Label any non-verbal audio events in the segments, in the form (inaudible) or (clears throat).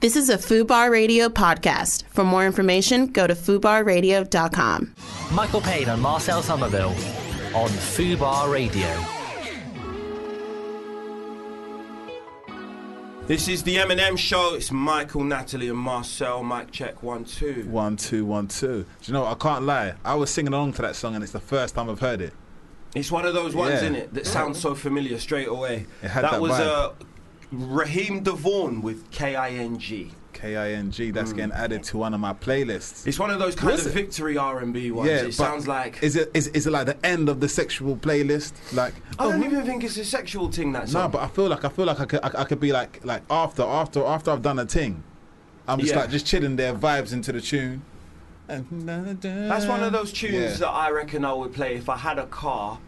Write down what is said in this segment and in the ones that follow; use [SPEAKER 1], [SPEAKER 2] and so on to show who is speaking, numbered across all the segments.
[SPEAKER 1] This is a FUBAR Radio podcast. For more information, go to FUBARradio.com.
[SPEAKER 2] Michael Payne and Marcel Somerville on Fubar Radio.
[SPEAKER 3] This is the Eminem Show. It's Michael, Natalie, and Marcel. Mic check one, two.
[SPEAKER 4] One, two, one, two. Do you know, what? I can't lie. I was singing along to that song and it's the first time I've heard it.
[SPEAKER 3] It's one of those ones,
[SPEAKER 4] Yeah.
[SPEAKER 3] in it, that sounds so familiar straight away.
[SPEAKER 4] It had that
[SPEAKER 3] was
[SPEAKER 4] vibe.
[SPEAKER 3] Uh, Raheem Devon with K I N G.
[SPEAKER 4] K I N G,
[SPEAKER 3] Mm.
[SPEAKER 4] that's getting added to one of my playlists.
[SPEAKER 3] It's one of those kind
[SPEAKER 4] Was
[SPEAKER 3] of
[SPEAKER 4] it?
[SPEAKER 3] victory R and B ones.
[SPEAKER 4] but
[SPEAKER 3] it sounds like.
[SPEAKER 4] Is it, is, is it like the end of the sexual playlist? Like,
[SPEAKER 3] I don't even think it's a sexual thing. That
[SPEAKER 4] No,
[SPEAKER 3] song.
[SPEAKER 4] um, but I feel like I feel like I could I, I could be like like after after after I've done a thing, I'm just
[SPEAKER 3] Yeah.
[SPEAKER 4] like just chilling there, vibes into the tune. That's
[SPEAKER 3] That's one of those tunes
[SPEAKER 4] Yeah.
[SPEAKER 3] that I reckon I would play if I had a car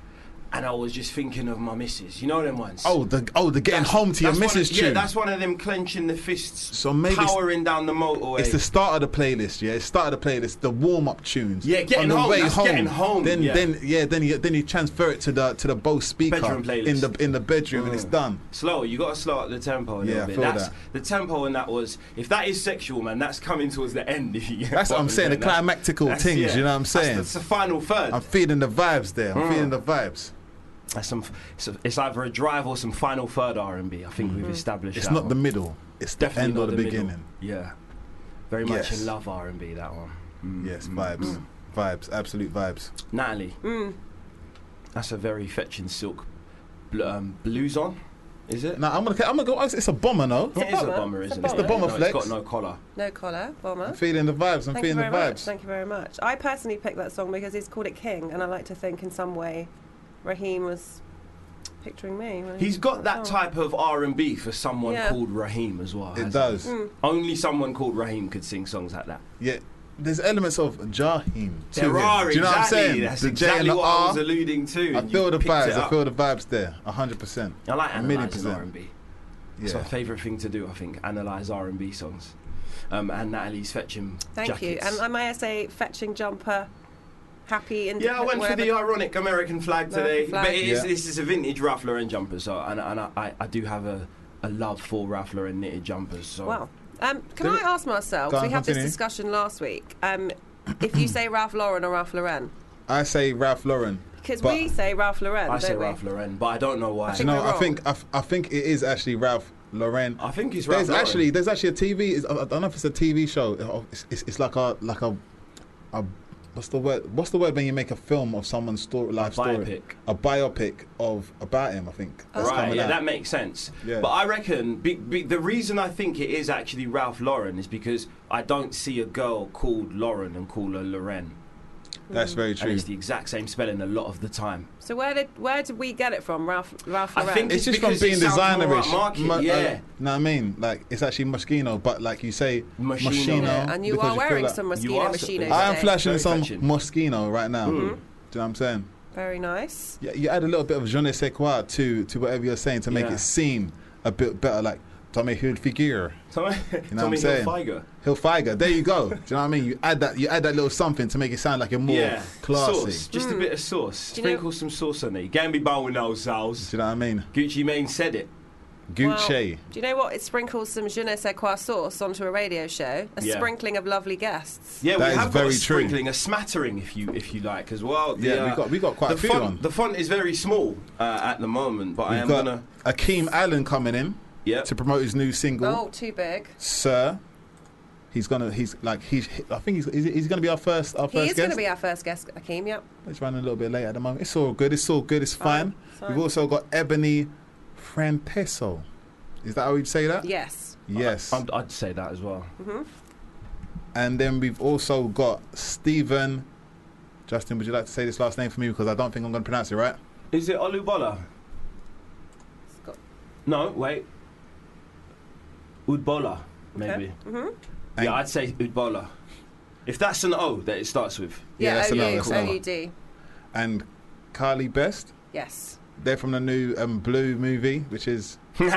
[SPEAKER 3] and I was just thinking of my missus. You know them ones?
[SPEAKER 4] Oh the oh the getting
[SPEAKER 3] That's-
[SPEAKER 4] home to your
[SPEAKER 3] that's one
[SPEAKER 4] missus
[SPEAKER 3] of-
[SPEAKER 4] tune.
[SPEAKER 3] Yeah, that's one of them clenching the fists,
[SPEAKER 4] So maybe it's-
[SPEAKER 3] powering down the motorway.
[SPEAKER 4] it's the start of the playlist, yeah. It's start of the playlist, the warm up tunes.
[SPEAKER 3] Yeah, getting
[SPEAKER 4] on the
[SPEAKER 3] home,
[SPEAKER 4] Way
[SPEAKER 3] that's
[SPEAKER 4] home.
[SPEAKER 3] getting home,
[SPEAKER 4] Then,
[SPEAKER 3] yeah.
[SPEAKER 4] then, yeah, then you then you transfer it to the to the Bose speaker
[SPEAKER 3] Bedroom playlist. Mm.
[SPEAKER 4] in the in the bedroom, and it's done.
[SPEAKER 3] slow. You got to slow up the tempo a
[SPEAKER 4] Yeah,
[SPEAKER 3] little
[SPEAKER 4] I
[SPEAKER 3] bit.
[SPEAKER 4] feel
[SPEAKER 3] that's
[SPEAKER 4] that.
[SPEAKER 3] the tempo, and that was if that is sexual, man. That's coming towards the end. (laughs) if you get
[SPEAKER 4] That's what I'm saying, the
[SPEAKER 3] mean. That's-
[SPEAKER 4] climactical
[SPEAKER 3] that's-
[SPEAKER 4] things,
[SPEAKER 3] yeah.
[SPEAKER 4] you know what I'm
[SPEAKER 3] That's
[SPEAKER 4] saying?
[SPEAKER 3] the- It's the final third.
[SPEAKER 4] I'm feeling the vibes there.
[SPEAKER 3] Mm.
[SPEAKER 4] I'm feeling the vibes.
[SPEAKER 3] That's some. It's, a- it's either a drive or some final third R&B. I think we've established.
[SPEAKER 4] Mm-hmm. It's
[SPEAKER 3] that
[SPEAKER 4] not the
[SPEAKER 3] one.
[SPEAKER 4] middle. It's the
[SPEAKER 3] definitely
[SPEAKER 4] end
[SPEAKER 3] not
[SPEAKER 4] or the,
[SPEAKER 3] the middle.
[SPEAKER 4] beginning.
[SPEAKER 3] Yeah, very much
[SPEAKER 4] Yes.
[SPEAKER 3] in love R&B. That one. Mm,
[SPEAKER 4] Yes, vibes, vibes, absolute vibes.
[SPEAKER 3] Natalie. That's a very fetching silk bl- um, blues on, is it?
[SPEAKER 4] Now I'm gonna, I'm gonna go. It's a bomber, no.
[SPEAKER 3] It is a
[SPEAKER 5] bomber.
[SPEAKER 3] bomber,
[SPEAKER 5] It's
[SPEAKER 3] isn't it?
[SPEAKER 5] a bomber. It's the
[SPEAKER 4] bomber
[SPEAKER 3] no,
[SPEAKER 4] flex.
[SPEAKER 3] It's got no collar.
[SPEAKER 5] No collar, bomber.
[SPEAKER 4] I'm feeling the vibes. I'm
[SPEAKER 5] Thank you
[SPEAKER 4] feeling the
[SPEAKER 5] very much.
[SPEAKER 4] vibes.
[SPEAKER 5] Thank you very much. I personally picked that song because he's called it King, and I like to think in some way Raheem was picturing me. when he
[SPEAKER 3] He's
[SPEAKER 5] picked
[SPEAKER 3] got that
[SPEAKER 5] song.
[SPEAKER 3] type of R&B for someone
[SPEAKER 5] Oh. Yeah.
[SPEAKER 3] called Raheem as well.
[SPEAKER 4] It
[SPEAKER 3] hasn't
[SPEAKER 4] does.
[SPEAKER 5] Mm.
[SPEAKER 3] Only someone called Raheem could sing songs like that.
[SPEAKER 4] Yeah. There's elements of Jahim to
[SPEAKER 3] there
[SPEAKER 4] him.
[SPEAKER 3] are
[SPEAKER 4] Do you know what I'm
[SPEAKER 3] exactly.
[SPEAKER 4] saying?
[SPEAKER 3] That's
[SPEAKER 4] the J
[SPEAKER 3] exactly
[SPEAKER 4] and the
[SPEAKER 3] what I
[SPEAKER 4] R.
[SPEAKER 3] was alluding to.
[SPEAKER 4] I
[SPEAKER 3] and you
[SPEAKER 4] feel the
[SPEAKER 3] picked it
[SPEAKER 4] vibes. I
[SPEAKER 3] up.
[SPEAKER 4] feel the vibes there. hundred percent.
[SPEAKER 3] I like
[SPEAKER 4] A million
[SPEAKER 3] analysing
[SPEAKER 4] percent.
[SPEAKER 3] R&B. It's my
[SPEAKER 4] Yeah.
[SPEAKER 3] favourite thing to do, I think, analyse R&B songs. Um, and Natalie's fetching
[SPEAKER 5] Thank you.
[SPEAKER 3] jackets.
[SPEAKER 5] And I might say fetching jumper, happy and
[SPEAKER 3] Yeah, I went for the ironic American flag
[SPEAKER 5] American
[SPEAKER 3] today,
[SPEAKER 5] flag.
[SPEAKER 3] but it is,
[SPEAKER 4] Yeah.
[SPEAKER 3] this is a vintage Ralph Lauren jumper, so and, and I, I, I do have a, a love for Ralph Lauren knitted jumpers. So
[SPEAKER 5] Wow. Um, can
[SPEAKER 4] Did
[SPEAKER 5] I
[SPEAKER 4] it-
[SPEAKER 5] ask
[SPEAKER 4] Go
[SPEAKER 5] Marcel? 'cause
[SPEAKER 4] on,
[SPEAKER 5] we had this
[SPEAKER 4] continue.
[SPEAKER 5] discussion last week. Um, if you say Ralph Lauren or Ralph Lauren,
[SPEAKER 4] I say Ralph Lauren.
[SPEAKER 5] because
[SPEAKER 4] but-
[SPEAKER 5] we say Ralph Lauren,
[SPEAKER 3] I
[SPEAKER 5] don't
[SPEAKER 3] say
[SPEAKER 5] we?
[SPEAKER 3] Ralph Lauren, but I don't know why.
[SPEAKER 5] I
[SPEAKER 4] Do you
[SPEAKER 5] think
[SPEAKER 4] know?
[SPEAKER 5] we're
[SPEAKER 4] I think I, f- I think it is actually Ralph Lauren.
[SPEAKER 3] I think it's Ralph
[SPEAKER 4] There's
[SPEAKER 3] Lauren.
[SPEAKER 4] actually there's actually a TV. It's, I I don't know if it's a TV show. It's, it's, it's like a like a, a what's the word? What's the word when you make a film of someone's story, life story?
[SPEAKER 3] biopic.
[SPEAKER 4] A biopic of about him. I think. that's
[SPEAKER 3] Right,
[SPEAKER 4] coming
[SPEAKER 3] yeah,
[SPEAKER 4] out.
[SPEAKER 3] that makes sense.
[SPEAKER 4] Yeah.
[SPEAKER 3] But I reckon be, be, the reason I think it is actually Ralph Lauren is because I don't see a girl called Lauren and call her Loren.
[SPEAKER 4] That's very
[SPEAKER 3] And
[SPEAKER 4] true.
[SPEAKER 3] it's the exact same spelling a lot of the time. (laughs)
[SPEAKER 5] So where did where did we get it from, Ralph Ralph
[SPEAKER 3] I
[SPEAKER 5] Lauren?
[SPEAKER 3] think
[SPEAKER 4] It's just from
[SPEAKER 3] because it
[SPEAKER 4] being
[SPEAKER 3] sounds more
[SPEAKER 4] designerish.
[SPEAKER 3] upmarket,
[SPEAKER 4] Mu- uh,
[SPEAKER 3] yeah.
[SPEAKER 4] know what I mean? Like it's actually Moschino, but like you say
[SPEAKER 3] Moschino.
[SPEAKER 4] Moschino.
[SPEAKER 3] Yeah,
[SPEAKER 5] and you
[SPEAKER 4] because
[SPEAKER 5] are
[SPEAKER 4] feel
[SPEAKER 5] wearing
[SPEAKER 4] like-
[SPEAKER 5] some
[SPEAKER 3] You are something.
[SPEAKER 5] Moschino Moschino.
[SPEAKER 4] I am
[SPEAKER 5] today.
[SPEAKER 4] flashing
[SPEAKER 3] Very Hmm.
[SPEAKER 4] some
[SPEAKER 3] fetching.
[SPEAKER 4] Moschino right now. Do you know what I'm saying?
[SPEAKER 5] Very nice.
[SPEAKER 4] Yeah, you add a little bit of je ne sais quoi to to whatever you're saying to make
[SPEAKER 3] Yeah.
[SPEAKER 4] it seem a bit better. Like Tommy Hilfiger,
[SPEAKER 3] Tommy,
[SPEAKER 4] You know
[SPEAKER 3] Tommy
[SPEAKER 4] what I'm saying?
[SPEAKER 3] Hilfiger.
[SPEAKER 4] Hilfiger. There you go. Do you know what I mean? You add that you add that little something to make it sound like you're more
[SPEAKER 3] yeah,
[SPEAKER 4] classy.
[SPEAKER 3] sauce. Just a bit of sauce.
[SPEAKER 5] Hmm. Do you know-
[SPEAKER 3] Sprinkle some sauce on it. You can't be bowing those sauce.
[SPEAKER 4] Do you know what I mean?
[SPEAKER 3] Gucci Mane said it.
[SPEAKER 4] Gucci.
[SPEAKER 5] Well, do you know what? It sprinkles some je ne sais quoi sauce onto a radio show. A
[SPEAKER 3] Yeah.
[SPEAKER 5] sprinkling of lovely guests.
[SPEAKER 3] Yeah,
[SPEAKER 4] That
[SPEAKER 3] we
[SPEAKER 4] is
[SPEAKER 3] have got
[SPEAKER 4] very
[SPEAKER 3] a
[SPEAKER 4] true.
[SPEAKER 3] sprinkling, a smattering, if you if you like, as well. The,
[SPEAKER 4] Yeah, we got- we got quite
[SPEAKER 3] the
[SPEAKER 4] a few
[SPEAKER 3] font,
[SPEAKER 4] on.
[SPEAKER 3] The font is very small uh, at the moment, but I
[SPEAKER 4] We've
[SPEAKER 3] am
[SPEAKER 4] got
[SPEAKER 3] gonna.
[SPEAKER 4] Akeem Allen coming in
[SPEAKER 3] Yeah.
[SPEAKER 4] to promote his new single.
[SPEAKER 5] Oh, too big.
[SPEAKER 4] sir. He's gonna. He's like. He's. I think he's. He's, he's gonna be our first. Our
[SPEAKER 5] He
[SPEAKER 4] first guest.
[SPEAKER 5] is going to be our first guest, Akeem. Yep.
[SPEAKER 4] It's running a little bit late at the moment. It's all good. It's all good. It's fine.
[SPEAKER 5] Fine,
[SPEAKER 4] We've
[SPEAKER 5] fine.
[SPEAKER 4] also got Ebony Franteso. Is that how we say that?
[SPEAKER 5] Yes.
[SPEAKER 4] Yes.
[SPEAKER 3] I'm, I'd say that as well.
[SPEAKER 4] and then we've also got Stephen. Justin, would you like to say this last name for me because I don't think I'm gonna pronounce it right?
[SPEAKER 3] Is it Olubola?
[SPEAKER 5] It's got-
[SPEAKER 3] No, wait. Udbola, maybe.
[SPEAKER 5] Mm-hmm.
[SPEAKER 4] And-
[SPEAKER 3] Yeah, I'd say Udbola. If that's an O that it starts with.
[SPEAKER 4] Yeah,
[SPEAKER 5] Yeah.
[SPEAKER 4] that's
[SPEAKER 5] O-U,
[SPEAKER 4] another, that's another.
[SPEAKER 5] O-U-D.
[SPEAKER 4] And Carly Best.
[SPEAKER 5] Yes.
[SPEAKER 3] (laughs)
[SPEAKER 4] They're from the new um, Blue (laughs) movie, which is It's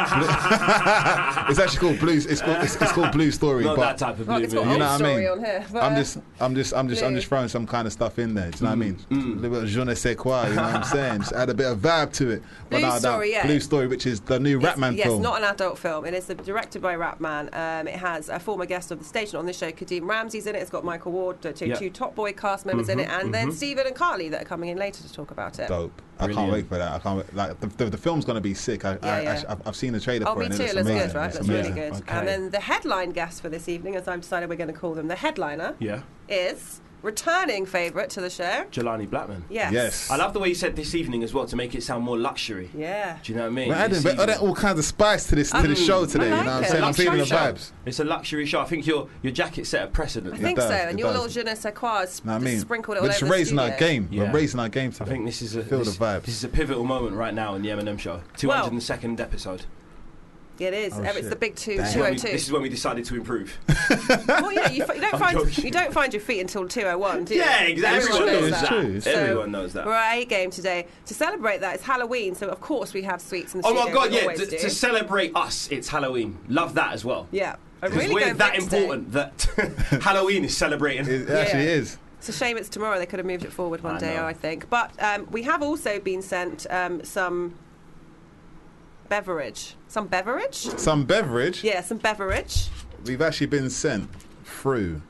[SPEAKER 4] actually called Blue. It's called it's, it's called Blue Story.
[SPEAKER 3] Not that
[SPEAKER 4] but
[SPEAKER 3] type of
[SPEAKER 5] Well,
[SPEAKER 3] blue
[SPEAKER 5] it's got
[SPEAKER 3] moon.
[SPEAKER 4] you know what I
[SPEAKER 5] story
[SPEAKER 4] mean?
[SPEAKER 5] on here, but- uh,
[SPEAKER 4] I'm just, I'm just, I'm just, I'm just
[SPEAKER 5] Blue.
[SPEAKER 4] throwing some kind of stuff in there. Do you know what I
[SPEAKER 3] Mm.
[SPEAKER 4] mean? A little bit of je ne sais quoi. You know what I'm saying? Just add a bit of vibe to it.
[SPEAKER 5] Blue
[SPEAKER 4] no, no,
[SPEAKER 5] Story, yeah.
[SPEAKER 4] Blue Story, which is the new
[SPEAKER 5] Yes,
[SPEAKER 4] Ratman
[SPEAKER 5] yes,
[SPEAKER 4] film.
[SPEAKER 5] not an adult film. It is directed by Ratman. Um, it has a former guest of the station on this show, Kadeem Ramsey's in it. It's got Michael Ward, the two,
[SPEAKER 3] Yeah.
[SPEAKER 5] two Top Boy cast members in
[SPEAKER 4] Mm-hmm,
[SPEAKER 5] it, and then Stephen and Carly that are coming in later to talk about it.
[SPEAKER 4] Dope. I
[SPEAKER 3] Brilliant.
[SPEAKER 4] can't wait for that. I can't wait. Like the, the, the film's gonna be sick. I, I,
[SPEAKER 5] Yeah, yeah.
[SPEAKER 4] I, I've- I've seen the trailer
[SPEAKER 5] Oh,
[SPEAKER 4] for
[SPEAKER 5] me
[SPEAKER 4] it. and
[SPEAKER 5] too. It
[SPEAKER 4] It
[SPEAKER 5] looks good, right?
[SPEAKER 4] It
[SPEAKER 5] It looks really
[SPEAKER 3] amazing.
[SPEAKER 5] good.
[SPEAKER 3] Okay.
[SPEAKER 5] And then the headline guest for this evening, as I'm decided we're going to call them, the headliner
[SPEAKER 3] Yeah.
[SPEAKER 5] is returning favourite to the show.
[SPEAKER 3] Jelani Blackman.
[SPEAKER 5] Yes.
[SPEAKER 4] Yes.
[SPEAKER 3] I love the way you said this evening as well to make it sound more luxury.
[SPEAKER 5] Yeah.
[SPEAKER 3] Do you know what I mean?
[SPEAKER 4] We're adding
[SPEAKER 3] This
[SPEAKER 4] but adding
[SPEAKER 3] evening.
[SPEAKER 4] all kinds of spice to this to the
[SPEAKER 5] Mm, I
[SPEAKER 4] show today.
[SPEAKER 5] like
[SPEAKER 4] you know what I'm
[SPEAKER 5] it.
[SPEAKER 4] saying? I'm
[SPEAKER 3] Luxury
[SPEAKER 4] feeling the
[SPEAKER 3] show.
[SPEAKER 4] vibes.
[SPEAKER 3] It's a luxury show. I think your your jacket set a precedent.
[SPEAKER 5] I think
[SPEAKER 4] does,
[SPEAKER 5] so.
[SPEAKER 4] it
[SPEAKER 5] And your little
[SPEAKER 4] does.
[SPEAKER 5] je ne sais quoi is
[SPEAKER 4] Know what I mean,
[SPEAKER 5] sprinkled all
[SPEAKER 4] we're just
[SPEAKER 5] over the
[SPEAKER 4] raising our
[SPEAKER 5] studio.
[SPEAKER 4] game.
[SPEAKER 3] Yeah.
[SPEAKER 4] We're raising our game today.
[SPEAKER 3] I think this is a
[SPEAKER 4] Feel the
[SPEAKER 3] this,
[SPEAKER 4] vibes.
[SPEAKER 3] this is a pivotal moment right now in the Eminem show. Two
[SPEAKER 5] Well-
[SPEAKER 3] hundred and second episode.
[SPEAKER 5] It is.
[SPEAKER 4] Oh,
[SPEAKER 5] it's
[SPEAKER 4] shit.
[SPEAKER 5] the big two,
[SPEAKER 4] Damn.
[SPEAKER 3] This is, when we,
[SPEAKER 5] 202.
[SPEAKER 3] this is when we decided to improve.
[SPEAKER 5] (laughs) well, yeah, you, f-
[SPEAKER 3] (laughs)
[SPEAKER 5] you don't
[SPEAKER 3] I'm
[SPEAKER 5] find
[SPEAKER 3] joking.
[SPEAKER 5] you don't find your feet until 201, do you?
[SPEAKER 3] yeah, exactly.
[SPEAKER 5] Everyone
[SPEAKER 3] Everyone knows
[SPEAKER 5] knows that.
[SPEAKER 3] that.
[SPEAKER 4] true, it's true.
[SPEAKER 3] Everyone knows that.
[SPEAKER 5] We're at A game today. To celebrate that, it's Halloween, so of course we have sweets in the
[SPEAKER 3] Oh
[SPEAKER 5] studio.
[SPEAKER 3] my god,
[SPEAKER 5] we
[SPEAKER 3] yeah.
[SPEAKER 5] always
[SPEAKER 3] To,
[SPEAKER 5] do.
[SPEAKER 3] to celebrate us, it's Halloween. Love that as well.
[SPEAKER 5] yeah. I'm
[SPEAKER 3] Because
[SPEAKER 5] really
[SPEAKER 3] we're
[SPEAKER 5] going
[SPEAKER 3] that
[SPEAKER 5] big today.
[SPEAKER 3] important
[SPEAKER 4] (laughs)
[SPEAKER 3] that (laughs) Halloween is celebrating.
[SPEAKER 4] It actually
[SPEAKER 5] Yeah.
[SPEAKER 4] is.
[SPEAKER 5] It's a shame it's tomorrow. They could have moved it forward one
[SPEAKER 3] I
[SPEAKER 5] day,
[SPEAKER 3] know.
[SPEAKER 5] I think. But um, we have also been sent um, some beverage. Some beverage?
[SPEAKER 4] Some beverage
[SPEAKER 5] Yeah, some beverage.
[SPEAKER 4] we've actually been sent through.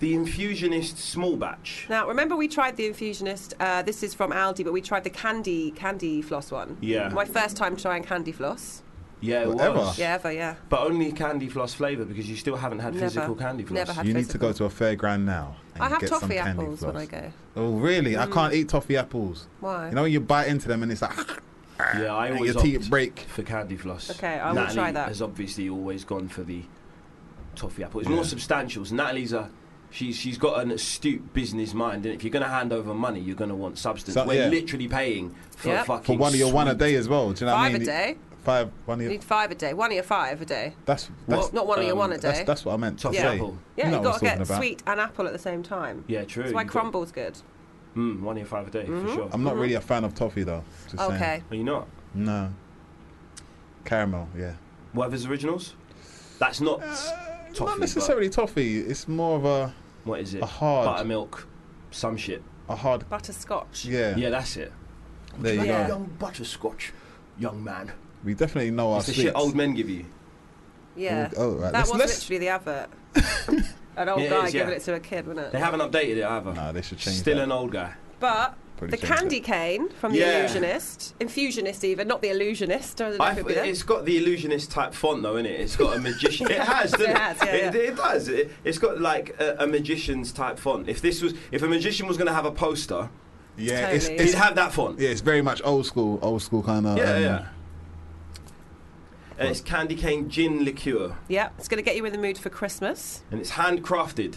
[SPEAKER 3] the infusionist small batch.
[SPEAKER 5] Now, remember we tried the infusionist. Uh, this is from Aldi, but we tried the candy candy floss one.
[SPEAKER 3] Yeah.
[SPEAKER 5] My first time trying candy floss.
[SPEAKER 3] Yeah, it
[SPEAKER 4] Whatever.
[SPEAKER 3] was.
[SPEAKER 5] Yeah, ever, yeah.
[SPEAKER 3] But only candy floss flavour because you still haven't had
[SPEAKER 5] Never.
[SPEAKER 3] physical candy floss.
[SPEAKER 5] Never had- That's
[SPEAKER 4] You need to
[SPEAKER 5] physical.
[SPEAKER 4] go to a fairground now. And
[SPEAKER 5] I have
[SPEAKER 4] get some
[SPEAKER 5] toffee
[SPEAKER 4] candy
[SPEAKER 5] apples when
[SPEAKER 4] floss.
[SPEAKER 5] I go.
[SPEAKER 4] Oh really? I can't eat toffee apples.
[SPEAKER 5] Why?
[SPEAKER 4] You know when you bite into them and it's like (laughs)
[SPEAKER 3] Yeah, I
[SPEAKER 4] and
[SPEAKER 3] always
[SPEAKER 4] your teeth
[SPEAKER 3] opt
[SPEAKER 4] break.
[SPEAKER 3] for candy floss.
[SPEAKER 5] Okay, I will
[SPEAKER 3] Natalie
[SPEAKER 5] try that.
[SPEAKER 3] has obviously always gone for the toffee apple. It's
[SPEAKER 4] Yeah.
[SPEAKER 3] more substantial. So Natalie's a she's she's got an astute business mind, and if you're going to hand over money, you're going to want substance.
[SPEAKER 4] So-
[SPEAKER 3] We're
[SPEAKER 4] yeah.
[SPEAKER 3] literally paying for
[SPEAKER 5] Yep.
[SPEAKER 3] fucking
[SPEAKER 4] For one of your one a
[SPEAKER 3] sweet-
[SPEAKER 4] day as well. Do you know
[SPEAKER 5] Five
[SPEAKER 4] what I mean?
[SPEAKER 5] a day.
[SPEAKER 4] Five one of
[SPEAKER 5] You
[SPEAKER 4] your.
[SPEAKER 5] need five a day. One of your five a day.
[SPEAKER 4] That's
[SPEAKER 3] What?
[SPEAKER 4] that's,
[SPEAKER 5] Well, not one of your
[SPEAKER 3] um,
[SPEAKER 5] one a day.
[SPEAKER 4] that's that's what I meant. to
[SPEAKER 3] Toffee
[SPEAKER 4] say.
[SPEAKER 3] apple.
[SPEAKER 5] yeah,
[SPEAKER 4] You know
[SPEAKER 5] you
[SPEAKER 4] what I was
[SPEAKER 5] got to get
[SPEAKER 4] talking about.
[SPEAKER 5] sweet and apple at the same time.
[SPEAKER 3] Yeah, true.
[SPEAKER 5] That's why Mm-hmm.
[SPEAKER 3] You've got-
[SPEAKER 5] crumble's good.
[SPEAKER 3] Mm, one year five a day for sure.
[SPEAKER 4] I'm not really a fan of toffee though. Just saying.
[SPEAKER 5] Okay.
[SPEAKER 3] Are you not?
[SPEAKER 4] No. Caramel, yeah.
[SPEAKER 3] Weathers originals? That's not s- toffee.
[SPEAKER 4] Uh, not
[SPEAKER 3] but
[SPEAKER 4] necessarily toffee. It's more of a
[SPEAKER 3] What is it?
[SPEAKER 4] a hard-
[SPEAKER 3] buttermilk, some shit.
[SPEAKER 4] a hard.
[SPEAKER 5] Butterscotch.
[SPEAKER 4] Yeah.
[SPEAKER 3] Yeah, that's it.
[SPEAKER 4] There you
[SPEAKER 5] Yeah.
[SPEAKER 4] go.
[SPEAKER 3] Young butterscotch, young man.
[SPEAKER 4] We definitely know our
[SPEAKER 3] It's the
[SPEAKER 4] sweets.
[SPEAKER 3] shit old men give you.
[SPEAKER 5] Yeah.
[SPEAKER 4] Oh, right.
[SPEAKER 5] That
[SPEAKER 4] Let's-
[SPEAKER 5] was
[SPEAKER 4] let's-
[SPEAKER 5] literally the advert.
[SPEAKER 4] (laughs)
[SPEAKER 5] An old
[SPEAKER 3] Yeah, it
[SPEAKER 5] guy
[SPEAKER 3] is, yeah.
[SPEAKER 5] giving it to a kid, wasn't
[SPEAKER 3] They
[SPEAKER 5] it?
[SPEAKER 3] haven't updated it either.
[SPEAKER 4] Nah, they should change
[SPEAKER 3] Still
[SPEAKER 4] that.
[SPEAKER 3] an old guy.
[SPEAKER 5] But
[SPEAKER 4] Probably
[SPEAKER 5] the
[SPEAKER 4] changed
[SPEAKER 5] candy
[SPEAKER 4] it.
[SPEAKER 5] cane from the
[SPEAKER 3] Yeah.
[SPEAKER 5] illusionist, infusionist even, not the illusionist. I don't know
[SPEAKER 3] I,
[SPEAKER 5] if it'd be there.
[SPEAKER 3] it's got the illusionist type font though, innit? It's got a
[SPEAKER 5] (laughs)
[SPEAKER 3] magician. It has, doesn't
[SPEAKER 5] It has, yeah,
[SPEAKER 3] it,
[SPEAKER 5] yeah.
[SPEAKER 3] it does. It, it's got like a, a magician's type font. If this was, if a magician was going to have a poster,
[SPEAKER 4] Yeah, it's,
[SPEAKER 5] Totally.
[SPEAKER 4] it's
[SPEAKER 3] he'd have that font.
[SPEAKER 4] yeah, it's very much old school, old school um, kind of.
[SPEAKER 3] yeah. yeah. And it's candy cane gin liqueur,
[SPEAKER 5] Yeah, it's going to get you in the mood for Christmas.
[SPEAKER 3] and it's handcrafted.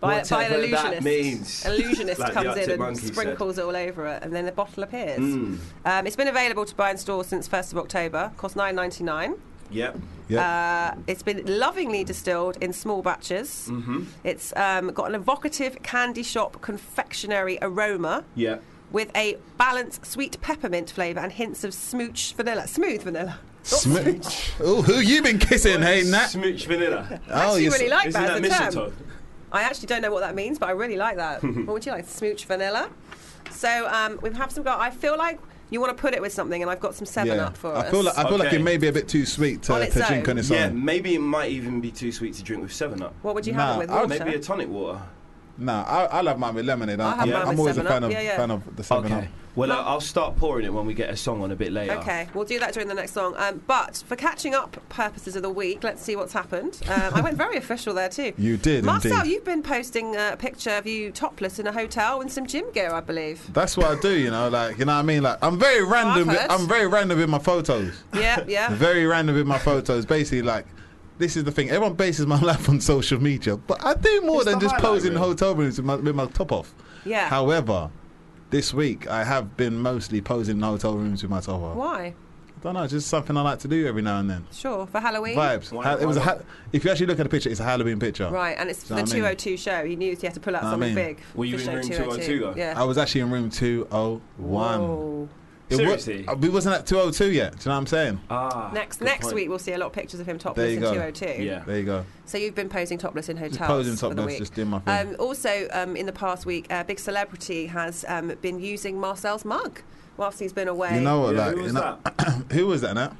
[SPEAKER 5] By, by an
[SPEAKER 3] Whatever
[SPEAKER 5] illusionist.
[SPEAKER 3] that means. (laughs)
[SPEAKER 5] An illusionist
[SPEAKER 3] Like the
[SPEAKER 5] comes
[SPEAKER 3] Arctic
[SPEAKER 5] in and
[SPEAKER 3] Monkey said.
[SPEAKER 5] sprinkles it all over it, and then the bottle appears.
[SPEAKER 3] Mm.
[SPEAKER 5] Um, it's been available to buy in stores since 1st of October, cost nine ninety nine.
[SPEAKER 3] Yep.
[SPEAKER 4] Yeah.
[SPEAKER 5] Uh, it's been lovingly distilled in small batches. Mm-hmm. It's um, got an evocative candy shop confectionery aroma
[SPEAKER 3] Yep.
[SPEAKER 5] with a balanced sweet peppermint flavour and hints of smooch vanilla. Smooth vanilla.
[SPEAKER 4] Smooch. Oh, who you been kissing? Hey, Nat.
[SPEAKER 3] Smooch
[SPEAKER 5] (laughs)
[SPEAKER 3] vanilla.
[SPEAKER 4] Oh,
[SPEAKER 5] actually
[SPEAKER 4] you
[SPEAKER 5] really
[SPEAKER 4] s-
[SPEAKER 5] like
[SPEAKER 3] Isn't
[SPEAKER 5] that
[SPEAKER 3] that
[SPEAKER 5] as a term.
[SPEAKER 3] mistletoe?
[SPEAKER 5] I actually don't know what that means, but I really
[SPEAKER 4] (laughs)
[SPEAKER 5] like that. what would you like? Smooch vanilla. So um, we have some. Go- I feel like you want to put it with something, and I've got some Seven
[SPEAKER 4] Yeah.
[SPEAKER 5] Up for
[SPEAKER 4] I
[SPEAKER 5] us.
[SPEAKER 4] feel like I feel like
[SPEAKER 3] Okay.
[SPEAKER 4] it may be a bit too sweet
[SPEAKER 5] On
[SPEAKER 4] to,
[SPEAKER 5] its
[SPEAKER 4] to drink
[SPEAKER 5] own.
[SPEAKER 4] on its
[SPEAKER 3] Yeah,
[SPEAKER 4] own.
[SPEAKER 3] maybe it might even be too sweet to drink with Seven Up.
[SPEAKER 5] what would you
[SPEAKER 4] Nah,
[SPEAKER 5] have it with?
[SPEAKER 4] I
[SPEAKER 5] Water?
[SPEAKER 4] would-
[SPEAKER 3] Maybe a tonic water.
[SPEAKER 4] Nah, I, I love mine with lemonade.
[SPEAKER 5] I'll
[SPEAKER 4] I,
[SPEAKER 5] have
[SPEAKER 4] I'm,
[SPEAKER 5] mine
[SPEAKER 4] I'm
[SPEAKER 5] with
[SPEAKER 4] always a
[SPEAKER 5] 7-Up.
[SPEAKER 4] fan of
[SPEAKER 5] Yeah, yeah.
[SPEAKER 4] fan of the Seven Up.
[SPEAKER 3] Well, uh, I'll start pouring it when we get a song on a bit later.
[SPEAKER 5] Okay, we'll do that during the next song. Um, but for catching up purposes of the week, let's see what's happened. Um, I went very official there too.
[SPEAKER 4] (laughs) You did
[SPEAKER 5] Marcel,
[SPEAKER 4] indeed.
[SPEAKER 5] you've been posting a picture of you topless in a hotel in some gym gear, I believe.
[SPEAKER 4] That's what I do, you know. Like, you know what I mean? Like, I'm very random.
[SPEAKER 5] I've heard.
[SPEAKER 4] I'm very random in my photos.
[SPEAKER 5] Yeah, yeah.
[SPEAKER 4] Very random in my photos. Basically, like, this is the thing. Everyone bases my (laughs) life on social media, but I do more
[SPEAKER 3] It's
[SPEAKER 4] than
[SPEAKER 3] the
[SPEAKER 4] just
[SPEAKER 3] highlight
[SPEAKER 4] pose in
[SPEAKER 3] reel.
[SPEAKER 4] hotel rooms with my, with my top off.
[SPEAKER 5] Yeah.
[SPEAKER 4] However, this week I have been mostly posing in hotel rooms with my top off.
[SPEAKER 5] Why?
[SPEAKER 4] I don't know. It's just something I like to do every now and then.
[SPEAKER 5] Sure, for Halloween.
[SPEAKER 4] Vibes.
[SPEAKER 3] Why-
[SPEAKER 4] Ha- it was a
[SPEAKER 3] why
[SPEAKER 4] ha- if you actually look at the picture, it's a Halloween picture.
[SPEAKER 5] Right, and it's
[SPEAKER 4] Do you know
[SPEAKER 5] the
[SPEAKER 4] what I mean?
[SPEAKER 5] 202 show. He knew he had to pull out
[SPEAKER 4] Know what I
[SPEAKER 5] something
[SPEAKER 3] oh
[SPEAKER 4] mean?
[SPEAKER 5] big.
[SPEAKER 3] Were you
[SPEAKER 5] for
[SPEAKER 3] in
[SPEAKER 5] show
[SPEAKER 3] room 202 though?
[SPEAKER 5] Yeah.
[SPEAKER 4] I was actually in room 201.
[SPEAKER 5] Whoa.
[SPEAKER 4] It wa-
[SPEAKER 3] Seriously?
[SPEAKER 4] uh, we wasn't at 202 yet. Do you know what I'm saying?
[SPEAKER 3] Ah,
[SPEAKER 5] Next
[SPEAKER 3] good
[SPEAKER 5] next
[SPEAKER 3] point.
[SPEAKER 5] week we'll see a lot of pictures of him
[SPEAKER 4] There
[SPEAKER 5] topless
[SPEAKER 4] you
[SPEAKER 5] in
[SPEAKER 4] go.
[SPEAKER 5] 202.
[SPEAKER 3] Yeah.
[SPEAKER 4] There you go.
[SPEAKER 5] So you've been posing topless in hotels.
[SPEAKER 4] Just posing
[SPEAKER 5] for the
[SPEAKER 4] topless,
[SPEAKER 5] week.
[SPEAKER 4] just doing my thing.
[SPEAKER 5] Um, also, um, in the past week, a big celebrity has um, been using Marcel's mug whilst he's been away.
[SPEAKER 4] you know what?
[SPEAKER 3] Yeah,
[SPEAKER 4] like,
[SPEAKER 3] who was
[SPEAKER 4] you know-
[SPEAKER 3] that?
[SPEAKER 4] (coughs) who was that? Nat?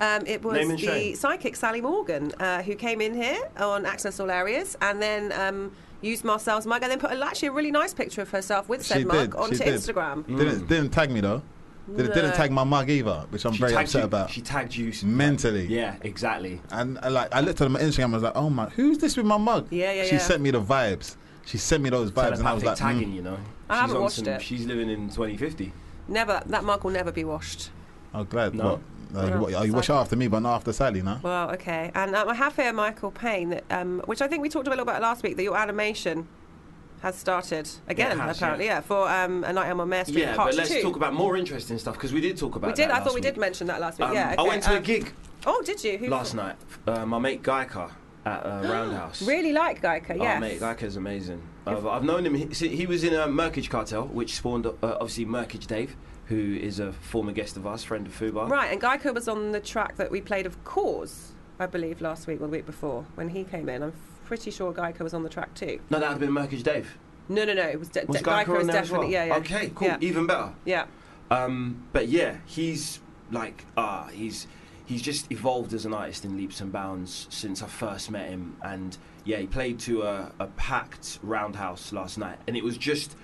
[SPEAKER 5] Um, it was
[SPEAKER 3] Name
[SPEAKER 5] the
[SPEAKER 3] and shame.
[SPEAKER 5] psychic Sally Morgan uh, who came in here on Access All Areas and then um, used Marcel's mug and then put a, actually a really nice picture of herself with said
[SPEAKER 4] She
[SPEAKER 5] mug
[SPEAKER 4] did,
[SPEAKER 5] onto
[SPEAKER 4] she did.
[SPEAKER 5] Instagram.
[SPEAKER 3] Mm.
[SPEAKER 4] Didn't didn't tag me though. Didn't, didn't
[SPEAKER 5] No.
[SPEAKER 4] tag my mug either, which I'm
[SPEAKER 3] She
[SPEAKER 4] very
[SPEAKER 3] tagged
[SPEAKER 4] upset
[SPEAKER 3] you-
[SPEAKER 4] about.
[SPEAKER 3] She tagged you
[SPEAKER 4] Mentally.
[SPEAKER 3] Yeah, exactly.
[SPEAKER 4] And uh, like I looked at my Instagram, I was like, "Oh my, who's this with my mug?"
[SPEAKER 5] Yeah, yeah,
[SPEAKER 4] She
[SPEAKER 5] yeah.
[SPEAKER 4] sent me the vibes. She sent me those vibes, and I was
[SPEAKER 3] Telepathic
[SPEAKER 4] like, mm.
[SPEAKER 3] tagging, you know.
[SPEAKER 5] I
[SPEAKER 3] she's
[SPEAKER 5] haven't
[SPEAKER 3] on
[SPEAKER 5] watched
[SPEAKER 3] some,
[SPEAKER 5] it.
[SPEAKER 3] She's living in 2050.
[SPEAKER 5] Never that mug will never be washed.
[SPEAKER 4] "I'm oh, glad."
[SPEAKER 3] No.
[SPEAKER 4] What? Uh, you,
[SPEAKER 5] No,
[SPEAKER 4] what, oh, you watch
[SPEAKER 5] sorry.
[SPEAKER 4] after me, but not after Sally, no.
[SPEAKER 5] Well, okay. And um, I have here Michael Payne, that, um, which I think we talked a little about last week, that your animation has started again,
[SPEAKER 3] has,
[SPEAKER 5] apparently, yeah, for um, A Night on Mare Street
[SPEAKER 3] Yeah,
[SPEAKER 5] Part
[SPEAKER 3] but let's
[SPEAKER 5] 2.
[SPEAKER 3] talk about more interesting stuff because we did talk about.
[SPEAKER 5] we
[SPEAKER 3] that
[SPEAKER 5] did. I thought
[SPEAKER 3] last
[SPEAKER 5] we did
[SPEAKER 3] week.
[SPEAKER 5] mention that last week.
[SPEAKER 3] Um,
[SPEAKER 5] yeah,
[SPEAKER 3] I
[SPEAKER 5] okay,
[SPEAKER 3] went to a
[SPEAKER 5] um,
[SPEAKER 3] gig
[SPEAKER 5] Oh, did you? Who
[SPEAKER 3] last night. Uh, my mate Geica at
[SPEAKER 5] (gasps)
[SPEAKER 3] uh, Roundhouse.
[SPEAKER 5] Really like Geica,
[SPEAKER 3] Oh,
[SPEAKER 5] yes.
[SPEAKER 3] mate, Geica's amazing. I've, I've known him. He, see, he was in a Merkage cartel, which spawned uh, obviously Merkage Dave, who is a former guest of ours, friend of Fubar.
[SPEAKER 5] Right, and Geico was on the track that we played of Cause, I believe, last week or the week before when he came in. I'm pretty sure Geico was on the track too.
[SPEAKER 3] No, that had been Merkage Dave.
[SPEAKER 5] No, no, no. It was, de-
[SPEAKER 3] Was
[SPEAKER 5] de-
[SPEAKER 3] Geica,
[SPEAKER 5] was
[SPEAKER 3] on there as well?
[SPEAKER 5] definitely yeah, yeah.
[SPEAKER 3] Okay, cool.
[SPEAKER 5] Yeah,
[SPEAKER 3] Even better.
[SPEAKER 5] yeah.
[SPEAKER 3] Um, but yeah, he's like ah, he's he's just evolved as an artist in leaps and bounds since I first met him. And yeah, he played to a, a packed roundhouse last night, and it was just.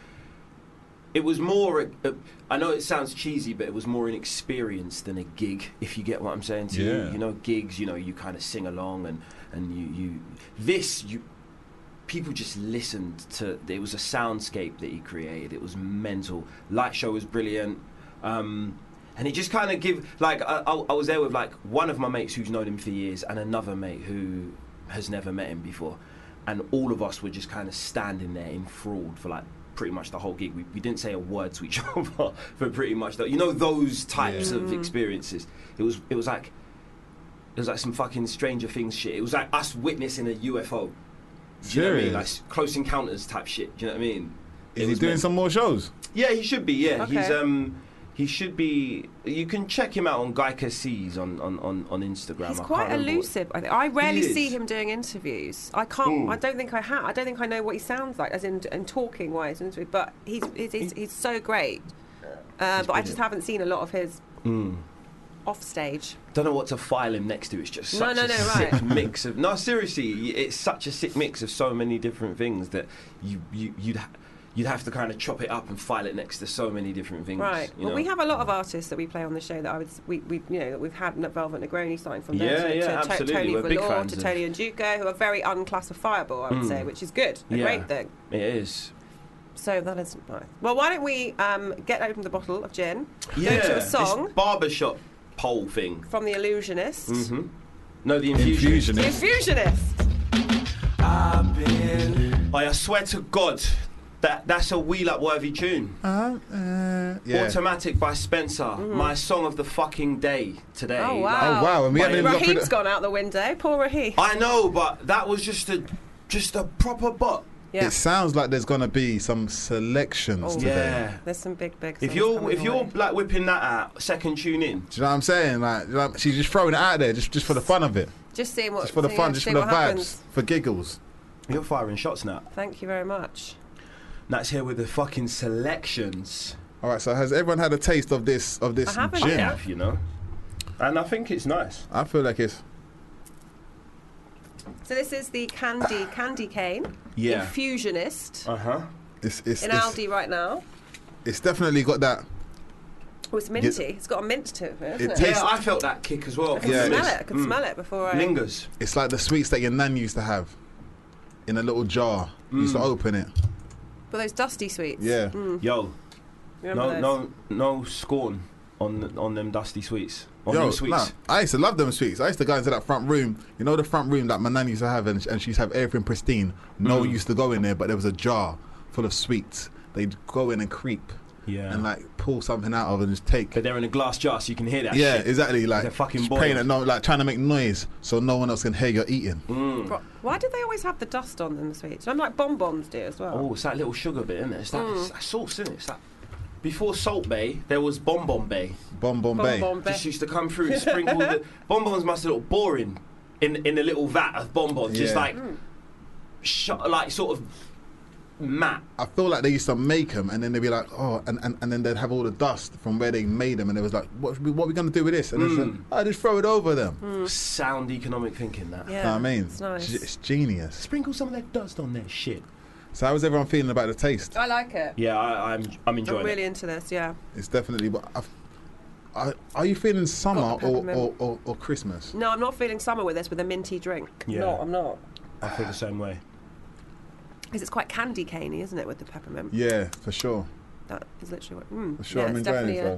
[SPEAKER 3] It was more. A, a, I know it sounds cheesy, but it was more an experience than a gig. If you get what I'm saying to
[SPEAKER 4] Yeah.
[SPEAKER 3] you, you know, gigs. You know, you kind of sing along, and and you you this you people just listened to it was a soundscape that he created it was mental light show was brilliant um, and it just kind of give like I, I, I was there with like one of my mates who's known him for years and another mate who has never met him before and all of us were just kind of standing there enthralled for like pretty much the whole gig we, we didn't say a word to each (laughs) other for pretty much the, you know those types
[SPEAKER 5] Yeah.
[SPEAKER 3] of experiences it was it was like it was like some fucking Stranger Things shit. It was like us witnessing a UFO. Do you know what I mean?
[SPEAKER 4] Serious?
[SPEAKER 3] Like s- close encounters type shit. Do you know what I mean? It
[SPEAKER 4] Is he
[SPEAKER 3] was
[SPEAKER 4] doing
[SPEAKER 3] meant-
[SPEAKER 4] some more shows?
[SPEAKER 3] Yeah, he should be. Yeah,
[SPEAKER 5] Okay.
[SPEAKER 3] he's um, he should be. You can check him out on Geica Sees on on on, on Instagram. I
[SPEAKER 5] He's
[SPEAKER 3] can't
[SPEAKER 5] quite
[SPEAKER 3] remember what-
[SPEAKER 5] elusive. I, think. I rarely
[SPEAKER 3] is.
[SPEAKER 5] see him doing interviews. I can't.
[SPEAKER 3] Mm.
[SPEAKER 5] I don't think I have. I don't think I know what he sounds like, as in and talking wise. and- But he's he's, he's, he's so great. Uh, but I just
[SPEAKER 3] brilliant.
[SPEAKER 5] haven't seen a lot of his
[SPEAKER 3] Mm.
[SPEAKER 5] off stage.
[SPEAKER 3] Don't know what to file him next to. It's just
[SPEAKER 5] No,
[SPEAKER 3] such
[SPEAKER 5] no,
[SPEAKER 3] a
[SPEAKER 5] no,
[SPEAKER 3] sick (laughs)
[SPEAKER 5] right.
[SPEAKER 3] mix of. No, seriously, y- it's such a sick mix of so many different things that you you you'd. Ha- You'd have to kind of chop it up and file it next to so many different things.
[SPEAKER 5] Right.
[SPEAKER 3] Mm. you
[SPEAKER 5] well,
[SPEAKER 3] know?
[SPEAKER 5] we have a lot of artists that we play on the show that I would s- we, we you know that we've had Velvet Negroni signed from
[SPEAKER 3] Yeah,
[SPEAKER 5] there to,
[SPEAKER 3] yeah,
[SPEAKER 5] to,
[SPEAKER 3] absolutely.
[SPEAKER 5] Tony
[SPEAKER 3] We're big
[SPEAKER 5] Valor
[SPEAKER 3] fans
[SPEAKER 5] to
[SPEAKER 3] of-
[SPEAKER 5] Tony and Duco, who are very unclassifiable, I would
[SPEAKER 3] Mm.
[SPEAKER 5] say, which is good, a
[SPEAKER 3] Yeah.
[SPEAKER 5] great thing.
[SPEAKER 3] It is.
[SPEAKER 5] So that is nice. Well, why don't we um, get open the bottle of gin?
[SPEAKER 3] Yeah,
[SPEAKER 5] to a song.
[SPEAKER 3] This barbershop pole thing.
[SPEAKER 5] from the illusionist.
[SPEAKER 4] Mm-hmm.
[SPEAKER 3] hmm No, the infusion.
[SPEAKER 5] The
[SPEAKER 4] Infusionist.
[SPEAKER 5] infusionist.
[SPEAKER 3] I swear to God, that that's a wheel up worthy tune.
[SPEAKER 4] Uh, uh, yeah.
[SPEAKER 3] Automatic by Spencer, my song of the fucking day today.
[SPEAKER 5] Mm-hmm. Oh,
[SPEAKER 3] Like,
[SPEAKER 4] oh wow, and we
[SPEAKER 3] Wait,
[SPEAKER 4] haven't even got through
[SPEAKER 5] Raheem's
[SPEAKER 4] the, Ah,
[SPEAKER 5] gone out the window. Poor Raheem.
[SPEAKER 3] I know, but that was just a just a proper bot.
[SPEAKER 5] yeah.
[SPEAKER 4] It sounds like there's gonna be some selections
[SPEAKER 5] Oh.
[SPEAKER 4] today.
[SPEAKER 3] Yeah.
[SPEAKER 5] There's some big, big.
[SPEAKER 3] If
[SPEAKER 5] songs
[SPEAKER 3] you're
[SPEAKER 5] coming
[SPEAKER 3] if you're
[SPEAKER 5] away.
[SPEAKER 3] like whipping that out, second tune in.
[SPEAKER 4] Do you know what I'm saying? Like, you know, she's just throwing it out there, just just for the fun of it,
[SPEAKER 5] just seeing what
[SPEAKER 4] just for the
[SPEAKER 5] seeing-
[SPEAKER 4] fun, just for
[SPEAKER 5] seeing
[SPEAKER 4] the
[SPEAKER 5] what
[SPEAKER 4] vibes,
[SPEAKER 5] happens.
[SPEAKER 4] for giggles.
[SPEAKER 3] You're firing shots now.
[SPEAKER 5] Thank you very much.
[SPEAKER 3] That's here with the fucking selections.
[SPEAKER 4] All right, so has everyone had a taste of this of this
[SPEAKER 5] I haven't.
[SPEAKER 4] gin?
[SPEAKER 5] Yeah.
[SPEAKER 3] Yeah, you know. And I think it's nice.
[SPEAKER 4] I feel like it's
[SPEAKER 5] So this is the candy candy cane
[SPEAKER 3] Yeah.
[SPEAKER 5] infusionist
[SPEAKER 3] Uh huh.
[SPEAKER 4] it's it's
[SPEAKER 5] in
[SPEAKER 4] it's,
[SPEAKER 5] Aldi right now.
[SPEAKER 4] it's definitely got that.
[SPEAKER 5] Oh, it's minty. It's got a mint to it,
[SPEAKER 4] It
[SPEAKER 5] hasn't it?
[SPEAKER 4] tastes-
[SPEAKER 3] Yeah, I felt that kick as well.
[SPEAKER 5] I can
[SPEAKER 4] Yeah, it
[SPEAKER 5] smell
[SPEAKER 4] is. Mm.
[SPEAKER 5] it. I can smell it before I.
[SPEAKER 3] Lingers.
[SPEAKER 4] It's like the sweets that your nan used to have in a little jar. You
[SPEAKER 3] Mm.
[SPEAKER 4] Used to open it.
[SPEAKER 5] But those dusty sweets.
[SPEAKER 4] Yeah.
[SPEAKER 5] Mm.
[SPEAKER 3] Yo,
[SPEAKER 5] You remember
[SPEAKER 3] no,
[SPEAKER 5] those?
[SPEAKER 3] no, no scorn on th- on them dusty sweets. On
[SPEAKER 4] Yo,
[SPEAKER 3] them sweets.
[SPEAKER 4] nah, I used to love them sweets. I used to go into that front room. You know the front room that my nan used to have, and, and she'd have everything pristine.
[SPEAKER 3] Mm.
[SPEAKER 4] No one used to go in there, but there was a jar full of sweets. They'd go in and creep
[SPEAKER 3] Yeah.
[SPEAKER 4] and like pull something out of it and just take.
[SPEAKER 3] but they're in a glass jar, so you can hear that.
[SPEAKER 4] yeah,
[SPEAKER 3] shit.
[SPEAKER 4] exactly. Like
[SPEAKER 3] They're fucking
[SPEAKER 4] just playing
[SPEAKER 3] boiled.
[SPEAKER 4] it, no, like trying to make noise so no one else can hear you're eating.
[SPEAKER 3] Mm.
[SPEAKER 5] Bro- Why did they always have the dust on them, the sweets? I'm like bonbons do as well. Mm.
[SPEAKER 3] Oh, it's that little sugar bit, isn't it? It's that, it's that sauce, isn't it? It's that before Salt Bay, there was Bon Bon Bay.
[SPEAKER 4] Bon Bon Bay.
[SPEAKER 5] Bon Bon Bay.
[SPEAKER 3] Just used to come through and sprinkle the
[SPEAKER 5] (laughs)
[SPEAKER 3] bonbons. Must have looked boring in in a little vat of bonbons, just
[SPEAKER 4] Yeah.
[SPEAKER 3] like
[SPEAKER 5] Mm.
[SPEAKER 3] sh- like sort of matte.
[SPEAKER 4] I feel like they used to make them, and then they'd be like, oh, and, and, and then they'd have all the dust from where they made them, and it was like, what, what are we going to do with this? And it's
[SPEAKER 3] Hmm.
[SPEAKER 4] like, I just throw it over them.
[SPEAKER 3] Sound economic thinking that.
[SPEAKER 5] Hmm. Mm. Yeah,
[SPEAKER 4] You know what I mean?
[SPEAKER 5] it's nice.
[SPEAKER 4] G- It's genius.
[SPEAKER 3] Sprinkle some of that dust on that shit.
[SPEAKER 4] So how's everyone feeling about the taste?
[SPEAKER 5] I like it.
[SPEAKER 3] Yeah, I, I'm I'm enjoying
[SPEAKER 5] I'm really
[SPEAKER 3] it.
[SPEAKER 5] into this. Yeah.
[SPEAKER 4] It's definitely. But I've, I, are you feeling summer
[SPEAKER 5] Got the
[SPEAKER 4] or, or,
[SPEAKER 5] peppermint.
[SPEAKER 4] or, or Christmas?
[SPEAKER 5] No, I'm not feeling summer with this with a minty drink.
[SPEAKER 3] Yeah.
[SPEAKER 5] No, I'm not.
[SPEAKER 3] I feel the same way.
[SPEAKER 5] Because it's quite candy caney, isn't it, with the peppermint?
[SPEAKER 4] Yeah, for sure.
[SPEAKER 5] That is literally what. Mm.
[SPEAKER 4] For sure,
[SPEAKER 5] yeah,
[SPEAKER 4] I'm
[SPEAKER 5] it's
[SPEAKER 4] enjoying
[SPEAKER 5] definitely
[SPEAKER 4] it,
[SPEAKER 5] a,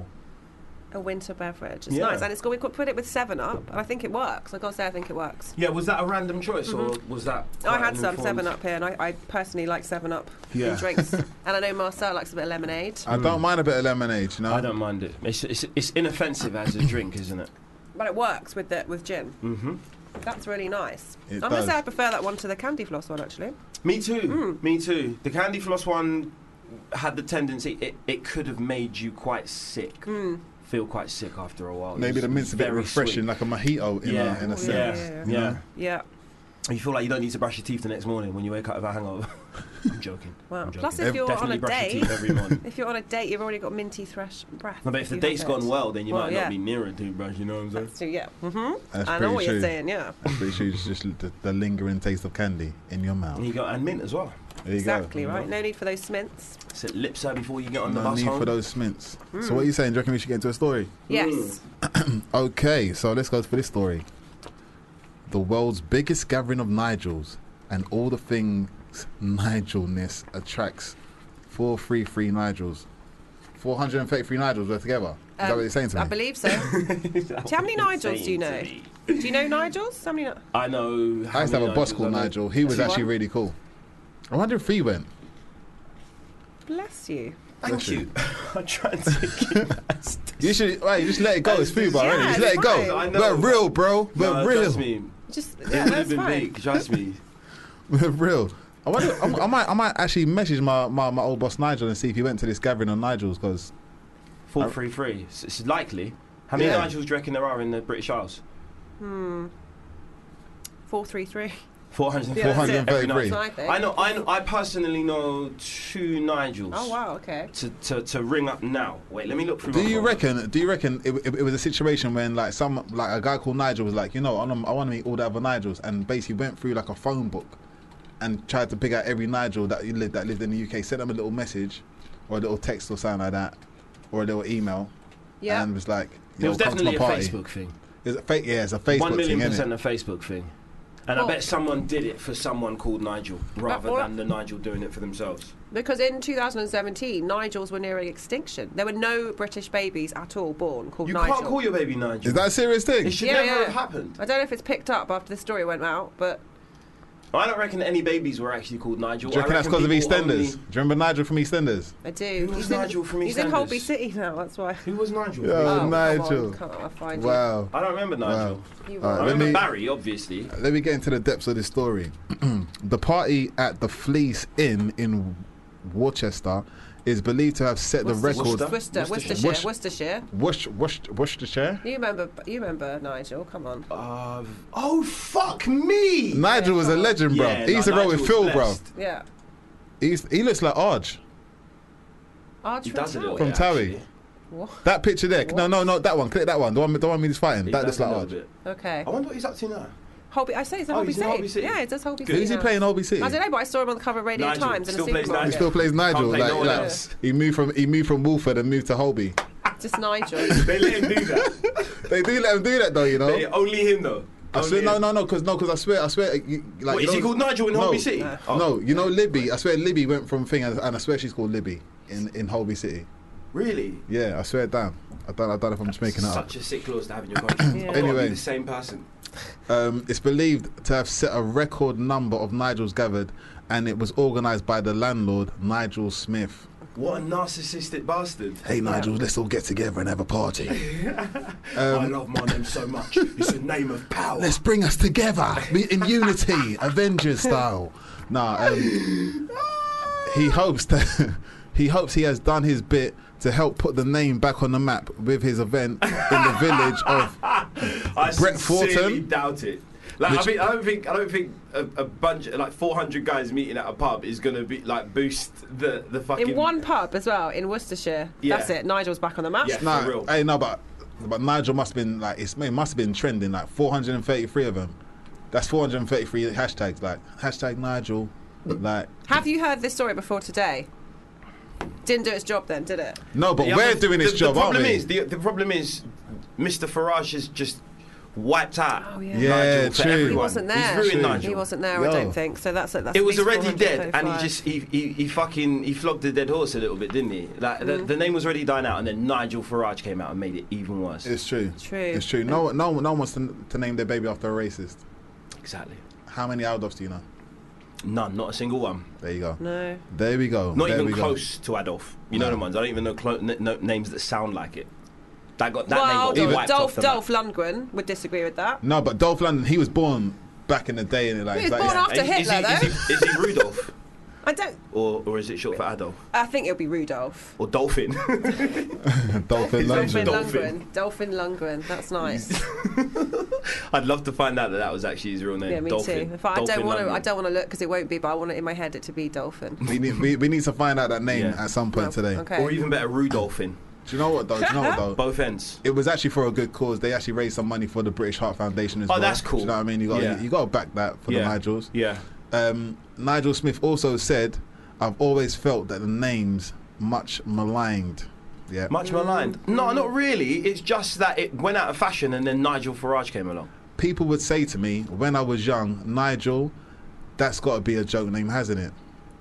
[SPEAKER 4] bro.
[SPEAKER 5] a winter beverage. It's
[SPEAKER 3] Yeah.
[SPEAKER 5] nice, and it's got we could put it with Seven Up, and I think it works. I gotta say, I think it works.
[SPEAKER 3] Yeah, was that a random choice or was that?
[SPEAKER 5] Mm-hmm. I
[SPEAKER 3] quite
[SPEAKER 5] had
[SPEAKER 3] an
[SPEAKER 5] some
[SPEAKER 3] informed-
[SPEAKER 5] Seven Up here, and I, I personally like Seven Up
[SPEAKER 4] Yeah.
[SPEAKER 3] (laughs)
[SPEAKER 5] in drinks. and I know Marcel likes a bit of lemonade,
[SPEAKER 3] Uh,
[SPEAKER 4] I don't mind a bit of lemonade, you know?
[SPEAKER 3] I don't mind it. It's, it's it's inoffensive as (coughs) a drink, isn't it?
[SPEAKER 5] but it works with the, with gin. Mm-hmm. That's really nice.
[SPEAKER 4] It
[SPEAKER 5] I must say,
[SPEAKER 4] does.
[SPEAKER 5] I prefer that one to the candy floss one actually.
[SPEAKER 3] Me too.
[SPEAKER 5] Mm.
[SPEAKER 3] Me too. The candy floss one had the tendency it, it could have made you quite sick.
[SPEAKER 5] Mm.
[SPEAKER 3] Feel quite sick after a while. It
[SPEAKER 4] Maybe
[SPEAKER 3] was
[SPEAKER 4] the mint's a bit
[SPEAKER 3] very
[SPEAKER 4] refreshing,
[SPEAKER 3] sweet.
[SPEAKER 4] like a mojito in,
[SPEAKER 3] yeah.
[SPEAKER 4] a, in a
[SPEAKER 5] Oh,
[SPEAKER 4] sense.
[SPEAKER 3] yeah.
[SPEAKER 4] you
[SPEAKER 3] yeah.
[SPEAKER 4] know?
[SPEAKER 5] Yeah.
[SPEAKER 3] You feel like you don't need to brush your teeth the next morning when you wake up with a hangover. (laughs) I'm joking.
[SPEAKER 5] Wow.
[SPEAKER 3] I'm joking.
[SPEAKER 5] Plus, if you're
[SPEAKER 3] Definitely
[SPEAKER 5] on a
[SPEAKER 3] brush your
[SPEAKER 5] date,
[SPEAKER 3] teeth every
[SPEAKER 5] (laughs)
[SPEAKER 3] morning.
[SPEAKER 5] if you're on a date, you've already got minty fresh breath.
[SPEAKER 3] No, but if the
[SPEAKER 5] you
[SPEAKER 3] date's
[SPEAKER 5] have it.
[SPEAKER 3] gone well, then you
[SPEAKER 5] Well,
[SPEAKER 3] might
[SPEAKER 5] yeah.
[SPEAKER 3] not be near a toothbrush. You know what I'm saying?
[SPEAKER 5] So yeah, hmm
[SPEAKER 4] That's
[SPEAKER 5] I
[SPEAKER 4] pretty
[SPEAKER 5] know what
[SPEAKER 4] true.
[SPEAKER 5] you're saying. Yeah,
[SPEAKER 4] That's pretty true. It's just the, the lingering taste of candy in your mouth.
[SPEAKER 3] And you go and mint as well.
[SPEAKER 4] There you
[SPEAKER 5] exactly
[SPEAKER 4] go.
[SPEAKER 5] right.
[SPEAKER 3] Mm.
[SPEAKER 5] No need for those smints.
[SPEAKER 3] So lips her before you get on the
[SPEAKER 4] No
[SPEAKER 3] bus
[SPEAKER 4] need
[SPEAKER 3] home.
[SPEAKER 4] for those smints. So what are you saying? Do you reckon we should get into a story?
[SPEAKER 3] Mm.
[SPEAKER 5] Yes.
[SPEAKER 4] Okay, so let's go for this story. The world's biggest gathering of Nigels and all the things Nigelness attracts 433 Nigels. 433 Nigels were together. Is that
[SPEAKER 5] Um,
[SPEAKER 4] what you're saying to me?
[SPEAKER 5] I
[SPEAKER 3] (laughs)
[SPEAKER 5] believe so.
[SPEAKER 3] That's
[SPEAKER 5] how many
[SPEAKER 3] what you're
[SPEAKER 5] Nigels
[SPEAKER 3] saying
[SPEAKER 5] do you
[SPEAKER 3] to
[SPEAKER 5] know?
[SPEAKER 3] me.
[SPEAKER 5] Do you know Nigel's? How many? Ni-
[SPEAKER 3] I know.
[SPEAKER 4] I
[SPEAKER 3] how
[SPEAKER 4] used to
[SPEAKER 3] many
[SPEAKER 4] have a boss
[SPEAKER 3] Nigels
[SPEAKER 4] called
[SPEAKER 3] I know.
[SPEAKER 4] Nigel.
[SPEAKER 3] (laughs)
[SPEAKER 4] He was
[SPEAKER 5] Is he
[SPEAKER 4] actually
[SPEAKER 5] one?
[SPEAKER 4] really cool. I wonder if he went.
[SPEAKER 5] Bless you.
[SPEAKER 3] Thank
[SPEAKER 4] Listen.
[SPEAKER 3] you. I'm (laughs) trying
[SPEAKER 4] (laughs)
[SPEAKER 3] to
[SPEAKER 4] You should, right, you just let it go.
[SPEAKER 3] (laughs)
[SPEAKER 4] It's food, bro.
[SPEAKER 5] Yeah,
[SPEAKER 4] already. Just let it go.
[SPEAKER 3] I know.
[SPEAKER 4] We're real, bro. We're
[SPEAKER 3] No,
[SPEAKER 4] real.
[SPEAKER 3] Trust me.
[SPEAKER 5] Just yeah,
[SPEAKER 3] It would have
[SPEAKER 5] that's
[SPEAKER 3] been
[SPEAKER 5] fine.
[SPEAKER 3] big. Trust
[SPEAKER 4] (laughs)
[SPEAKER 3] me.
[SPEAKER 4] We're real. I wonder. I, I might. I might actually message my, my, my old boss Nigel and see if he went to this gathering on Nigel's because
[SPEAKER 3] Four three three. It's, it's likely. How many
[SPEAKER 4] Uh, Yeah.
[SPEAKER 3] Nigels do you reckon there are in the British Isles?
[SPEAKER 5] Four three three.
[SPEAKER 3] Four hundred
[SPEAKER 5] Yeah, that's it.
[SPEAKER 3] every Nigel.
[SPEAKER 4] 433.
[SPEAKER 5] I think.
[SPEAKER 3] I know. I know. I personally know two Nigels.
[SPEAKER 5] Oh wow. Okay.
[SPEAKER 3] To, to, to ring up now. Wait, let me look through.
[SPEAKER 4] Do
[SPEAKER 3] my
[SPEAKER 4] you
[SPEAKER 3] phone.
[SPEAKER 4] reckon? Do you reckon it, it, it was a situation when like some like a guy called Nigel was like, you know, I want I want to meet all the other Nigels, and basically went through like a phone book and tried to pick out every Nigel that he lived that lived in the UK, sent them a little message or a little text or something like that, or a little email,
[SPEAKER 5] Yeah.
[SPEAKER 3] Um,
[SPEAKER 4] and was like,
[SPEAKER 3] It
[SPEAKER 4] Yo,
[SPEAKER 3] was
[SPEAKER 4] come to my
[SPEAKER 3] definitely a
[SPEAKER 4] party.
[SPEAKER 3] Facebook thing.
[SPEAKER 4] It's a fa- yeah, it's a Facebook
[SPEAKER 3] One million
[SPEAKER 4] thing, is
[SPEAKER 3] percent a Facebook thing. And
[SPEAKER 5] Well-
[SPEAKER 3] I bet someone did it for someone called Nigel, rather
[SPEAKER 5] or-
[SPEAKER 3] than the Nigel doing it for themselves.
[SPEAKER 5] because in 2017, Nigels were nearing extinction. There were no British babies at all born called
[SPEAKER 3] You
[SPEAKER 5] Nigel.
[SPEAKER 3] can't call your baby Nigel.
[SPEAKER 4] Is that a serious thing?
[SPEAKER 3] it should
[SPEAKER 5] Yeah,
[SPEAKER 3] never
[SPEAKER 5] yeah.
[SPEAKER 3] have happened.
[SPEAKER 5] I don't know if it's picked up after this story went out, but
[SPEAKER 3] I don't reckon any babies were actually called Nigel.
[SPEAKER 4] Do you reckon
[SPEAKER 3] I
[SPEAKER 4] that's because of
[SPEAKER 3] people
[SPEAKER 4] EastEnders? Do
[SPEAKER 3] only-
[SPEAKER 4] you remember Nigel from EastEnders?
[SPEAKER 5] I do.
[SPEAKER 3] Who was
[SPEAKER 5] he's in-
[SPEAKER 3] Nigel from
[SPEAKER 5] He's in
[SPEAKER 3] EastEnders?
[SPEAKER 5] Holby City now. That's why.
[SPEAKER 3] Who was Nigel?
[SPEAKER 4] Yeah. Oh,
[SPEAKER 5] come
[SPEAKER 4] Nigel.
[SPEAKER 5] On, can't I find
[SPEAKER 4] Wow.
[SPEAKER 3] I don't remember Nigel.
[SPEAKER 4] Wow.
[SPEAKER 5] you? You
[SPEAKER 4] All right,
[SPEAKER 3] I
[SPEAKER 5] are-
[SPEAKER 4] let
[SPEAKER 3] remember
[SPEAKER 4] me-
[SPEAKER 3] Barry, obviously.
[SPEAKER 4] Let me get into the depths of this story. (clears throat) the party at the Fleece Inn in Worcester is believed to have set the
[SPEAKER 5] Worcester-
[SPEAKER 4] record.
[SPEAKER 3] Worcester?
[SPEAKER 5] Worcester,
[SPEAKER 3] Worcestershire.
[SPEAKER 5] Worcestershire, Worcestershire.
[SPEAKER 4] Worc- Worc- Worcestershire.
[SPEAKER 5] You remember, you remember Nigel? Come on.
[SPEAKER 3] Uh, oh fuck me!
[SPEAKER 4] Nigel was a legend, bro.
[SPEAKER 3] Yeah,
[SPEAKER 4] he used
[SPEAKER 3] no,
[SPEAKER 4] to roll with
[SPEAKER 3] Nigel's
[SPEAKER 4] Phil,
[SPEAKER 3] blessed.
[SPEAKER 5] Yeah.
[SPEAKER 4] bro. He, used- he looks like Arj
[SPEAKER 5] Arch
[SPEAKER 3] He does a little
[SPEAKER 4] from
[SPEAKER 3] bit,
[SPEAKER 4] Towie.
[SPEAKER 3] Oh, actually.
[SPEAKER 5] What?
[SPEAKER 4] That picture there. No, no, no. That one. Click that one. The one. The one he's fighting.
[SPEAKER 3] He
[SPEAKER 4] that
[SPEAKER 3] does
[SPEAKER 4] looks
[SPEAKER 3] a
[SPEAKER 4] like
[SPEAKER 3] little
[SPEAKER 4] Arj.
[SPEAKER 3] bit.
[SPEAKER 5] Okay.
[SPEAKER 3] I wonder what he's up to
[SPEAKER 4] (laughs)
[SPEAKER 3] now.
[SPEAKER 5] Holby, I say it's in
[SPEAKER 3] Oh,
[SPEAKER 5] Holby,
[SPEAKER 3] he's in
[SPEAKER 5] City.
[SPEAKER 3] Holby City.
[SPEAKER 5] Yeah, it does Holby City.
[SPEAKER 4] Who's he
[SPEAKER 5] now.
[SPEAKER 4] playing? Old City.
[SPEAKER 5] I don't know, but I saw him on the cover of Radio
[SPEAKER 3] Nigel
[SPEAKER 5] Times in
[SPEAKER 3] still
[SPEAKER 5] a
[SPEAKER 3] plays
[SPEAKER 4] He
[SPEAKER 5] supermarket.
[SPEAKER 4] still plays Nigel.
[SPEAKER 3] Can't play
[SPEAKER 4] Like,
[SPEAKER 3] no one
[SPEAKER 4] like,
[SPEAKER 3] else.
[SPEAKER 4] he moved from he moved from Wolford and moved to Holby.
[SPEAKER 5] Just
[SPEAKER 3] (laughs)
[SPEAKER 5] Nigel.
[SPEAKER 3] They let him do
[SPEAKER 4] (laughs)
[SPEAKER 3] that.
[SPEAKER 4] they do let him do that though, you know.
[SPEAKER 3] They- only him though.
[SPEAKER 4] I
[SPEAKER 3] Only
[SPEAKER 4] swear, no,
[SPEAKER 3] him.
[SPEAKER 4] no, no, because no, because I swear, I swear, like, you- like
[SPEAKER 3] What,
[SPEAKER 4] you
[SPEAKER 3] is he
[SPEAKER 4] know-
[SPEAKER 3] called Nigel in
[SPEAKER 4] no,
[SPEAKER 3] Holby City? Oh.
[SPEAKER 4] No, you know Libby. I swear Libby went from thing, and, and I swear she's called Libby in, in Holby City.
[SPEAKER 3] Really?
[SPEAKER 4] Yeah, I swear, damn. I don't, I don't know if I'm just making it up.
[SPEAKER 3] Such a sick clause to have in
[SPEAKER 4] (clears throat)
[SPEAKER 3] your contract. I've got to be
[SPEAKER 4] Anyway.
[SPEAKER 3] the same person.
[SPEAKER 4] Um, it's believed to have set a record number of Nigels gathered, and it was organised by the landlord Nigel Smith.
[SPEAKER 3] What a narcissistic bastard.
[SPEAKER 4] Hey, Nigel, let's all get together and have a party.
[SPEAKER 3] I love my name so much. It's a name of power.
[SPEAKER 4] Um, Let's bring us together in unity, (laughs) Avengers style. (laughs) Nah, um, he hopes that he hopes he has done his bit to help put the name back on the map with his event in the village of.
[SPEAKER 3] (laughs) I
[SPEAKER 4] Brett
[SPEAKER 3] sincerely
[SPEAKER 4] Forten?
[SPEAKER 3] doubt it. Like, I,
[SPEAKER 4] Which-
[SPEAKER 3] mean, I don't think I don't think a, a bunch like 400 guys meeting at a pub is gonna be like boost the the fucking
[SPEAKER 5] In one pub as well in Worcestershire.
[SPEAKER 3] Yeah.
[SPEAKER 5] That's it. Nigel's back on the map.
[SPEAKER 3] Yeah.
[SPEAKER 4] No,
[SPEAKER 3] For real.
[SPEAKER 4] hey, no, but but Nigel must have been like it's, it must have been trending like 433 of them. That's 433 hashtags like hashtag Nigel, like
[SPEAKER 5] Have you heard this story before today? Didn't do its job then, did it?
[SPEAKER 4] no, but
[SPEAKER 3] The
[SPEAKER 4] we're
[SPEAKER 3] other-
[SPEAKER 4] doing this
[SPEAKER 3] the,
[SPEAKER 4] job,
[SPEAKER 3] The problem
[SPEAKER 4] aren't we?
[SPEAKER 3] is the, the problem is Mr. Farage has just wiped out.
[SPEAKER 5] Oh, yeah.
[SPEAKER 4] Yeah,
[SPEAKER 3] Nigel for
[SPEAKER 4] true.
[SPEAKER 5] He
[SPEAKER 3] everyone.
[SPEAKER 5] wasn't there.
[SPEAKER 3] He's ruined
[SPEAKER 4] True.
[SPEAKER 3] Nigel.
[SPEAKER 5] He wasn't there,
[SPEAKER 4] No.
[SPEAKER 5] I don't think. So that's it. That's
[SPEAKER 3] it
[SPEAKER 5] at
[SPEAKER 3] was
[SPEAKER 5] least
[SPEAKER 3] already dead, and he
[SPEAKER 5] 435.
[SPEAKER 3] just he, he, he fucking he flogged the dead horse a little bit, didn't he? Like the, the name was already dying out, and then Nigel Farage came out and made it even worse.
[SPEAKER 4] It's true.
[SPEAKER 5] True.
[SPEAKER 4] It's true. No, one- no, one- no one wants to, to name their baby after a racist.
[SPEAKER 3] exactly.
[SPEAKER 4] How many Adolfs do you know?
[SPEAKER 3] None, not a single one.
[SPEAKER 4] There you go.
[SPEAKER 5] No.
[SPEAKER 4] There we go.
[SPEAKER 3] Not
[SPEAKER 4] There
[SPEAKER 3] even
[SPEAKER 4] we go.
[SPEAKER 3] close to Adolf. You know
[SPEAKER 4] No.
[SPEAKER 3] the ones. I don't even know clo- n- no, names that sound like it. That got that
[SPEAKER 5] well,
[SPEAKER 3] name got
[SPEAKER 5] Dolph,
[SPEAKER 3] wiped off
[SPEAKER 5] Dolph,
[SPEAKER 3] the
[SPEAKER 5] Dolph Lundgren would disagree with that.
[SPEAKER 4] No, but Dolph Lundgren, he was born back in the day, and like,
[SPEAKER 5] He was
[SPEAKER 4] like
[SPEAKER 5] born
[SPEAKER 4] yeah.
[SPEAKER 5] after-
[SPEAKER 3] map. Is-
[SPEAKER 5] Hitler,
[SPEAKER 3] is, he, is, he, is he
[SPEAKER 5] (laughs)
[SPEAKER 3] Rudolph
[SPEAKER 5] I don't.
[SPEAKER 3] or or is it short for Adolf
[SPEAKER 5] I think it'll be Rudolph.
[SPEAKER 3] or Dolphin? (laughs)
[SPEAKER 4] Dolph Lundgren.
[SPEAKER 5] Dolphin
[SPEAKER 3] Dolphin.
[SPEAKER 5] Lundgren. Dolphin Lundgren.
[SPEAKER 3] (laughs)
[SPEAKER 5] That's nice.
[SPEAKER 3] I'd love to find out that that was actually his real name.
[SPEAKER 5] yeah, me
[SPEAKER 3] Dolphin.
[SPEAKER 5] too. If I, I
[SPEAKER 3] Dolphin
[SPEAKER 5] don't want to. I
[SPEAKER 3] Lundgren.
[SPEAKER 5] don't want to look because it won't be. But I want it in my head it to be Dolphin.
[SPEAKER 4] We need, we, we need to find out that name
[SPEAKER 3] Yeah.
[SPEAKER 4] at some point
[SPEAKER 5] Well,
[SPEAKER 4] today.
[SPEAKER 5] okay.
[SPEAKER 3] Or even better, Rudolphin.
[SPEAKER 4] Do you know what though? Do you know what
[SPEAKER 3] (laughs)
[SPEAKER 4] though?
[SPEAKER 3] Both ends.
[SPEAKER 4] it was actually for a good cause. They actually raised some money for the British Heart Foundation as
[SPEAKER 3] Oh,
[SPEAKER 4] well.
[SPEAKER 3] that's
[SPEAKER 4] Do
[SPEAKER 3] cool.
[SPEAKER 4] you know what I mean? You got
[SPEAKER 3] Yeah.
[SPEAKER 4] you got to back that for
[SPEAKER 3] yeah.
[SPEAKER 4] the Nigels.
[SPEAKER 3] Yeah.
[SPEAKER 4] Um, Nigel Smith also said, "I've always felt that the names much maligned." Yeah.
[SPEAKER 3] Much maligned. No,
[SPEAKER 4] Mm.
[SPEAKER 3] not really. It's just that it went out of fashion, and then Nigel Farage came along.
[SPEAKER 4] People would say to me when I was young, Nigel, that's got to be a joke name, hasn't it?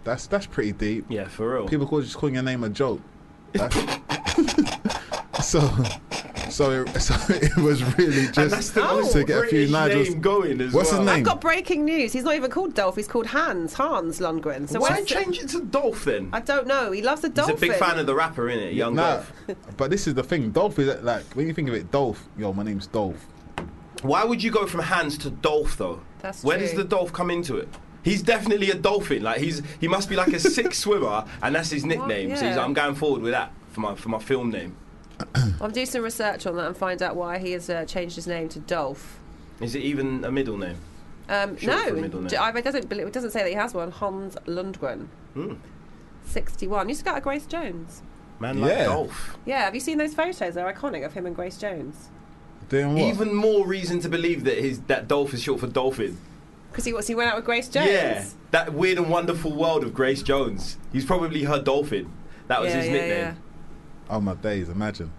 [SPEAKER 4] That's that's pretty deep.
[SPEAKER 3] Yeah, for real.
[SPEAKER 4] People call just calling your name a joke.
[SPEAKER 3] (laughs)
[SPEAKER 4] That's- (laughs) so, so it, so it was really just
[SPEAKER 3] and that's the most
[SPEAKER 4] to get a few
[SPEAKER 3] British
[SPEAKER 4] Nigels.
[SPEAKER 3] name going as
[SPEAKER 4] What's his
[SPEAKER 3] well.
[SPEAKER 4] name?
[SPEAKER 5] I've got breaking news. He's not even called Dolph. He's called Hans. Hans Lundgren. So
[SPEAKER 3] Why
[SPEAKER 5] where's
[SPEAKER 3] don't you change it to Dolph then?
[SPEAKER 5] I don't know. He loves the dolphin.
[SPEAKER 3] He's a big fan of the rapper, innit? Young
[SPEAKER 4] No,
[SPEAKER 3] Dolph.
[SPEAKER 4] but this is the thing. Dolph is like when you think of it, Dolph. Yo, my name's Dolph.
[SPEAKER 3] Why would you go from Hans to Dolph though?
[SPEAKER 5] That's
[SPEAKER 3] Where
[SPEAKER 5] true.
[SPEAKER 3] does the Dolph come into it? He's definitely a dolphin. Like he's he must be like a
[SPEAKER 5] (laughs)
[SPEAKER 3] sick swimmer, and that's his nickname. So he's
[SPEAKER 5] yeah.
[SPEAKER 3] like, I'm going forward with that for my for my film name.
[SPEAKER 5] I'll do some research on that and find out why he has uh, changed his name to Dolph.
[SPEAKER 3] Is it even a middle name?
[SPEAKER 5] Um,
[SPEAKER 3] Short for
[SPEAKER 5] no,
[SPEAKER 3] middle name.
[SPEAKER 5] d- I, it doesn't. bel- It doesn't say that he has one. Hans Lundgren,
[SPEAKER 3] Hmm.
[SPEAKER 5] sixty-one. Used to go out with Grace Jones.
[SPEAKER 3] Man
[SPEAKER 4] Yeah.
[SPEAKER 3] like Dolph.
[SPEAKER 5] Yeah, have you seen those photos? They're iconic of him and Grace Jones
[SPEAKER 4] Doing what?
[SPEAKER 3] Even more reason to believe that his that Dolph is short for dolphin.
[SPEAKER 5] because he was he went out with Grace Jones.
[SPEAKER 3] Yeah, that weird and wonderful world of Grace Jones. He's probably her dolphin. That was
[SPEAKER 5] Yeah,
[SPEAKER 3] his
[SPEAKER 5] yeah,
[SPEAKER 3] nickname.
[SPEAKER 5] yeah.
[SPEAKER 4] oh my days! Imagine,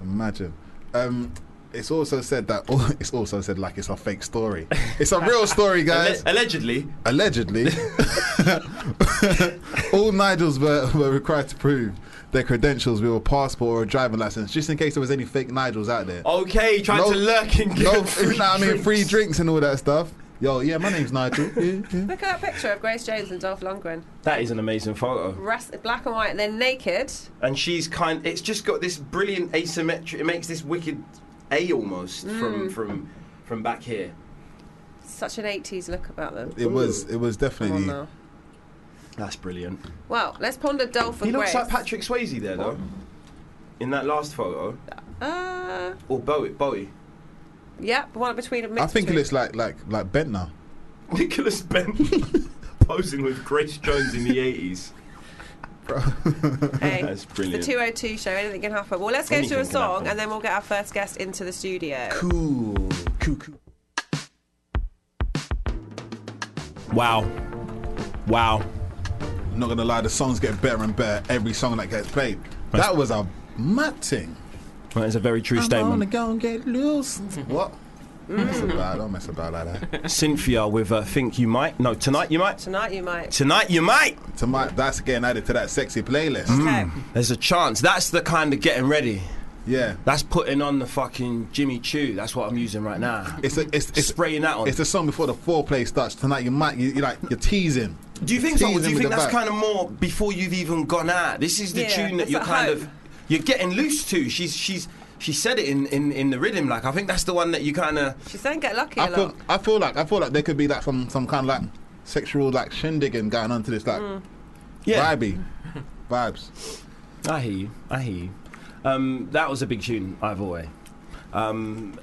[SPEAKER 4] imagine. Um, it's also said that. (laughs) oh, It's also said like it's a fake story. It's a real story, guys.
[SPEAKER 5] (laughs)
[SPEAKER 3] Alle- allegedly,
[SPEAKER 4] Allegedly, (laughs) all Nigels were, were required to prove their credentials with a passport or a driving license, just in case there was any fake Nigels out
[SPEAKER 5] Oh,
[SPEAKER 4] there.
[SPEAKER 3] okay, trying
[SPEAKER 4] No-
[SPEAKER 3] to lurk
[SPEAKER 5] (laughs)
[SPEAKER 3] and get
[SPEAKER 4] no,
[SPEAKER 3] free
[SPEAKER 4] nah, I mean
[SPEAKER 3] drinks.
[SPEAKER 4] free drinks and all that stuff. Yo, yeah, my name's
[SPEAKER 5] (laughs)
[SPEAKER 4] Nigel. Yeah, yeah.
[SPEAKER 5] Look at that picture of Grace Jones and Dolph Lundgren,
[SPEAKER 3] That is an amazing photo.
[SPEAKER 5] Ras- black and white, and they're naked.
[SPEAKER 3] and she's kind. It's just got this brilliant asymmetry. It makes this wicked A almost
[SPEAKER 5] Mm.
[SPEAKER 3] from from from back here.
[SPEAKER 5] Such an '80s look about them.
[SPEAKER 4] It was, it was
[SPEAKER 5] Come on
[SPEAKER 4] definitely.
[SPEAKER 5] now.
[SPEAKER 3] That's brilliant.
[SPEAKER 5] Well, let's ponder Dolph and
[SPEAKER 3] he looks
[SPEAKER 5] Grace.
[SPEAKER 3] like Patrick Swayze there though, in that last photo,
[SPEAKER 5] Uh,
[SPEAKER 3] or Bowie. Bowie. (laughs)
[SPEAKER 5] yep, one between a mix
[SPEAKER 4] I think it
[SPEAKER 5] between.
[SPEAKER 4] looks like like like Bentner.
[SPEAKER 3] Nicholas Benton (laughs) posing with Grace Jones in the eighties.
[SPEAKER 5] Hey,
[SPEAKER 4] (laughs)
[SPEAKER 3] That's brilliant.
[SPEAKER 5] It's the 202 show. Anything can happen. Well, let's go
[SPEAKER 3] Anything
[SPEAKER 5] to a
[SPEAKER 3] can
[SPEAKER 5] song
[SPEAKER 3] happen.
[SPEAKER 5] and then we'll get our first guest into the studio.
[SPEAKER 3] Cool. Cool. Cool. Wow. Wow.
[SPEAKER 4] I'm not gonna lie, the songs get better and better every song that gets played. That was a mad thing.
[SPEAKER 3] That is a very true
[SPEAKER 4] I'm gonna
[SPEAKER 3] statement.
[SPEAKER 4] go and get loose. what? Don't mess about, don't mess about like that.
[SPEAKER 3] Cynthia with uh, Think You Might. No, Tonight You Might.
[SPEAKER 5] Tonight you might.
[SPEAKER 3] Tonight You Might.
[SPEAKER 4] To my, that's getting added to that sexy playlist.
[SPEAKER 5] Okay.
[SPEAKER 3] There's a chance. That's the kind of getting ready.
[SPEAKER 4] Yeah,
[SPEAKER 3] That's putting on the fucking Jimmy Choo. That's what I'm using right now.
[SPEAKER 4] it's a, it's it's
[SPEAKER 3] Spraying that on.
[SPEAKER 4] It's the song before the foreplay starts tonight. You might you, you like you're teasing.
[SPEAKER 3] do you think so? Or do
[SPEAKER 4] Teasing
[SPEAKER 3] you
[SPEAKER 4] with
[SPEAKER 3] think
[SPEAKER 4] the
[SPEAKER 3] that's
[SPEAKER 4] vibe.
[SPEAKER 3] kind of more before you've even gone out? This is the
[SPEAKER 5] Yeah,
[SPEAKER 3] tune that
[SPEAKER 5] it's
[SPEAKER 3] you're
[SPEAKER 5] at
[SPEAKER 3] kind of
[SPEAKER 5] home.
[SPEAKER 3] you're getting loose to. She's she's she said it in, in, in the rhythm. Like I think that's the one that you kind of.
[SPEAKER 5] She's saying get lucky a
[SPEAKER 4] I feel
[SPEAKER 5] lot.
[SPEAKER 4] I feel like I feel like there could be like some some kind of like sexual like shindigging going on to this like
[SPEAKER 3] Mm. Yeah.
[SPEAKER 4] vibey vibes.
[SPEAKER 3] I hear you. I hear you. Um, that was a big tune, either way. Um,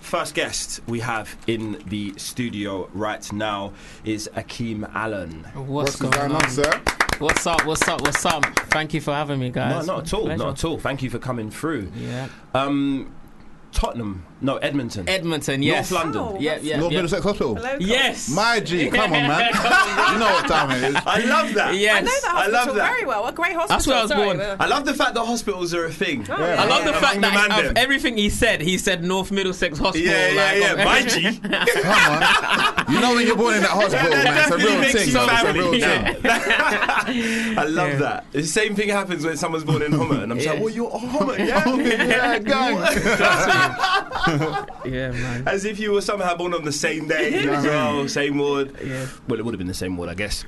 [SPEAKER 3] first guest we have in the studio right now is Akeem Allen.
[SPEAKER 4] What's,
[SPEAKER 6] What's,
[SPEAKER 4] going on, sir?
[SPEAKER 6] What's up? What's up? What's up? Thank you for having me,
[SPEAKER 3] No,
[SPEAKER 6] guys.
[SPEAKER 3] not at all.
[SPEAKER 6] Pleasure.
[SPEAKER 3] Not at all. Thank you for coming through.
[SPEAKER 6] Yeah.
[SPEAKER 3] Um, Tottenham. No, Edmonton.
[SPEAKER 6] Edmonton,
[SPEAKER 3] North
[SPEAKER 6] yes.
[SPEAKER 3] London.
[SPEAKER 5] Oh,
[SPEAKER 6] Yeah, yeah,
[SPEAKER 4] North
[SPEAKER 6] yeah.
[SPEAKER 4] Middlesex Hospital.
[SPEAKER 5] Hello,
[SPEAKER 6] Yes.
[SPEAKER 4] My G, come
[SPEAKER 3] (laughs)
[SPEAKER 4] on, man. you know what time it is.
[SPEAKER 3] I love that.
[SPEAKER 6] Yes.
[SPEAKER 5] I know that
[SPEAKER 3] I
[SPEAKER 5] hospital
[SPEAKER 3] love that.
[SPEAKER 5] very well. What a great hospital.
[SPEAKER 6] That's where I was
[SPEAKER 5] Sorry,
[SPEAKER 6] born.
[SPEAKER 5] we're-
[SPEAKER 3] I love the fact that hospitals are a thing.
[SPEAKER 5] Oh,
[SPEAKER 4] Yeah.
[SPEAKER 5] yeah.
[SPEAKER 6] I love the
[SPEAKER 3] Yeah.
[SPEAKER 6] fact
[SPEAKER 3] Among
[SPEAKER 6] that
[SPEAKER 3] the
[SPEAKER 6] of
[SPEAKER 3] Mandem.
[SPEAKER 6] everything he said, he said North Middlesex Hospital.
[SPEAKER 3] Yeah, yeah,
[SPEAKER 6] like,
[SPEAKER 3] yeah.
[SPEAKER 6] of (laughs)
[SPEAKER 3] My
[SPEAKER 6] everything.
[SPEAKER 3] G.
[SPEAKER 4] Come on. You know when you're born in that hospital,
[SPEAKER 3] That
[SPEAKER 4] man. It's a
[SPEAKER 3] definitely
[SPEAKER 4] real
[SPEAKER 3] makes
[SPEAKER 4] thing,
[SPEAKER 3] you
[SPEAKER 4] man. It's a
[SPEAKER 3] family.
[SPEAKER 4] real
[SPEAKER 3] Yeah. (laughs)
[SPEAKER 4] thing.
[SPEAKER 3] I love that. The same thing happens when someone's born in Homer, and I'm just like,
[SPEAKER 6] Yeah.
[SPEAKER 3] "Well, you're a
[SPEAKER 4] (laughs)
[SPEAKER 3] Homer, yeah."
[SPEAKER 4] Yeah, gang.
[SPEAKER 6] Yeah, man.
[SPEAKER 3] As if you were somehow born on the same day as well, same ward.
[SPEAKER 6] Yeah.
[SPEAKER 3] Well, it would have been the same ward, I guess.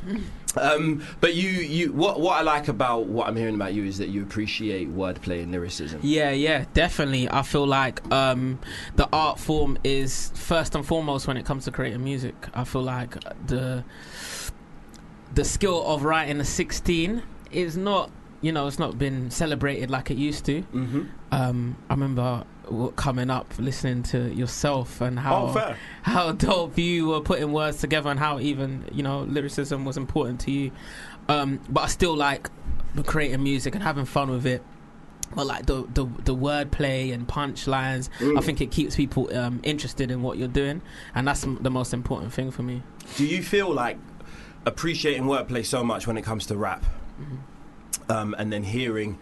[SPEAKER 3] Um, but you, you, what, what I like about what I'm hearing about you is that you appreciate wordplay and lyricism.
[SPEAKER 6] Yeah, yeah, definitely. I feel like um, the art form is first and foremost when it comes to creating music. I feel like the the skill of writing a 16 is not, you know, it's not been celebrated like it used to.
[SPEAKER 3] Mm-hmm.
[SPEAKER 6] Um, I remember w- coming up listening to yourself and how
[SPEAKER 3] Oh, fair.
[SPEAKER 6] how (laughs) dope you were putting words together and how even you know lyricism was important to you um but i still like creating music and having fun with it but like the the, the wordplay and punchlines i
[SPEAKER 3] Mm.
[SPEAKER 6] think it keeps people um interested in what you're doing and that's m- the most important thing for me
[SPEAKER 3] Do you feel like appreciating wordplay so much when it comes to rap,
[SPEAKER 6] Mm-hmm.
[SPEAKER 3] um, and then hearing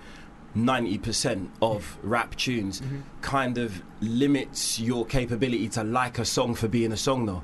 [SPEAKER 3] ninety percent of rap tunes
[SPEAKER 6] Mm-hmm.
[SPEAKER 3] kind of limits your capability to like a song for being a song, though?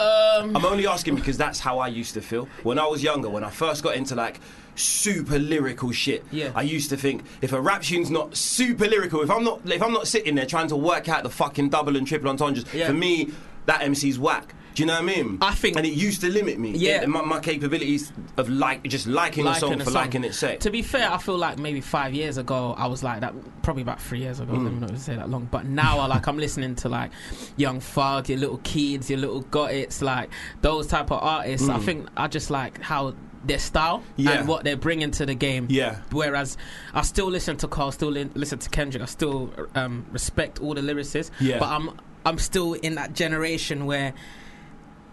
[SPEAKER 6] um
[SPEAKER 3] I'm only asking because that's how I used to feel when I was younger. When I first got into like super lyrical shit,
[SPEAKER 6] Yeah.
[SPEAKER 3] I used to think if a rap tune's not super lyrical, if I'm not if I'm not sitting there trying to work out the fucking double and triple entendres,
[SPEAKER 6] Yeah.
[SPEAKER 3] for me that MC's whack. Do you know what I mean?
[SPEAKER 6] I think-
[SPEAKER 3] and it used to limit me.
[SPEAKER 6] Yeah.
[SPEAKER 3] my, my capabilities of like just liking, a song
[SPEAKER 6] a
[SPEAKER 3] for liking its sake.
[SPEAKER 6] To be fair, I feel like maybe five years ago I was like that. Probably about three years
[SPEAKER 3] Mm.
[SPEAKER 6] ago. Let me not say that long. But now, I like I'm listening to like Young Thug, your little kids, your little got it's like those type of artists. I think I just like how their style
[SPEAKER 3] Mm. Yeah.
[SPEAKER 6] and what they're bringing to the game.
[SPEAKER 3] Yeah.
[SPEAKER 6] Whereas I still listen to Carl, still li- listen to Kendrick, I still um, respect all the lyricists.
[SPEAKER 3] Yeah.
[SPEAKER 6] But I'm I'm still in that generation where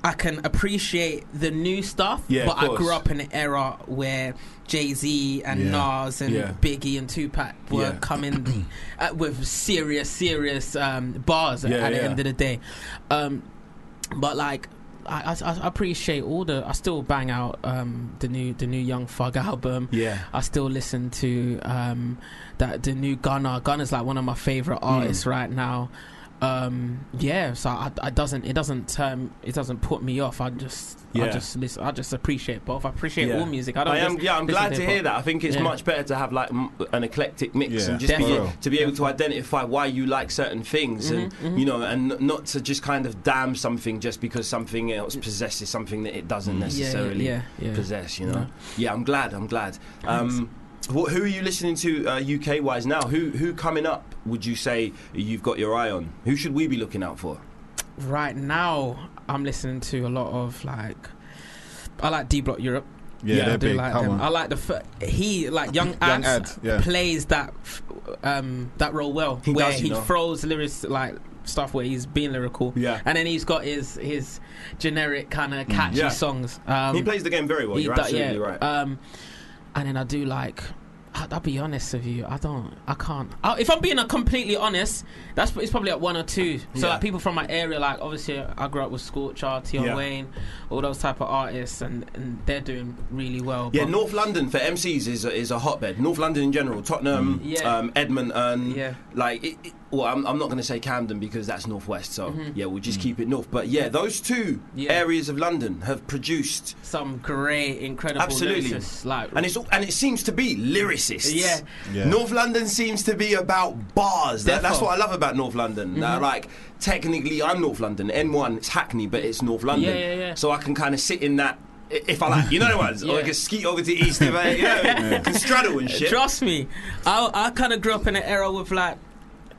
[SPEAKER 6] I can appreciate the new stuff.
[SPEAKER 3] Yeah, of
[SPEAKER 6] but I
[SPEAKER 3] course.
[SPEAKER 6] grew up in an era where Jay Z and
[SPEAKER 4] Yeah.
[SPEAKER 6] Nas and
[SPEAKER 3] Yeah.
[SPEAKER 6] Biggie and Tupac were
[SPEAKER 3] Yeah.
[SPEAKER 6] coming (clears throat) uh, with serious, serious um, bars at-
[SPEAKER 3] Yeah,
[SPEAKER 6] at the
[SPEAKER 3] yeah.
[SPEAKER 6] end of the day. Um, but like. I, I, I appreciate all the. I still bang out um, the new the new Young Thug album.
[SPEAKER 3] yeah,
[SPEAKER 6] I still listen to um, that the new Gunner. Gunner's like one of my favorite
[SPEAKER 3] Hmm.
[SPEAKER 6] artists right now. Um, yeah, so I, I doesn't it doesn't turn it doesn't put me off. I just
[SPEAKER 3] Yeah.
[SPEAKER 6] I just listen. I just appreciate both. I appreciate
[SPEAKER 3] Yeah.
[SPEAKER 6] all music. I don't.
[SPEAKER 3] am,
[SPEAKER 6] just
[SPEAKER 3] yeah, I'm
[SPEAKER 6] listen
[SPEAKER 3] glad to hear
[SPEAKER 6] hip-hop.
[SPEAKER 3] that. I think it's
[SPEAKER 6] Yeah.
[SPEAKER 3] much better to have like m- an eclectic mix
[SPEAKER 4] Yeah.
[SPEAKER 3] and just be,
[SPEAKER 6] Definitely.
[SPEAKER 3] to be able to identify why you like certain things,
[SPEAKER 6] Mm-hmm,
[SPEAKER 3] and you know, and n- not to just kind of damn something just because something else possesses something that it doesn't necessarily
[SPEAKER 6] Yeah, yeah, yeah.
[SPEAKER 3] possess. You know,
[SPEAKER 6] No.
[SPEAKER 3] yeah, I'm glad. I'm glad. Um, wh- who are you listening to uh, UK wise now? Who who coming up? Would you say you've got your eye on? Who should we be looking out for?
[SPEAKER 6] Right now, I'm listening to a lot of like. I like D Block Europe.
[SPEAKER 4] Yeah,
[SPEAKER 6] I
[SPEAKER 4] they're
[SPEAKER 6] do
[SPEAKER 4] big.
[SPEAKER 6] like
[SPEAKER 4] Come
[SPEAKER 6] them. I
[SPEAKER 4] on.
[SPEAKER 6] like the f- he like young
[SPEAKER 4] Young
[SPEAKER 6] ads,
[SPEAKER 4] Ads, yeah.
[SPEAKER 6] plays that f- um that role well
[SPEAKER 3] He
[SPEAKER 6] where
[SPEAKER 3] does, you
[SPEAKER 6] he
[SPEAKER 3] know.
[SPEAKER 6] throws lyrics like stuff where he's being lyrical
[SPEAKER 3] Yeah.
[SPEAKER 6] and then he's got his his generic kind of catchy
[SPEAKER 3] Yeah.
[SPEAKER 6] songs um
[SPEAKER 3] he plays the game very well.
[SPEAKER 6] he
[SPEAKER 3] You're
[SPEAKER 6] do-
[SPEAKER 3] absolutely
[SPEAKER 6] yeah,
[SPEAKER 3] right.
[SPEAKER 6] um and then I do like I- I'll be honest with you. I don't. I can't. I, if I'm being uh, completely honest, that's it's probably at one or two. So
[SPEAKER 3] Yeah.
[SPEAKER 6] like people from my area, like obviously I grew up with Scorcher, Tion
[SPEAKER 3] Yeah.
[SPEAKER 6] Wayne, all those type of artists, and, and they're doing really well.
[SPEAKER 3] Yeah,
[SPEAKER 6] but-
[SPEAKER 3] North London for MCs is a, is a hotbed. North London in general, Tottenham,
[SPEAKER 6] Mm. Yeah.
[SPEAKER 3] um, Edmonton,
[SPEAKER 6] Yeah.
[SPEAKER 3] like it, it- well, I'm, I'm not going to say Camden because that's northwest. So yeah, we'll just keep it north. But yeah, those two
[SPEAKER 6] Mm-hmm. Mm. Yeah.
[SPEAKER 3] areas of London have produced,
[SPEAKER 6] some great, incredible
[SPEAKER 3] Absolutely.
[SPEAKER 6] lyricists, Like,
[SPEAKER 3] and it's all, and it seems to be lyricists.
[SPEAKER 6] Yeah.
[SPEAKER 4] Yeah.
[SPEAKER 3] North London seems to be about bars. That, that's
[SPEAKER 6] Defo. Mm-hmm.
[SPEAKER 3] what I love about North London. Now, like technically, I'm North London. N1, it's Hackney, but it's North London.
[SPEAKER 6] yeah, yeah.
[SPEAKER 3] So I can kind of sit in that. i- If I like, you know the ones, or I
[SPEAKER 6] Yeah.
[SPEAKER 3] can skeet over to East if I, you
[SPEAKER 6] (laughs)
[SPEAKER 3] know, can straddle and shit.
[SPEAKER 6] trust me, I I kind of grew up in an era with like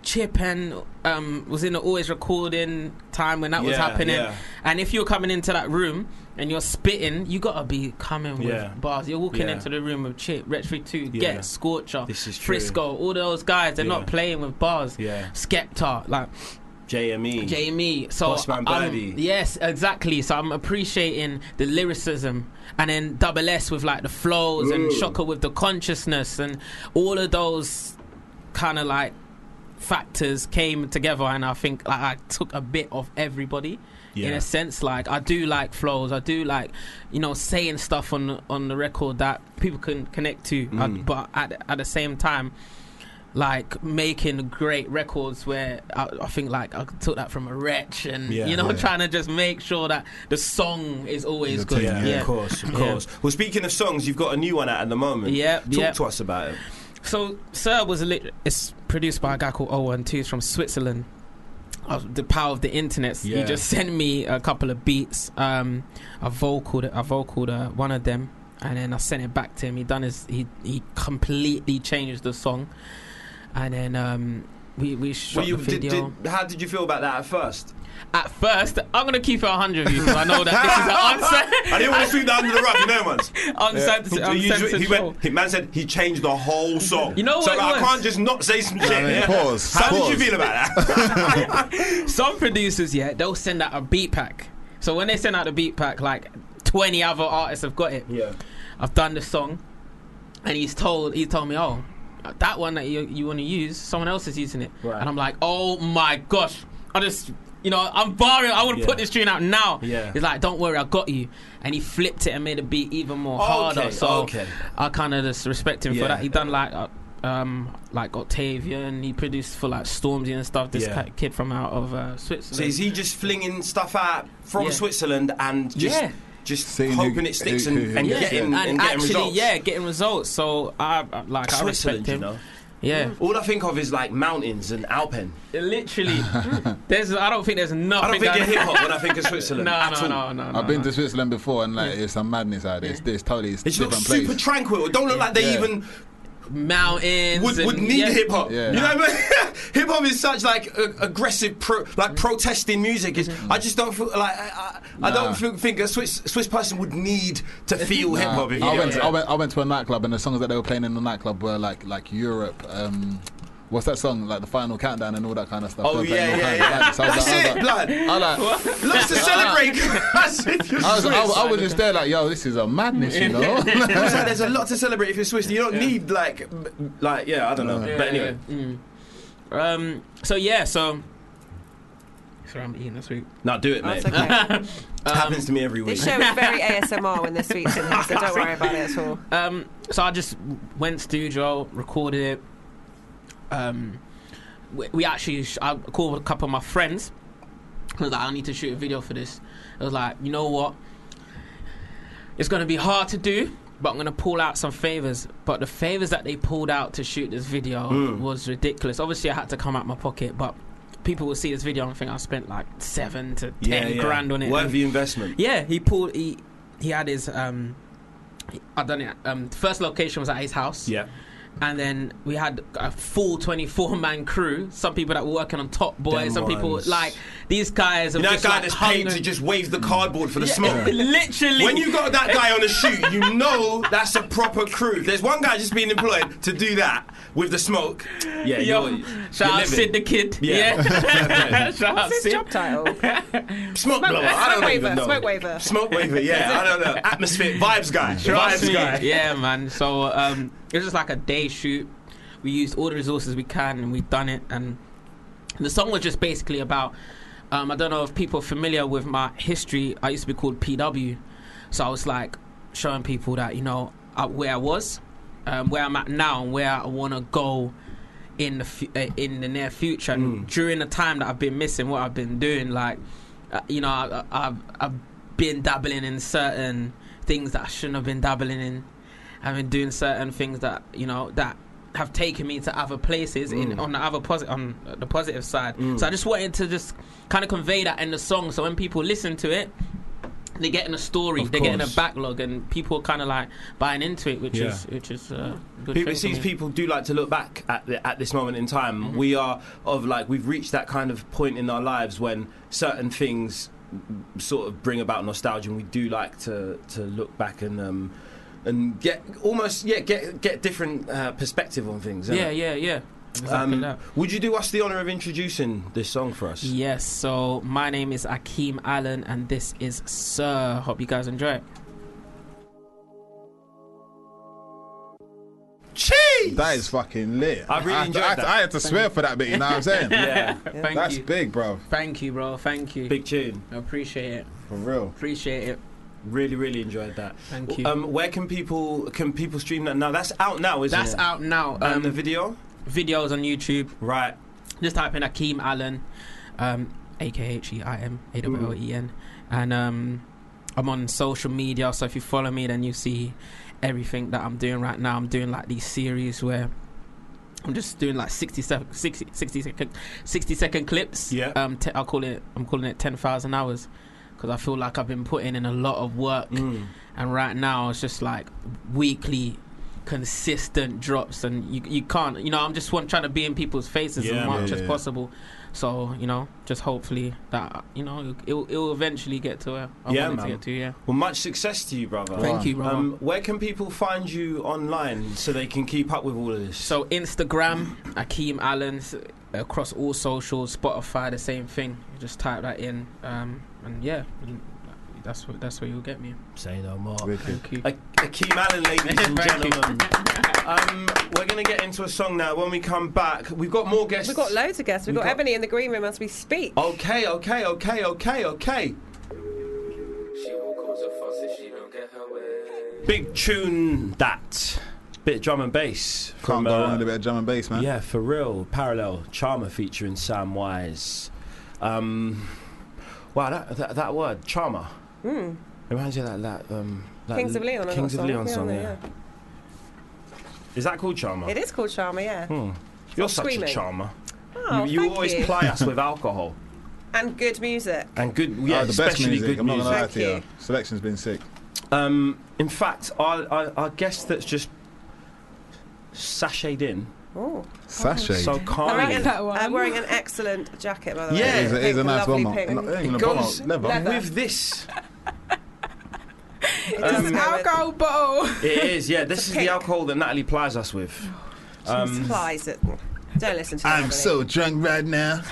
[SPEAKER 6] Chip and um, was in the always recording time when that was
[SPEAKER 7] Yeah,
[SPEAKER 6] happening.
[SPEAKER 7] yeah.
[SPEAKER 6] And if you're coming into that room and you're spitting, you gotta be coming with
[SPEAKER 7] Yeah.
[SPEAKER 6] bars. You're walking
[SPEAKER 7] Yeah.
[SPEAKER 6] into the room with Chip, Retro Two,
[SPEAKER 7] Yeah.
[SPEAKER 6] Get, Scorcher,
[SPEAKER 7] This is true.
[SPEAKER 6] Frisco, all those guys. They're
[SPEAKER 7] Yeah.
[SPEAKER 6] not playing with bars.
[SPEAKER 7] Yeah.
[SPEAKER 6] Skepta, like
[SPEAKER 3] E.
[SPEAKER 7] JME.
[SPEAKER 6] Jamie. So
[SPEAKER 7] Bossman
[SPEAKER 6] I'm-
[SPEAKER 7] Baddie.
[SPEAKER 6] yes, exactly. So I'm appreciating the lyricism, and then Double S with like the flows, and Shocker with the consciousness, and all of those kind of like factors came together, and I think like, I took a bit of everybody. In
[SPEAKER 7] Yeah.
[SPEAKER 6] a sense, like I do like flows, I do like, you know, saying stuff on on the record that people can connect to. I- but at at the same time, like making great records where I, I think like I took that from a wretch and
[SPEAKER 7] Yeah.
[SPEAKER 6] you know
[SPEAKER 4] Yeah.
[SPEAKER 6] (laughs) trying to just make sure that the song is always
[SPEAKER 4] You're
[SPEAKER 6] good.
[SPEAKER 7] Yeah,
[SPEAKER 6] yeah.
[SPEAKER 7] of course, of
[SPEAKER 6] Yeah.
[SPEAKER 7] course.
[SPEAKER 3] Well, speaking of songs, you've got a new one out at the moment.
[SPEAKER 6] Yep,
[SPEAKER 3] Talk
[SPEAKER 6] yep.
[SPEAKER 3] to us about it.
[SPEAKER 6] So Sir was a lit- it's produced by a guy called Owen too. He's from Switzerland. Uh, the power of the internet.
[SPEAKER 7] Yeah.
[SPEAKER 6] He just sent me a couple of beats. Um, I vocaled I vocaled uh, one of them, and then I sent it back to him. He done his he he completely changed the song, and then um, we we shot
[SPEAKER 3] Well, you,
[SPEAKER 6] the
[SPEAKER 3] did,
[SPEAKER 6] video.
[SPEAKER 3] did, how did you feel about that at first?
[SPEAKER 6] At first, I'm gonna keep it 100 with you because I know that this is
[SPEAKER 7] I didn't
[SPEAKER 6] (laughs)
[SPEAKER 7] want to sweep that under the rug, you know, once.
[SPEAKER 3] (laughs)
[SPEAKER 6] an uncensored,
[SPEAKER 7] He- he-
[SPEAKER 6] uncensored
[SPEAKER 7] he
[SPEAKER 6] show.
[SPEAKER 7] went, he, man said he changed the whole song.
[SPEAKER 6] You know
[SPEAKER 7] so
[SPEAKER 6] what it
[SPEAKER 7] like, I
[SPEAKER 6] was?
[SPEAKER 7] can't just not say some shit.
[SPEAKER 4] mean,
[SPEAKER 7] yeah?
[SPEAKER 4] pause,
[SPEAKER 7] How did
[SPEAKER 4] pause.
[SPEAKER 7] you feel about that?
[SPEAKER 4] (laughs)
[SPEAKER 6] Some producers, yeah, they'll send out a beat pack. So when they send out the beat pack, like 20 other artists have got it.
[SPEAKER 3] (laughs) Yeah.
[SPEAKER 6] I've done the song, and he's told he told me, oh, that one that you you want to use, someone else is using it,
[SPEAKER 7] Right.
[SPEAKER 6] and I'm like, oh my gosh, I just. You know, I'm barring. I want to
[SPEAKER 7] Yeah.
[SPEAKER 6] put this tune out now.
[SPEAKER 7] Yeah.
[SPEAKER 6] He's like, "Don't worry, I got you." And he flipped it and made the beat even more
[SPEAKER 7] Okay,
[SPEAKER 6] harder. So
[SPEAKER 7] okay.
[SPEAKER 6] I kind of just respect him
[SPEAKER 7] Yeah.
[SPEAKER 6] for that. He done like, uh, um, like Octavian. He produced for like Stormzy and stuff. This
[SPEAKER 7] Yeah.
[SPEAKER 6] ki- kid from out of uh, Switzerland.
[SPEAKER 3] So is he just flinging stuff out from
[SPEAKER 6] Yeah.
[SPEAKER 3] Switzerland and just
[SPEAKER 6] Yeah.
[SPEAKER 3] just
[SPEAKER 4] Seeing who-
[SPEAKER 3] hoping it sticks
[SPEAKER 4] who-
[SPEAKER 3] and,
[SPEAKER 4] who-
[SPEAKER 3] and
[SPEAKER 4] who-
[SPEAKER 3] getting,
[SPEAKER 6] and,
[SPEAKER 3] and getting
[SPEAKER 6] actually,
[SPEAKER 3] results?
[SPEAKER 6] yeah, getting results. So I I- like I
[SPEAKER 3] Switzerland,
[SPEAKER 6] respect
[SPEAKER 3] you
[SPEAKER 6] him.
[SPEAKER 3] know.
[SPEAKER 6] Yeah,
[SPEAKER 3] All I think of is like mountains and Alpen.
[SPEAKER 4] (laughs)
[SPEAKER 6] literally. there's I don't think there's
[SPEAKER 3] I
[SPEAKER 6] nothing.
[SPEAKER 3] don't think
[SPEAKER 6] that-
[SPEAKER 3] of hip hop when I think of
[SPEAKER 6] (laughs) no,
[SPEAKER 3] Switzerland. at
[SPEAKER 6] no,
[SPEAKER 3] all.
[SPEAKER 6] no, no, no.
[SPEAKER 4] I've been
[SPEAKER 6] no.
[SPEAKER 4] to Switzerland before, and like it's some madness out there. It's, it's totally it's
[SPEAKER 3] It just
[SPEAKER 4] different
[SPEAKER 3] looks
[SPEAKER 4] place.
[SPEAKER 3] super tranquil. It don't look like they
[SPEAKER 4] Yeah.
[SPEAKER 3] even
[SPEAKER 6] mountains.
[SPEAKER 3] would, would
[SPEAKER 6] and-
[SPEAKER 3] need
[SPEAKER 6] yeah.
[SPEAKER 3] hip hop.
[SPEAKER 4] Yeah.
[SPEAKER 3] You know what I mean? (laughs) hip hop is such like a, aggressive, pro, like protesting music. Is
[SPEAKER 6] Mm-hmm.
[SPEAKER 3] I just don't feel like I, I, I
[SPEAKER 4] Nah.
[SPEAKER 3] don't think, think a Swiss Swiss person would need to feel hip hop. if
[SPEAKER 4] I,
[SPEAKER 3] you
[SPEAKER 4] went
[SPEAKER 3] know
[SPEAKER 4] to, I went. I went to a nightclub, and the songs that they were playing in the nightclub were like like Europe. Um, what's that song? Like the Final Countdown and all that kind of stuff. They
[SPEAKER 3] Oh
[SPEAKER 4] were playing
[SPEAKER 3] yeah,
[SPEAKER 4] all
[SPEAKER 3] yeah,
[SPEAKER 4] kinds of
[SPEAKER 3] yeah.
[SPEAKER 4] madness. I was
[SPEAKER 3] That's
[SPEAKER 4] like- I was
[SPEAKER 3] it,
[SPEAKER 4] like-
[SPEAKER 3] blood.
[SPEAKER 4] I like.
[SPEAKER 6] (laughs)
[SPEAKER 3] Lots to celebrate. (laughs) That's if you're
[SPEAKER 4] I was,
[SPEAKER 3] Swiss.
[SPEAKER 4] I, was- I was just there like, yo, this is a madness, you know.
[SPEAKER 3] (laughs) It looks like there's a lot to celebrate if you're Swiss. You don't need like, m- like yeah, I don't know.
[SPEAKER 6] Yeah,
[SPEAKER 3] but anyway,
[SPEAKER 6] yeah, mm. Um. So yeah. So. Sorry, I'm eating this week.
[SPEAKER 3] now do it,
[SPEAKER 5] That's
[SPEAKER 3] mate.
[SPEAKER 5] okay.
[SPEAKER 3] happens to me every week.
[SPEAKER 5] This show is very ASMR when the sweets in here, so don't worry about it at all.
[SPEAKER 6] Um, so I just went studio, recorded it. Um, we, we actually, sh- I called a couple of my friends. I was like, I need to shoot a video for this. I was like, you know what? It's going to be hard to do, but I'm going to pull out some favors. But the favors that they pulled out to shoot this video was ridiculous. Obviously, I had to come out my pocket, but people will see this video and think I spent like seven to ten grand on it.
[SPEAKER 3] Worth
[SPEAKER 6] And-
[SPEAKER 3] the investment.
[SPEAKER 6] yeah, he pulled. He he had his um. I done it. Um, first location was at his house,
[SPEAKER 7] yeah.
[SPEAKER 6] and then we had a full twenty-four (laughs) man crew. Some people that were working on Top Boy,
[SPEAKER 7] Them
[SPEAKER 6] some people
[SPEAKER 7] ones.
[SPEAKER 6] like these guys. Are
[SPEAKER 3] You know that
[SPEAKER 6] just,
[SPEAKER 3] guy
[SPEAKER 6] like,
[SPEAKER 3] that's paid
[SPEAKER 6] hungry.
[SPEAKER 3] to just wave the cardboard for the
[SPEAKER 6] Yeah,
[SPEAKER 3] smoke.
[SPEAKER 6] (laughs) Literally,
[SPEAKER 3] When you got that guy on a shoot, you know that's a proper crew. There's one guy just being employed to do that with the smoke. Yeah,
[SPEAKER 6] (laughs) Yo,
[SPEAKER 3] you're-
[SPEAKER 6] shout
[SPEAKER 3] you're
[SPEAKER 6] out
[SPEAKER 3] living.
[SPEAKER 6] Sid the Kid.
[SPEAKER 3] Yeah. (laughs)
[SPEAKER 6] Yeah, shout out
[SPEAKER 5] What's
[SPEAKER 6] Sid.
[SPEAKER 5] his job title?
[SPEAKER 3] Smoke blower. I don't
[SPEAKER 5] smoke
[SPEAKER 3] even
[SPEAKER 5] waver,
[SPEAKER 3] know.
[SPEAKER 5] smoke waver.
[SPEAKER 3] Smoke waver. Yeah, I don't
[SPEAKER 6] (laughs)
[SPEAKER 3] know. Atmosphere vibes guy.
[SPEAKER 6] Trust
[SPEAKER 3] vibes
[SPEAKER 6] me.
[SPEAKER 3] guy.
[SPEAKER 6] Yeah, man. So um, it was just like a day shoot. We used all the resources we can, and we done it. And the song was just basically about. Um, I don't know if people are familiar with my history. I used to be called PW, so I was like showing people that you know uh, where I was, um, where I'm at now, and where I want to go in the fu- uh, in the near future. And during the time that I've been missing, what I've been doing, like uh, you know, I, I- I've I've been dabbling in certain things that I shouldn't have been dabbling in. I've been doing certain things that you know that have taken me to other places in on the other posi- on the positive side. So I just wanted to just kind of convey that in the song, so when people listen to it, they're getting a story,
[SPEAKER 8] Of
[SPEAKER 6] they're getting a
[SPEAKER 8] course.
[SPEAKER 6] backlog, and people are kind of like buying into it, which
[SPEAKER 8] Yeah.
[SPEAKER 6] is which is uh, good.
[SPEAKER 3] People, it
[SPEAKER 6] thing
[SPEAKER 3] seems
[SPEAKER 6] for me.
[SPEAKER 3] people do like to look back at the, at this moment in time.
[SPEAKER 6] Mm-hmm.
[SPEAKER 3] We are of like we've reached that kind of point in our lives when certain things sort of bring about nostalgia, and we do like to to look back and um and get almost yeah get get different uh, perspective on things.
[SPEAKER 6] Yeah,
[SPEAKER 3] innit?
[SPEAKER 6] yeah, yeah. Exactly
[SPEAKER 3] Um,
[SPEAKER 6] that.
[SPEAKER 3] would you do us the honor of introducing this song for us?
[SPEAKER 6] Yes, so my name is Akeem Allen, and this is Sir. Hope you guys enjoy it.
[SPEAKER 3] Cheese.
[SPEAKER 4] That is fucking lit.
[SPEAKER 3] I really
[SPEAKER 4] had to-
[SPEAKER 3] enjoyed
[SPEAKER 4] I had to,
[SPEAKER 3] that.
[SPEAKER 4] I had to swear for that bit. You know what I'm
[SPEAKER 3] (laughs)
[SPEAKER 4] saying?
[SPEAKER 6] (laughs)
[SPEAKER 3] yeah,
[SPEAKER 6] Thank
[SPEAKER 4] That's
[SPEAKER 6] you.
[SPEAKER 4] big, bro.
[SPEAKER 6] Thank you, bro. Thank you.
[SPEAKER 3] big tune.
[SPEAKER 6] I appreciate it.
[SPEAKER 4] For real.
[SPEAKER 6] Appreciate it.
[SPEAKER 3] Really, really enjoyed that.
[SPEAKER 6] Thank you.
[SPEAKER 3] Um, where can people can people stream that now? That's out now, isn't
[SPEAKER 6] That's
[SPEAKER 3] it?
[SPEAKER 6] out now.
[SPEAKER 3] And the
[SPEAKER 6] Um,
[SPEAKER 3] video,
[SPEAKER 6] videos on YouTube.
[SPEAKER 3] right?
[SPEAKER 6] Just type in Akeem Allen, um, A K H E I M A W O E N, and um, I'm on social media. So if you follow me, then you see everything that I'm doing right now. I'm doing like these series where I'm just doing like 60 sec- 60, 60 second 60 second clips.
[SPEAKER 3] Yeah.
[SPEAKER 6] Um, te- I'll call it. I'm calling it 10,000 hours because I feel like I've been putting in a lot of work,
[SPEAKER 3] Mm.
[SPEAKER 6] and right now it's just like weekly. Consistent drops, and you you can't, you know. I'm just want, trying to be in people's faces
[SPEAKER 7] Yeah,
[SPEAKER 6] as much
[SPEAKER 4] man.
[SPEAKER 6] as
[SPEAKER 4] Yeah.
[SPEAKER 6] possible. So you know, just hopefully that you know it'll, it'll eventually get to where I
[SPEAKER 3] Yeah,
[SPEAKER 6] want it
[SPEAKER 3] man.
[SPEAKER 6] to get to. Yeah.
[SPEAKER 3] Well, much success to you, brother.
[SPEAKER 6] Thank you, bro.
[SPEAKER 3] Um, where can people find you online so they can keep up with all of this?
[SPEAKER 6] so Instagram, Akeem Allen's across all socials, Spotify, the same thing. You just type that in, um, and yeah, and that's what that's where you'll get me.
[SPEAKER 2] Say no more.
[SPEAKER 4] Wicked.
[SPEAKER 6] Thank you.
[SPEAKER 3] A- Akeem Allen, ladies and
[SPEAKER 6] (laughs) Thank you.
[SPEAKER 3] gentlemen. Um, we're going to get into a song now. When we come back, we've got more guests.
[SPEAKER 5] We've got loads of guests. We've,
[SPEAKER 3] We've got-
[SPEAKER 5] got,
[SPEAKER 3] Oh,
[SPEAKER 5] Ebony in the green room as we speak.
[SPEAKER 3] Okay, okay, okay, okay, okay. Big tune that. Bit of drum and bass.
[SPEAKER 4] Can't
[SPEAKER 3] from,
[SPEAKER 4] go
[SPEAKER 3] uh,
[SPEAKER 4] wrong with a bit of drum and bass, man. Uh,
[SPEAKER 3] Yeah, for real. Parallel Charmer featuring Sam Wise. Um, wow, that, that that word Charmer reminds you of that that um that
[SPEAKER 5] Hmm. Kings of
[SPEAKER 3] l-
[SPEAKER 5] Leon. I
[SPEAKER 3] Kings
[SPEAKER 5] got
[SPEAKER 3] of
[SPEAKER 5] a
[SPEAKER 3] Leon song.
[SPEAKER 5] on
[SPEAKER 3] Yeah.
[SPEAKER 5] there,
[SPEAKER 3] Is that called Charmer?
[SPEAKER 5] yeah. It is called Sharma, yeah.
[SPEAKER 3] Hmm. You're such
[SPEAKER 5] screaming.
[SPEAKER 3] a charmer.
[SPEAKER 5] Oh,
[SPEAKER 3] you you
[SPEAKER 5] thank
[SPEAKER 3] always
[SPEAKER 5] you.
[SPEAKER 3] ply us with alcohol
[SPEAKER 5] And good music.
[SPEAKER 3] and good, yeah,
[SPEAKER 4] Oh, the best
[SPEAKER 3] especially
[SPEAKER 4] music.
[SPEAKER 3] good
[SPEAKER 4] I'm not
[SPEAKER 3] music.
[SPEAKER 4] gonna lie
[SPEAKER 5] Thank
[SPEAKER 4] to you.
[SPEAKER 5] you.
[SPEAKER 4] Selection's been sick.
[SPEAKER 3] Um, in fact, our, our our guest that's just sashayed in
[SPEAKER 5] Oh.
[SPEAKER 4] Sashay.
[SPEAKER 3] so
[SPEAKER 5] I'm
[SPEAKER 3] calmly.
[SPEAKER 5] wearing, an, I'm wearing an excellent jacket, by the way.
[SPEAKER 3] Yeah,
[SPEAKER 4] it is, a- it is a
[SPEAKER 5] Pink,
[SPEAKER 4] nice
[SPEAKER 5] lovely
[SPEAKER 4] one.
[SPEAKER 5] pink.
[SPEAKER 4] No, it ain't
[SPEAKER 3] It
[SPEAKER 4] even a bomber.
[SPEAKER 3] goes
[SPEAKER 4] Leather.
[SPEAKER 5] leather.
[SPEAKER 3] with this.
[SPEAKER 5] It does go with-
[SPEAKER 6] bottle.
[SPEAKER 3] It is, yeah. This
[SPEAKER 5] It's a
[SPEAKER 3] is
[SPEAKER 5] pink.
[SPEAKER 3] the alcohol that Natalie plies us with. Um,
[SPEAKER 5] Supplies it. Don't listen to that.
[SPEAKER 4] I'm
[SPEAKER 5] Emily.
[SPEAKER 4] so drunk
[SPEAKER 3] (laughs)
[SPEAKER 4] right now.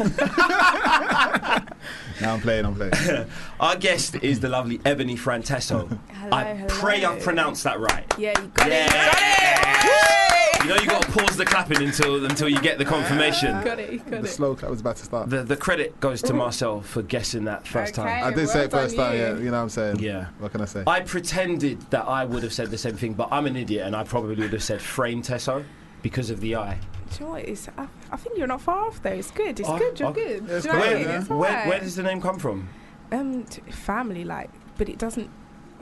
[SPEAKER 4] now I'm playing, I'm playing.
[SPEAKER 3] (laughs) our guest is the lovely Ebony Frantesso.
[SPEAKER 9] Hello,
[SPEAKER 3] I pray I've pronounced that right.
[SPEAKER 9] Yeah, you got it.
[SPEAKER 3] Yeah. You know you got to pause the clapping until until you get the confirmation.
[SPEAKER 9] Got it. You got
[SPEAKER 4] The
[SPEAKER 9] it.
[SPEAKER 4] slow clap was about to start.
[SPEAKER 3] The the credit goes to Marcel for guessing that first
[SPEAKER 9] Okay.
[SPEAKER 3] time.
[SPEAKER 4] I did say it
[SPEAKER 9] well
[SPEAKER 4] first
[SPEAKER 9] done
[SPEAKER 4] time,
[SPEAKER 9] you.
[SPEAKER 4] yeah. You know what I'm saying?
[SPEAKER 3] Yeah.
[SPEAKER 4] What can I say?
[SPEAKER 3] I pretended that I would have said the same thing, but I'm an idiot and I probably would have said frame Tesso because of the eye.
[SPEAKER 9] Do you know what? It's, I, I think you're not far off though. It's good. It's
[SPEAKER 3] Oh,
[SPEAKER 9] good. You're
[SPEAKER 3] okay.
[SPEAKER 9] good. Do you know what I mean?
[SPEAKER 3] Where,
[SPEAKER 9] It's
[SPEAKER 3] where,
[SPEAKER 9] alright.
[SPEAKER 3] where does the name come from?
[SPEAKER 9] um t- family like, but it doesn't.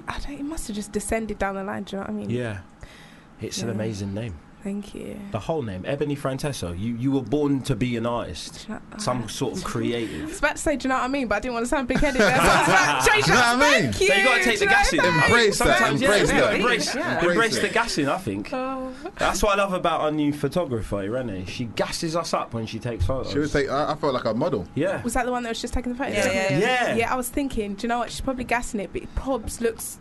[SPEAKER 9] I don't. It must have just descended down the line. Do you know what I mean?
[SPEAKER 3] Yeah. It's an
[SPEAKER 9] Yeah.
[SPEAKER 3] amazing name.
[SPEAKER 9] Thank you.
[SPEAKER 3] The whole name, Ebony Frantesso. You you were born to be an artist,
[SPEAKER 9] Do you know- oh,
[SPEAKER 3] some sort of
[SPEAKER 9] I
[SPEAKER 3] creative.
[SPEAKER 9] was about to say, do you know what I mean? But I didn't want to sound big headed. That's why I was like, change
[SPEAKER 4] Do you know
[SPEAKER 9] that.
[SPEAKER 4] what I mean?
[SPEAKER 9] Thank you.
[SPEAKER 3] So you got to take
[SPEAKER 9] Do
[SPEAKER 3] the
[SPEAKER 9] you know
[SPEAKER 3] gas in.
[SPEAKER 9] what I mean?
[SPEAKER 4] Embrace that,
[SPEAKER 3] Sometimes, yeah,
[SPEAKER 4] embrace
[SPEAKER 3] yeah,
[SPEAKER 4] that.
[SPEAKER 3] embrace,
[SPEAKER 5] Yeah.
[SPEAKER 3] embrace,
[SPEAKER 4] Embrace
[SPEAKER 3] the
[SPEAKER 4] it.
[SPEAKER 3] gassing. I think
[SPEAKER 9] Oh,
[SPEAKER 3] that's what I love about our new photographer, Irene. She gasses us up when she takes photos.
[SPEAKER 4] She would say, I, I felt like a model.
[SPEAKER 3] yeah,
[SPEAKER 9] Was that the one that was just taking the photos?
[SPEAKER 5] Yeah, yeah, yeah.
[SPEAKER 3] yeah,
[SPEAKER 9] Yeah, I was thinking, do you know what? She's probably gassing it, but Probs looks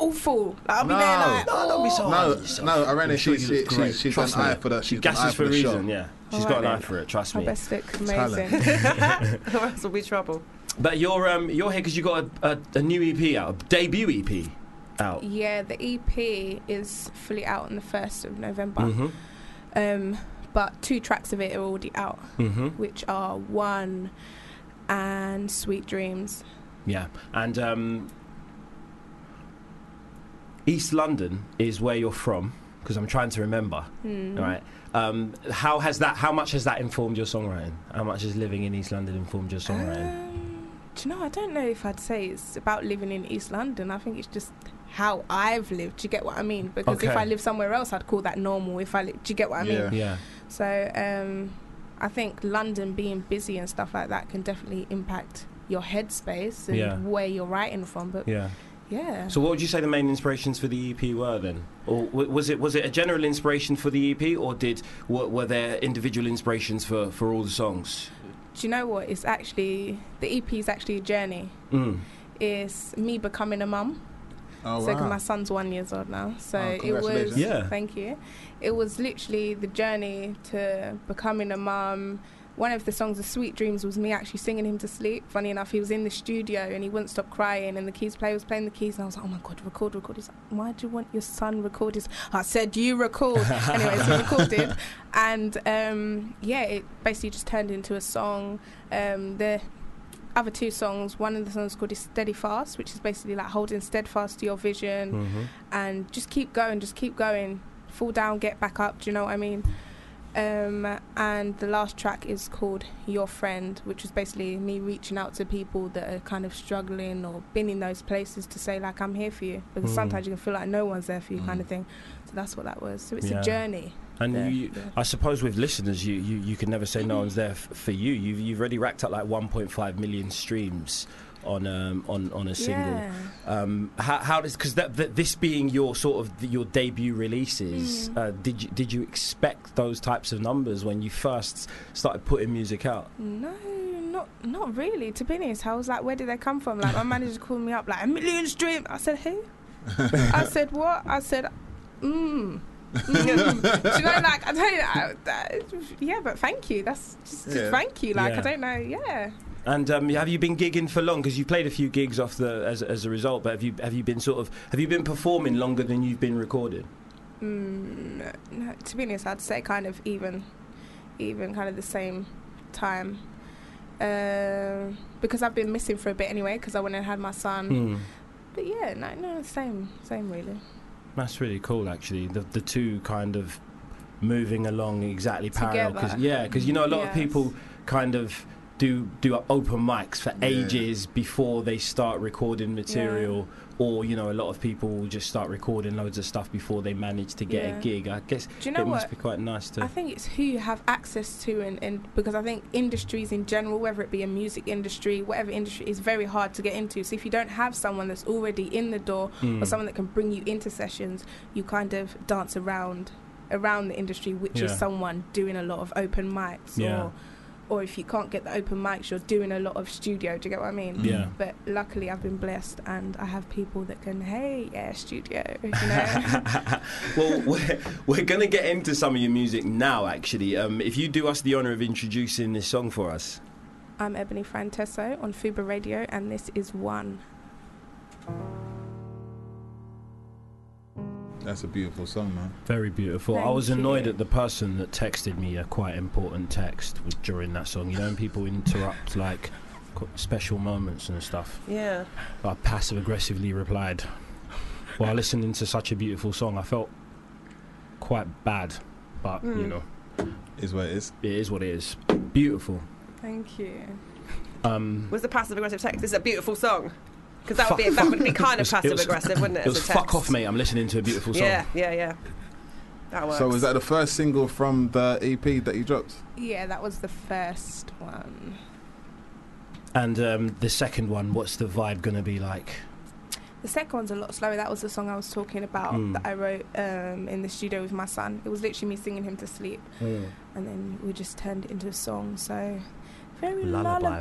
[SPEAKER 9] awful. Like, I'll be
[SPEAKER 4] No.
[SPEAKER 9] there like,
[SPEAKER 3] No, don't be Oh, so hard on
[SPEAKER 4] No,
[SPEAKER 3] yourself.
[SPEAKER 4] no, Irene,
[SPEAKER 3] I'm sure
[SPEAKER 4] she,
[SPEAKER 3] you
[SPEAKER 4] she,
[SPEAKER 3] look
[SPEAKER 4] she,
[SPEAKER 3] great.
[SPEAKER 4] she's got
[SPEAKER 3] Trust
[SPEAKER 4] an eye
[SPEAKER 3] me.
[SPEAKER 4] for the
[SPEAKER 3] She
[SPEAKER 4] She's got an eye
[SPEAKER 3] gasses for
[SPEAKER 4] for
[SPEAKER 3] a
[SPEAKER 4] the shot.
[SPEAKER 3] reason. Yeah, she's
[SPEAKER 9] Alright
[SPEAKER 3] got an
[SPEAKER 9] then.
[SPEAKER 3] eye for it. Trust
[SPEAKER 9] Our
[SPEAKER 3] me.
[SPEAKER 9] best look,
[SPEAKER 4] Talent.
[SPEAKER 9] amazing.
[SPEAKER 5] (laughs)
[SPEAKER 9] (laughs)
[SPEAKER 5] or else will be trouble.
[SPEAKER 3] But you're um you're here because you got a, a, a new EP out, a debut EP out.
[SPEAKER 9] yeah, the EP is fully out on the 1st of November.
[SPEAKER 3] Mhm.
[SPEAKER 9] Um, but two tracks of it are already out,
[SPEAKER 3] Mhm.
[SPEAKER 9] which are One and Sweet Dreams.
[SPEAKER 3] Yeah, and um, East London is where you're from because I'm trying to remember.
[SPEAKER 9] Hmm.
[SPEAKER 3] Right? Um, how has that? How much has that informed your songwriting? How much has living in East London informed your songwriting?
[SPEAKER 9] Um, do you know, I don't know if I'd say it's about living in East London. I think it's just how I've lived. Do you get what I mean? Because if
[SPEAKER 3] Okay.
[SPEAKER 9] I live somewhere else, I'd call that normal. If I li- do you get what I
[SPEAKER 4] Yeah.
[SPEAKER 9] mean?
[SPEAKER 3] yeah,
[SPEAKER 9] So um, I think London being busy and stuff like that can definitely impact your headspace and
[SPEAKER 8] Yeah.
[SPEAKER 9] where you're writing from. But
[SPEAKER 8] Yeah.
[SPEAKER 9] yeah.
[SPEAKER 3] So, what would you say the main inspirations for the EP were then, or w- was it was it a general inspiration for the EP, or did were, were there individual inspirations for, for all the songs?
[SPEAKER 9] Do you know what? It's actually the EP is actually a journey.
[SPEAKER 3] Mm.
[SPEAKER 9] It's me becoming a mum.
[SPEAKER 4] Oh,
[SPEAKER 9] so 'cause
[SPEAKER 4] wow.
[SPEAKER 9] my son's one years old now. So
[SPEAKER 4] Oh,
[SPEAKER 9] it was
[SPEAKER 4] congratulations.
[SPEAKER 8] Yeah.
[SPEAKER 9] thank you. It was literally the journey to becoming a mum. One of the songs, "The Sweet Dreams," was me actually singing him to sleep. Funny enough, he was in the studio and he wouldn't stop crying. And the keys player was playing the keys, and I was like, "Oh my god, record, record!" He's like, "Why do you want your son record this?" I said, "You record." Anyways, he recorded, and um, yeah, it basically just turned into a song. Um, the other two songs. One of the songs called is Steady Fast, which is basically like holding steadfast to your vision
[SPEAKER 3] Mm-hmm.
[SPEAKER 9] and just keep going, just keep going. Fall down, get back up. Do you know what I mean? Um, and the last track is called Your Friend, which is basically me reaching out to people that are kind of struggling or been in those places to say like I'm here for you, because
[SPEAKER 3] Hmm.
[SPEAKER 8] Mm.
[SPEAKER 9] sometimes you can feel like no one's there for you, kind
[SPEAKER 3] Mm.
[SPEAKER 9] of thing. So that's what that was. So it's
[SPEAKER 8] Yeah.
[SPEAKER 9] a journey.
[SPEAKER 3] And
[SPEAKER 9] Yeah.
[SPEAKER 3] you, I suppose with listeners, you, you, you can never say no one's there f- for you. You've, you've already racked up like 1.5 million streams on um, on on a single.
[SPEAKER 9] Yeah.
[SPEAKER 3] Um, how, how does because that, that this being your sort of your debut releases,
[SPEAKER 9] Mm.
[SPEAKER 3] uh, did you, did you expect those types of numbers when you first started putting music out?
[SPEAKER 9] No, not not really. To be honest, I was like, where did they come from? Like my manager called me up, like a million stream. I said, who? I said, what? I said, mm. mm. Do you know, like I don't, I, that, yeah, but thank you. That's just, just
[SPEAKER 4] Yeah.
[SPEAKER 9] thank you. Like
[SPEAKER 3] Yeah.
[SPEAKER 9] I don't know, yeah.
[SPEAKER 3] And um, have you been gigging for long? Because you played a few gigs off the as, as a result, but have you have you been sort of have you been performing longer than you've been recording?
[SPEAKER 9] Mm, no, to be honest, I'd say kind of even, even kind of the same time, Um because I've been missing for a bit anyway. Because I went and had my son,
[SPEAKER 3] Hmm.
[SPEAKER 9] but yeah, no, no, same, same really.
[SPEAKER 3] That's really cool, actually. The the two kind of moving along exactly parallel.
[SPEAKER 9] Together.
[SPEAKER 3] Cause, yeah, because you know a lot of
[SPEAKER 9] Yes.
[SPEAKER 3] people kind of do do open mics for
[SPEAKER 4] Yeah.
[SPEAKER 3] ages before they start recording material, or you know a lot of people will just start recording loads of stuff before they manage to get
[SPEAKER 9] Yeah.
[SPEAKER 3] a gig. I guess
[SPEAKER 9] Do you know
[SPEAKER 3] it
[SPEAKER 9] what?
[SPEAKER 3] must be quite nice to.
[SPEAKER 9] I think it's who you have access to, and, and because I think industries in general, whether it be a music industry, whatever industry, is very hard to get into. So if you don't have someone that's already in the door or
[SPEAKER 3] Mm.
[SPEAKER 9] someone that can bring you into sessions, you kind of dance around around the industry, which
[SPEAKER 8] Yeah.
[SPEAKER 9] is someone doing a lot of open mics,
[SPEAKER 8] Yeah.
[SPEAKER 9] or or if you can't get the open mics, you're doing a lot of studio. Do you get what I mean?
[SPEAKER 8] Yeah.
[SPEAKER 9] But luckily, I've been blessed, and I have people that can, hey, yeah,
[SPEAKER 3] (laughs)
[SPEAKER 9] studio. (laughs) You know?
[SPEAKER 3] well, we're, we're going to get into some of your music now, actually. Um, if you do us the honour of introducing this song for us.
[SPEAKER 9] I'm Ebony Frantesso on Fuba Radio, and this is One.
[SPEAKER 4] That's a beautiful song, man.
[SPEAKER 3] Very beautiful. I
[SPEAKER 9] Thank
[SPEAKER 3] was annoyed
[SPEAKER 9] you.
[SPEAKER 3] at the person that texted me a quite important text with, during that song. You know, when people interrupt like qu- special moments and stuff.
[SPEAKER 5] Yeah.
[SPEAKER 3] I passive aggressively replied while listening to such a beautiful song. I felt quite bad, but you
[SPEAKER 5] Mm.
[SPEAKER 3] know,
[SPEAKER 4] Is what it is.
[SPEAKER 3] it is what it is. Beautiful.
[SPEAKER 9] Thank you.
[SPEAKER 3] Um,
[SPEAKER 5] Was the passive aggressive text? This is a beautiful song. Because that would be that would be kind
[SPEAKER 3] It
[SPEAKER 5] of
[SPEAKER 3] was- it
[SPEAKER 5] passive
[SPEAKER 3] was-
[SPEAKER 5] aggressive, wouldn't
[SPEAKER 3] it
[SPEAKER 5] it? as a
[SPEAKER 3] was fuck
[SPEAKER 5] text?
[SPEAKER 3] off, mate. I'm listening to a beautiful song.
[SPEAKER 5] Yeah, yeah, yeah. That works.
[SPEAKER 4] So was that the first single from the EP that you dropped?
[SPEAKER 9] Yeah, that was the first one.
[SPEAKER 3] And um, the second one, what's the vibe gonna be like?
[SPEAKER 9] The second one's a lot slower. That was the song I was talking about
[SPEAKER 3] Mm.
[SPEAKER 9] that I wrote um, in the studio with my son. It was literally me singing him to sleep,
[SPEAKER 5] Hmm.
[SPEAKER 9] and then we just turned it into a song. So very
[SPEAKER 2] Lullaby
[SPEAKER 9] lullaby,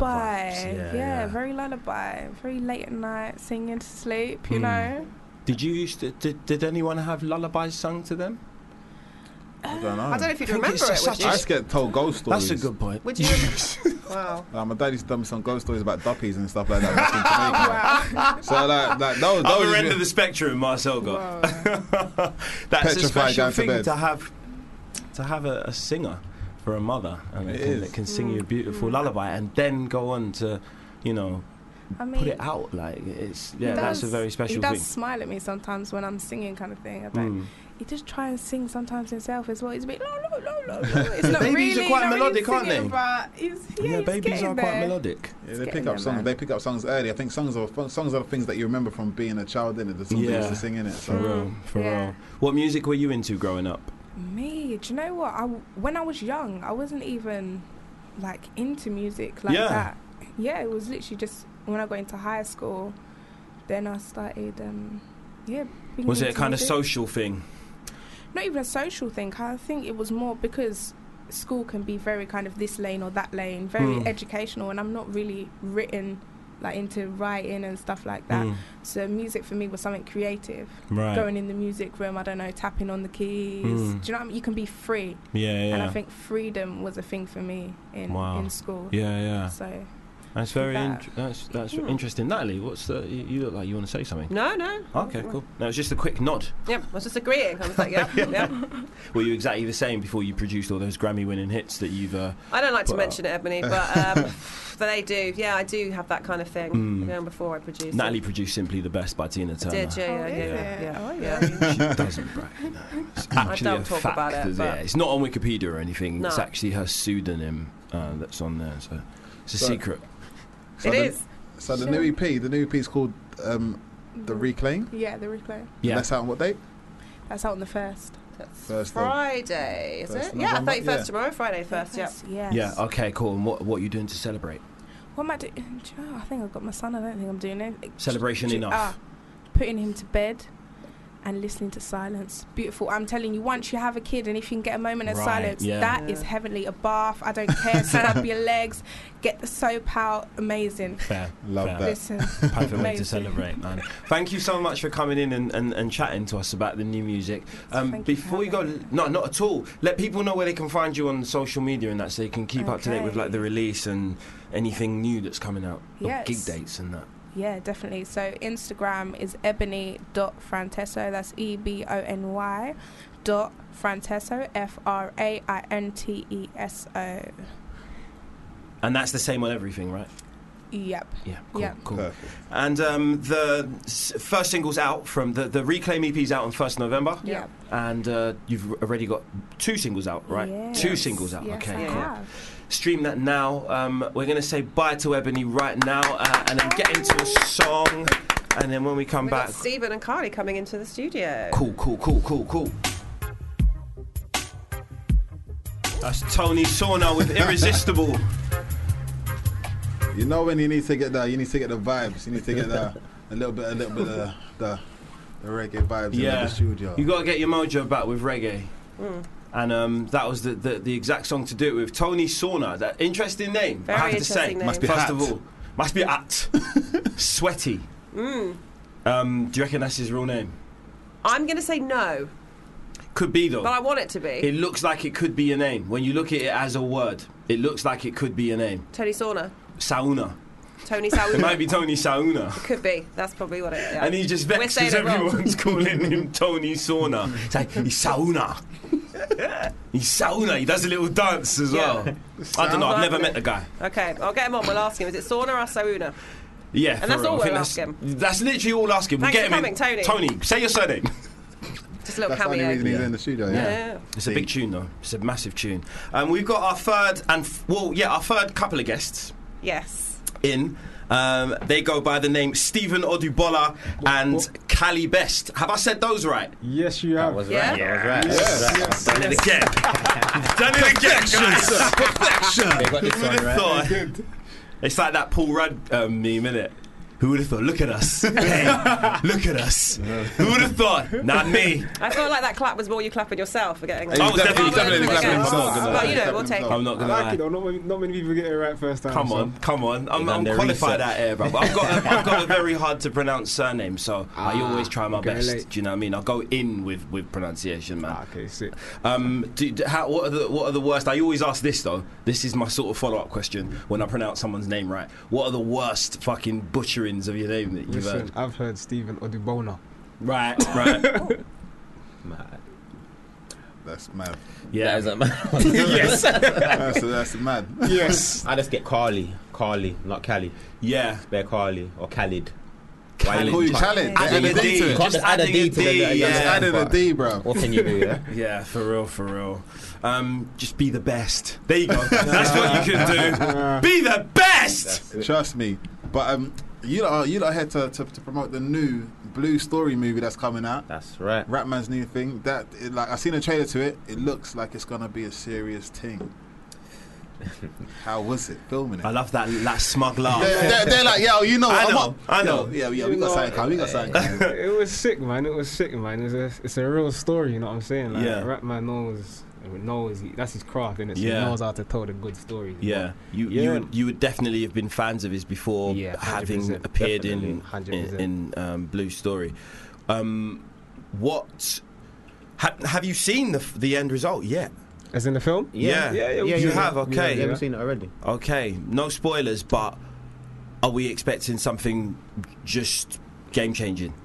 [SPEAKER 2] vibes, yeah,
[SPEAKER 9] Yeah,
[SPEAKER 2] yeah.
[SPEAKER 9] very lullaby, very late at night singing to sleep. You
[SPEAKER 3] Mm.
[SPEAKER 9] know,
[SPEAKER 3] Did you used to? Did, did anyone have lullabies sung to them?
[SPEAKER 4] I don't
[SPEAKER 9] Uh,
[SPEAKER 4] know.
[SPEAKER 5] I don't know if you'd
[SPEAKER 3] I think
[SPEAKER 5] remember
[SPEAKER 3] it's
[SPEAKER 5] it.
[SPEAKER 3] such
[SPEAKER 5] would
[SPEAKER 4] I
[SPEAKER 5] you?
[SPEAKER 4] just get told ghost stories.
[SPEAKER 3] That's a good point. (laughs)
[SPEAKER 5] Would you? wow.
[SPEAKER 4] Like, my dad used to tell me some ghost stories about duppies and stuff like that.
[SPEAKER 9] (laughs)
[SPEAKER 4] Back in
[SPEAKER 5] (laughs)
[SPEAKER 4] Jamaica. so like, like that was that
[SPEAKER 7] Other
[SPEAKER 4] was
[SPEAKER 7] end
[SPEAKER 4] re-
[SPEAKER 7] of the spectrum, Marcel got.
[SPEAKER 3] (laughs) That's a
[SPEAKER 4] Petrified
[SPEAKER 3] special
[SPEAKER 4] going to
[SPEAKER 3] thing to,
[SPEAKER 4] bed.
[SPEAKER 3] have. To have a, a singer for a mother and
[SPEAKER 4] It
[SPEAKER 3] that can,
[SPEAKER 4] is.
[SPEAKER 3] that can sing
[SPEAKER 9] Mm.
[SPEAKER 3] you a beautiful lullaby and then go on to, you know,
[SPEAKER 9] I mean,
[SPEAKER 3] put it out. Like it's yeah,
[SPEAKER 9] he
[SPEAKER 3] that's a
[SPEAKER 9] does-
[SPEAKER 3] very
[SPEAKER 9] He
[SPEAKER 3] special
[SPEAKER 9] does
[SPEAKER 3] thing.
[SPEAKER 9] smile at me sometimes when I'm singing, kind of thing. I'm like,
[SPEAKER 3] Mm.
[SPEAKER 9] he just try and sing sometimes himself as well. He's a bit no, no,
[SPEAKER 3] (laughs)
[SPEAKER 9] no, no, no. It's not
[SPEAKER 3] Babies are
[SPEAKER 9] really,
[SPEAKER 3] quite
[SPEAKER 9] not really
[SPEAKER 3] melodic, aren't
[SPEAKER 9] singing,
[SPEAKER 3] they?
[SPEAKER 9] But he's, yeah,
[SPEAKER 3] yeah,
[SPEAKER 9] he's
[SPEAKER 3] babies
[SPEAKER 9] getting
[SPEAKER 3] are
[SPEAKER 9] there.
[SPEAKER 3] quite melodic.
[SPEAKER 4] Yeah, they pick
[SPEAKER 9] getting
[SPEAKER 4] up
[SPEAKER 9] there,
[SPEAKER 4] songs.
[SPEAKER 9] man.
[SPEAKER 4] They pick up songs early. I think songs are fun- songs are the things that you remember from being a child. In it, the songs
[SPEAKER 3] Yeah.
[SPEAKER 4] they used to sing in it.
[SPEAKER 3] For
[SPEAKER 4] So
[SPEAKER 3] real, for
[SPEAKER 9] Mm. yeah.
[SPEAKER 3] real. What music were you into growing up?
[SPEAKER 9] Me, do you know what? I w- when I was young, I wasn't even like into music like
[SPEAKER 3] Yeah.
[SPEAKER 9] that. yeah, it was literally just when I got into high school, then I started. Um, yeah. being
[SPEAKER 3] Was it a
[SPEAKER 9] into
[SPEAKER 3] kind of
[SPEAKER 9] music.
[SPEAKER 3] social thing?
[SPEAKER 9] Not even a social thing. I think it was more because school can be very kind of this lane or that lane, very
[SPEAKER 3] Mm.
[SPEAKER 9] educational, and I'm not really written like into writing and stuff like that.
[SPEAKER 3] Mm,
[SPEAKER 9] So music for me was something creative.
[SPEAKER 3] right.
[SPEAKER 9] Going in the music room, I don't know, tapping on the
[SPEAKER 3] Mm.
[SPEAKER 9] keys. Do you know what I mean? You can be free,
[SPEAKER 3] yeah,
[SPEAKER 9] and I think freedom was a thing for me in
[SPEAKER 3] Wow.
[SPEAKER 9] in school.
[SPEAKER 3] yeah, yeah.
[SPEAKER 9] So
[SPEAKER 3] That's very
[SPEAKER 9] that.
[SPEAKER 3] int- that's that's
[SPEAKER 5] Hmm.
[SPEAKER 3] interesting. Natalie, what's the? You, you look like you want to say something.
[SPEAKER 5] No, no.
[SPEAKER 3] Okay, cool. No, it's just a quick nod.
[SPEAKER 5] Yep, I was just agreeing. I was
[SPEAKER 4] (laughs)
[SPEAKER 5] like, yep, yep.
[SPEAKER 3] Were you exactly the same before you produced all those Grammy-winning hits that you've? Uh,
[SPEAKER 5] I don't like to
[SPEAKER 3] Wow.
[SPEAKER 5] mention it, Ebony,
[SPEAKER 4] uh,
[SPEAKER 5] but um,
[SPEAKER 4] (laughs)
[SPEAKER 5] but they do. Yeah, I do have that kind of thing.
[SPEAKER 3] Mm.
[SPEAKER 4] Hmm.
[SPEAKER 5] You know, before I produce.
[SPEAKER 3] Natalie produced "Simply the Best" by Tina
[SPEAKER 5] it.
[SPEAKER 3] Turner.
[SPEAKER 5] Did you? Yeah,
[SPEAKER 9] Oh,
[SPEAKER 5] yeah,
[SPEAKER 9] is
[SPEAKER 5] yeah,
[SPEAKER 9] it?
[SPEAKER 5] yeah,
[SPEAKER 9] Oh,
[SPEAKER 3] (laughs)
[SPEAKER 5] yeah.
[SPEAKER 3] She doesn't brag. No. It's actually
[SPEAKER 5] don't
[SPEAKER 3] a
[SPEAKER 5] talk
[SPEAKER 3] fact.
[SPEAKER 5] about it,
[SPEAKER 3] is- yeah,
[SPEAKER 5] but-
[SPEAKER 3] it's not on Wikipedia or anything. It's
[SPEAKER 5] No.
[SPEAKER 3] actually her pseudonym uh, that's on there. So it's a
[SPEAKER 4] So-
[SPEAKER 3] secret.
[SPEAKER 4] So
[SPEAKER 5] It
[SPEAKER 4] the,
[SPEAKER 5] is.
[SPEAKER 4] So the new EP, the new EP is called um, the Reclaim.
[SPEAKER 9] yeah, the replay.
[SPEAKER 4] Yeah.
[SPEAKER 3] Yeah.
[SPEAKER 4] That's out on what date?
[SPEAKER 9] That's out on the first.
[SPEAKER 5] That's
[SPEAKER 4] First of-
[SPEAKER 5] Friday, is
[SPEAKER 4] first
[SPEAKER 5] it?
[SPEAKER 4] of
[SPEAKER 5] Yeah,
[SPEAKER 4] November,
[SPEAKER 5] thirty first
[SPEAKER 4] yeah.
[SPEAKER 5] tomorrow, Friday first. Yeah.
[SPEAKER 9] Yes.
[SPEAKER 3] Yeah. Okay. Cool. And what what are you doing to
[SPEAKER 5] (laughs)
[SPEAKER 3] celebrate?
[SPEAKER 9] What am I doing? Do (sighs) you know, I think I've got my son. I don't think I'm doing it.
[SPEAKER 3] Celebration
[SPEAKER 9] Do-
[SPEAKER 3] enough.
[SPEAKER 9] ah, putting him to bed and listening to silence. Beautiful. I'm telling you, once you have a kid and if you can get a moment of
[SPEAKER 3] Right,
[SPEAKER 9] silence, that
[SPEAKER 3] yeah.
[SPEAKER 9] is
[SPEAKER 5] Yeah.
[SPEAKER 9] heavenly. A bath, I don't care.
[SPEAKER 3] (laughs)
[SPEAKER 9] Stand up your legs, get the soap out. Amazing.
[SPEAKER 3] Fair.
[SPEAKER 4] Love
[SPEAKER 3] fair.
[SPEAKER 4] that.
[SPEAKER 9] Listen,
[SPEAKER 3] Perfect way to
[SPEAKER 9] Amazing.
[SPEAKER 3] celebrate, man. Thank you so much for coming in and, and, and chatting to us about the new music. Um,
[SPEAKER 9] Thank you for
[SPEAKER 3] before you go,
[SPEAKER 9] having me.
[SPEAKER 3] no, not at all. Let people know where they can find you on social media and that, so they can keep up to date with like the
[SPEAKER 9] Okay.
[SPEAKER 3] release and anything new that's coming out, or
[SPEAKER 9] Yes.
[SPEAKER 3] gig dates and that.
[SPEAKER 9] yeah, definitely. So Instagram is ebony.frantesso. That's E B O N Y dot frantesso. F R A I N T E S O.
[SPEAKER 3] And that's the same on everything, right?
[SPEAKER 9] Yep.
[SPEAKER 3] Yeah. Cool.
[SPEAKER 9] Yeah.
[SPEAKER 3] Cool.
[SPEAKER 4] Perfect.
[SPEAKER 3] And um, the s- first single's out from the the Reclaim EP's out on first November,
[SPEAKER 9] Yep.
[SPEAKER 3] and uh, you've already got two singles out, right? Two
[SPEAKER 9] Yes.
[SPEAKER 3] singles out.
[SPEAKER 9] Yes,
[SPEAKER 3] okay.
[SPEAKER 9] I
[SPEAKER 3] cool.
[SPEAKER 9] have.
[SPEAKER 3] stream that now. Um, we're going to say bye to Ebony right now uh, and then get into a song. And then when we come
[SPEAKER 5] We've
[SPEAKER 3] back.
[SPEAKER 5] got Stephen and Carly coming into the studio.
[SPEAKER 3] Cool, cool, cool, cool, cool. That's Tony Sauna (laughs) with Irresistible.
[SPEAKER 4] You know when you need to get the you need to get the vibes. You need to get the a little bit a little bit of the, the reggae vibes in
[SPEAKER 3] Yeah.
[SPEAKER 4] the studio.
[SPEAKER 3] you got to get your mojo back with reggae.
[SPEAKER 5] Hmm.
[SPEAKER 3] And um, that was the, the, the exact song to do it with. Tony Sauna. That interesting name,
[SPEAKER 5] Very
[SPEAKER 3] I have to say.
[SPEAKER 5] interesting name. Must
[SPEAKER 4] be
[SPEAKER 3] First
[SPEAKER 4] hot.
[SPEAKER 3] of all, must be
[SPEAKER 5] (laughs)
[SPEAKER 3] at. Sweaty.
[SPEAKER 5] Hmm.
[SPEAKER 3] Um, do you reckon that's his real name?
[SPEAKER 5] I'm going to say no,
[SPEAKER 3] Could be though.
[SPEAKER 5] but I want it to be
[SPEAKER 3] It looks like it could be a name. When you look at it as a word, it looks like it could be a name.
[SPEAKER 5] Tony Sauna,
[SPEAKER 3] Sauna. (laughs)
[SPEAKER 5] Tony
[SPEAKER 3] It might
[SPEAKER 5] Sauna.
[SPEAKER 3] be Tony Sauna.
[SPEAKER 5] Could be. That's probably what it. Yeah.
[SPEAKER 3] And he just
[SPEAKER 5] We're
[SPEAKER 3] vexed
[SPEAKER 5] saying
[SPEAKER 3] because
[SPEAKER 5] it wrong.
[SPEAKER 3] everyone's calling him Tony Sauna. It's like, he's Sauna.
[SPEAKER 5] (laughs)
[SPEAKER 3] he's Sauna. He does a little dance as
[SPEAKER 5] Yeah.
[SPEAKER 3] well. I don't know. I've never met the guy.
[SPEAKER 5] Okay, I'll get him on. We'll ask him. Is it sauna or sauna?
[SPEAKER 3] Yeah,
[SPEAKER 5] that's
[SPEAKER 3] real.
[SPEAKER 5] all
[SPEAKER 3] I think
[SPEAKER 5] we'll
[SPEAKER 3] that's,
[SPEAKER 5] ask him.
[SPEAKER 3] That's literally all I'll ask him. We'll
[SPEAKER 5] Thanks
[SPEAKER 3] get
[SPEAKER 5] for
[SPEAKER 3] him in.
[SPEAKER 5] coming, Tony.
[SPEAKER 3] Tony, say your surname.
[SPEAKER 5] Just a little
[SPEAKER 4] That's the only
[SPEAKER 5] cameo.
[SPEAKER 4] reason he's
[SPEAKER 3] Yeah.
[SPEAKER 4] in the studio.
[SPEAKER 5] Yeah,
[SPEAKER 4] Yeah.
[SPEAKER 5] yeah, yeah.
[SPEAKER 3] It's a
[SPEAKER 4] See.
[SPEAKER 3] big tune, though. It's a massive tune. Um, we've got our third and f- well, yeah, our third couple of guests.
[SPEAKER 5] Yes.
[SPEAKER 3] in. Um, they go by the name Stephen Odubola and Callie Best. Have I said those right?
[SPEAKER 8] Yes, you have.
[SPEAKER 5] Yeah.
[SPEAKER 2] That was right.
[SPEAKER 4] Yes.
[SPEAKER 3] Done it again.
[SPEAKER 4] (laughs)
[SPEAKER 3] Done it again, guys. (laughs)
[SPEAKER 2] They got this
[SPEAKER 3] Who would
[SPEAKER 2] one
[SPEAKER 3] have
[SPEAKER 2] right.
[SPEAKER 3] thought? It's like that Paul Rudd um, meme, innit? Who would have thought? Look at
[SPEAKER 4] (laughs)
[SPEAKER 3] us. Hey, look at us. Who would have thought? Not me.
[SPEAKER 5] I feel like that clap was more you clapping yourself for getting.
[SPEAKER 3] I was definitely,
[SPEAKER 5] He's definitely
[SPEAKER 3] clapping
[SPEAKER 5] clapping
[SPEAKER 3] himself.
[SPEAKER 5] himself. But, you know, we'll take it.
[SPEAKER 3] I'm not
[SPEAKER 8] I
[SPEAKER 3] gonna
[SPEAKER 8] like it
[SPEAKER 3] lie.
[SPEAKER 8] though. Not many, not many people get it right first time.
[SPEAKER 3] Come
[SPEAKER 8] so.
[SPEAKER 3] on, come on. I'm,
[SPEAKER 2] They've done
[SPEAKER 3] I'm
[SPEAKER 2] their
[SPEAKER 3] qualified
[SPEAKER 2] research.
[SPEAKER 3] out here, bro. But
[SPEAKER 2] (laughs)
[SPEAKER 3] I've got a, I've got a very hard to pronounce surname, so I
[SPEAKER 8] Ah,
[SPEAKER 3] always try my
[SPEAKER 8] okay,
[SPEAKER 3] best.
[SPEAKER 8] relate.
[SPEAKER 3] Do you know what I mean? I go in with, with pronunciation, man.
[SPEAKER 8] Ah, okay, sick.
[SPEAKER 3] Um, do, do- how, what, are the, what are the worst? I always ask this though. This is my sort of follow up question when I pronounce someone's name right. What are the worst fucking butcherings of your name that you've
[SPEAKER 8] Listen,
[SPEAKER 3] heard?
[SPEAKER 8] I've heard Stephen Odubona.
[SPEAKER 3] Right, right.
[SPEAKER 8] (laughs)
[SPEAKER 2] Mad.
[SPEAKER 4] That's mad.
[SPEAKER 2] That
[SPEAKER 3] (laughs) Yeah.
[SPEAKER 2] is a mad.
[SPEAKER 8] yes.
[SPEAKER 4] That's, that's mad.
[SPEAKER 8] yes.
[SPEAKER 2] I just get Carly. Carly, not Cali.
[SPEAKER 3] yeah.
[SPEAKER 2] Spare Carly or Khalid.
[SPEAKER 4] I
[SPEAKER 2] Why
[SPEAKER 4] call you
[SPEAKER 2] you-
[SPEAKER 4] Khaled. They
[SPEAKER 2] Adding
[SPEAKER 4] added
[SPEAKER 2] a
[SPEAKER 4] a D to
[SPEAKER 2] D.
[SPEAKER 4] it.
[SPEAKER 2] Can't just add a
[SPEAKER 3] adding
[SPEAKER 2] D to the- the-
[SPEAKER 4] Just
[SPEAKER 3] yeah.
[SPEAKER 4] added a D, bro.
[SPEAKER 2] What can you do, yeah?
[SPEAKER 3] Yeah, for real, for real. Um, just be the best. There you go. (laughs) That's what you can do. Be the best.
[SPEAKER 4] Trust me. But um, you lot are you lot are here to, to, to promote the new Blue Story movie that's coming out.
[SPEAKER 2] That's right.
[SPEAKER 4] Ratman's new thing. That it, like I seen a trailer to it. It looks like it's gonna be a serious thing. How was it filming it?
[SPEAKER 3] I love that that smug laugh.
[SPEAKER 4] They're, they're, they're like, yo, you know,
[SPEAKER 3] I
[SPEAKER 4] I'm
[SPEAKER 3] know,
[SPEAKER 4] up.
[SPEAKER 3] I know.
[SPEAKER 4] Yo, yeah, yeah, we got something coming. We got something coming.
[SPEAKER 8] it was sick, man. It was sick, man. It's a, it's a real story, you know what I'm saying? Like,
[SPEAKER 3] Yeah.
[SPEAKER 8] Rap man knows, knows he, that's his craft, innit? So
[SPEAKER 3] Yeah.
[SPEAKER 8] He knows how to tell the good stories.
[SPEAKER 3] Yeah, you
[SPEAKER 8] Yeah.
[SPEAKER 3] you would, you would definitely have been fans of his before
[SPEAKER 8] Yeah, 100%,
[SPEAKER 3] having appeared in
[SPEAKER 8] definitely,
[SPEAKER 3] in,
[SPEAKER 8] 100%.
[SPEAKER 3] in um, Blue Story. Um, what ha, have you seen the f- the end result yet?
[SPEAKER 8] As in the film?
[SPEAKER 3] Yeah.
[SPEAKER 8] Yeah, yeah,
[SPEAKER 3] you
[SPEAKER 8] yeah,
[SPEAKER 3] have.
[SPEAKER 8] yeah.
[SPEAKER 3] Okay,
[SPEAKER 8] Yeah,
[SPEAKER 10] Have you seen it already?
[SPEAKER 3] okay. No spoilers, but are we expecting something just game changing?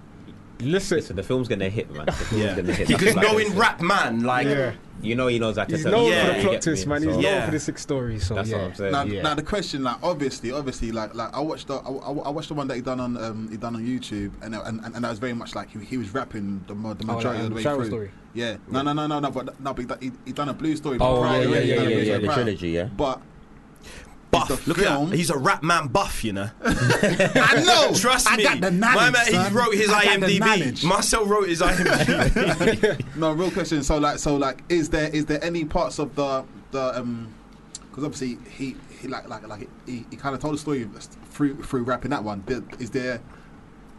[SPEAKER 8] Listen,
[SPEAKER 10] Listen, the film's gonna hit, man. The film's
[SPEAKER 3] Yeah,
[SPEAKER 10] gonna hit.
[SPEAKER 3] because
[SPEAKER 10] Like,
[SPEAKER 3] knowing
[SPEAKER 10] listen,
[SPEAKER 3] Rap Man, like
[SPEAKER 8] yeah.
[SPEAKER 10] you know he knows how to
[SPEAKER 8] He's
[SPEAKER 10] sell.
[SPEAKER 8] known
[SPEAKER 3] Yeah,
[SPEAKER 8] for the
[SPEAKER 3] you
[SPEAKER 8] plot
[SPEAKER 10] get me?
[SPEAKER 8] twist, man. He's
[SPEAKER 10] So,
[SPEAKER 3] Yeah.
[SPEAKER 8] known for the six stories. So
[SPEAKER 10] That's
[SPEAKER 8] yeah.
[SPEAKER 10] what I'm saying.
[SPEAKER 3] (laughs)
[SPEAKER 4] Now,
[SPEAKER 10] yeah.
[SPEAKER 4] now the question, like obviously, obviously, like like I watched the I, I- I watched the one that he done on um, he done on YouTube, and and and, and that was very much like he, he was rapping the, mo- the
[SPEAKER 8] Oh, like,
[SPEAKER 4] majority
[SPEAKER 8] um,
[SPEAKER 4] of the way
[SPEAKER 8] Travel
[SPEAKER 4] through.
[SPEAKER 8] Story.
[SPEAKER 4] Yeah, no, no, no, no, no, but no, but he, he done a blue story.
[SPEAKER 10] Oh,
[SPEAKER 4] prior,
[SPEAKER 10] yeah, yeah,
[SPEAKER 4] he
[SPEAKER 10] yeah,
[SPEAKER 4] done
[SPEAKER 10] yeah,
[SPEAKER 4] a Blue
[SPEAKER 10] yeah,
[SPEAKER 4] Story
[SPEAKER 10] the
[SPEAKER 4] prior.
[SPEAKER 10] trilogy, yeah.
[SPEAKER 4] But
[SPEAKER 3] buff.
[SPEAKER 4] the
[SPEAKER 3] Look at
[SPEAKER 4] film.
[SPEAKER 3] that. He's a Rap Man buff, you know.
[SPEAKER 4] (laughs) I
[SPEAKER 3] (laughs)
[SPEAKER 4] know.
[SPEAKER 3] Trust
[SPEAKER 4] I
[SPEAKER 3] me.
[SPEAKER 4] got the knowledge.
[SPEAKER 3] My man,
[SPEAKER 4] son.
[SPEAKER 3] he wrote his
[SPEAKER 4] I got
[SPEAKER 3] IMDb.
[SPEAKER 4] the knowledge.
[SPEAKER 3] Marcel wrote his
[SPEAKER 4] (laughs)
[SPEAKER 3] IMDb.
[SPEAKER 4] No, real question. So like, so like, is there is there any parts of the the um? Because obviously he he like like like he, he kind of told the story through through rapping that one. Did- Is there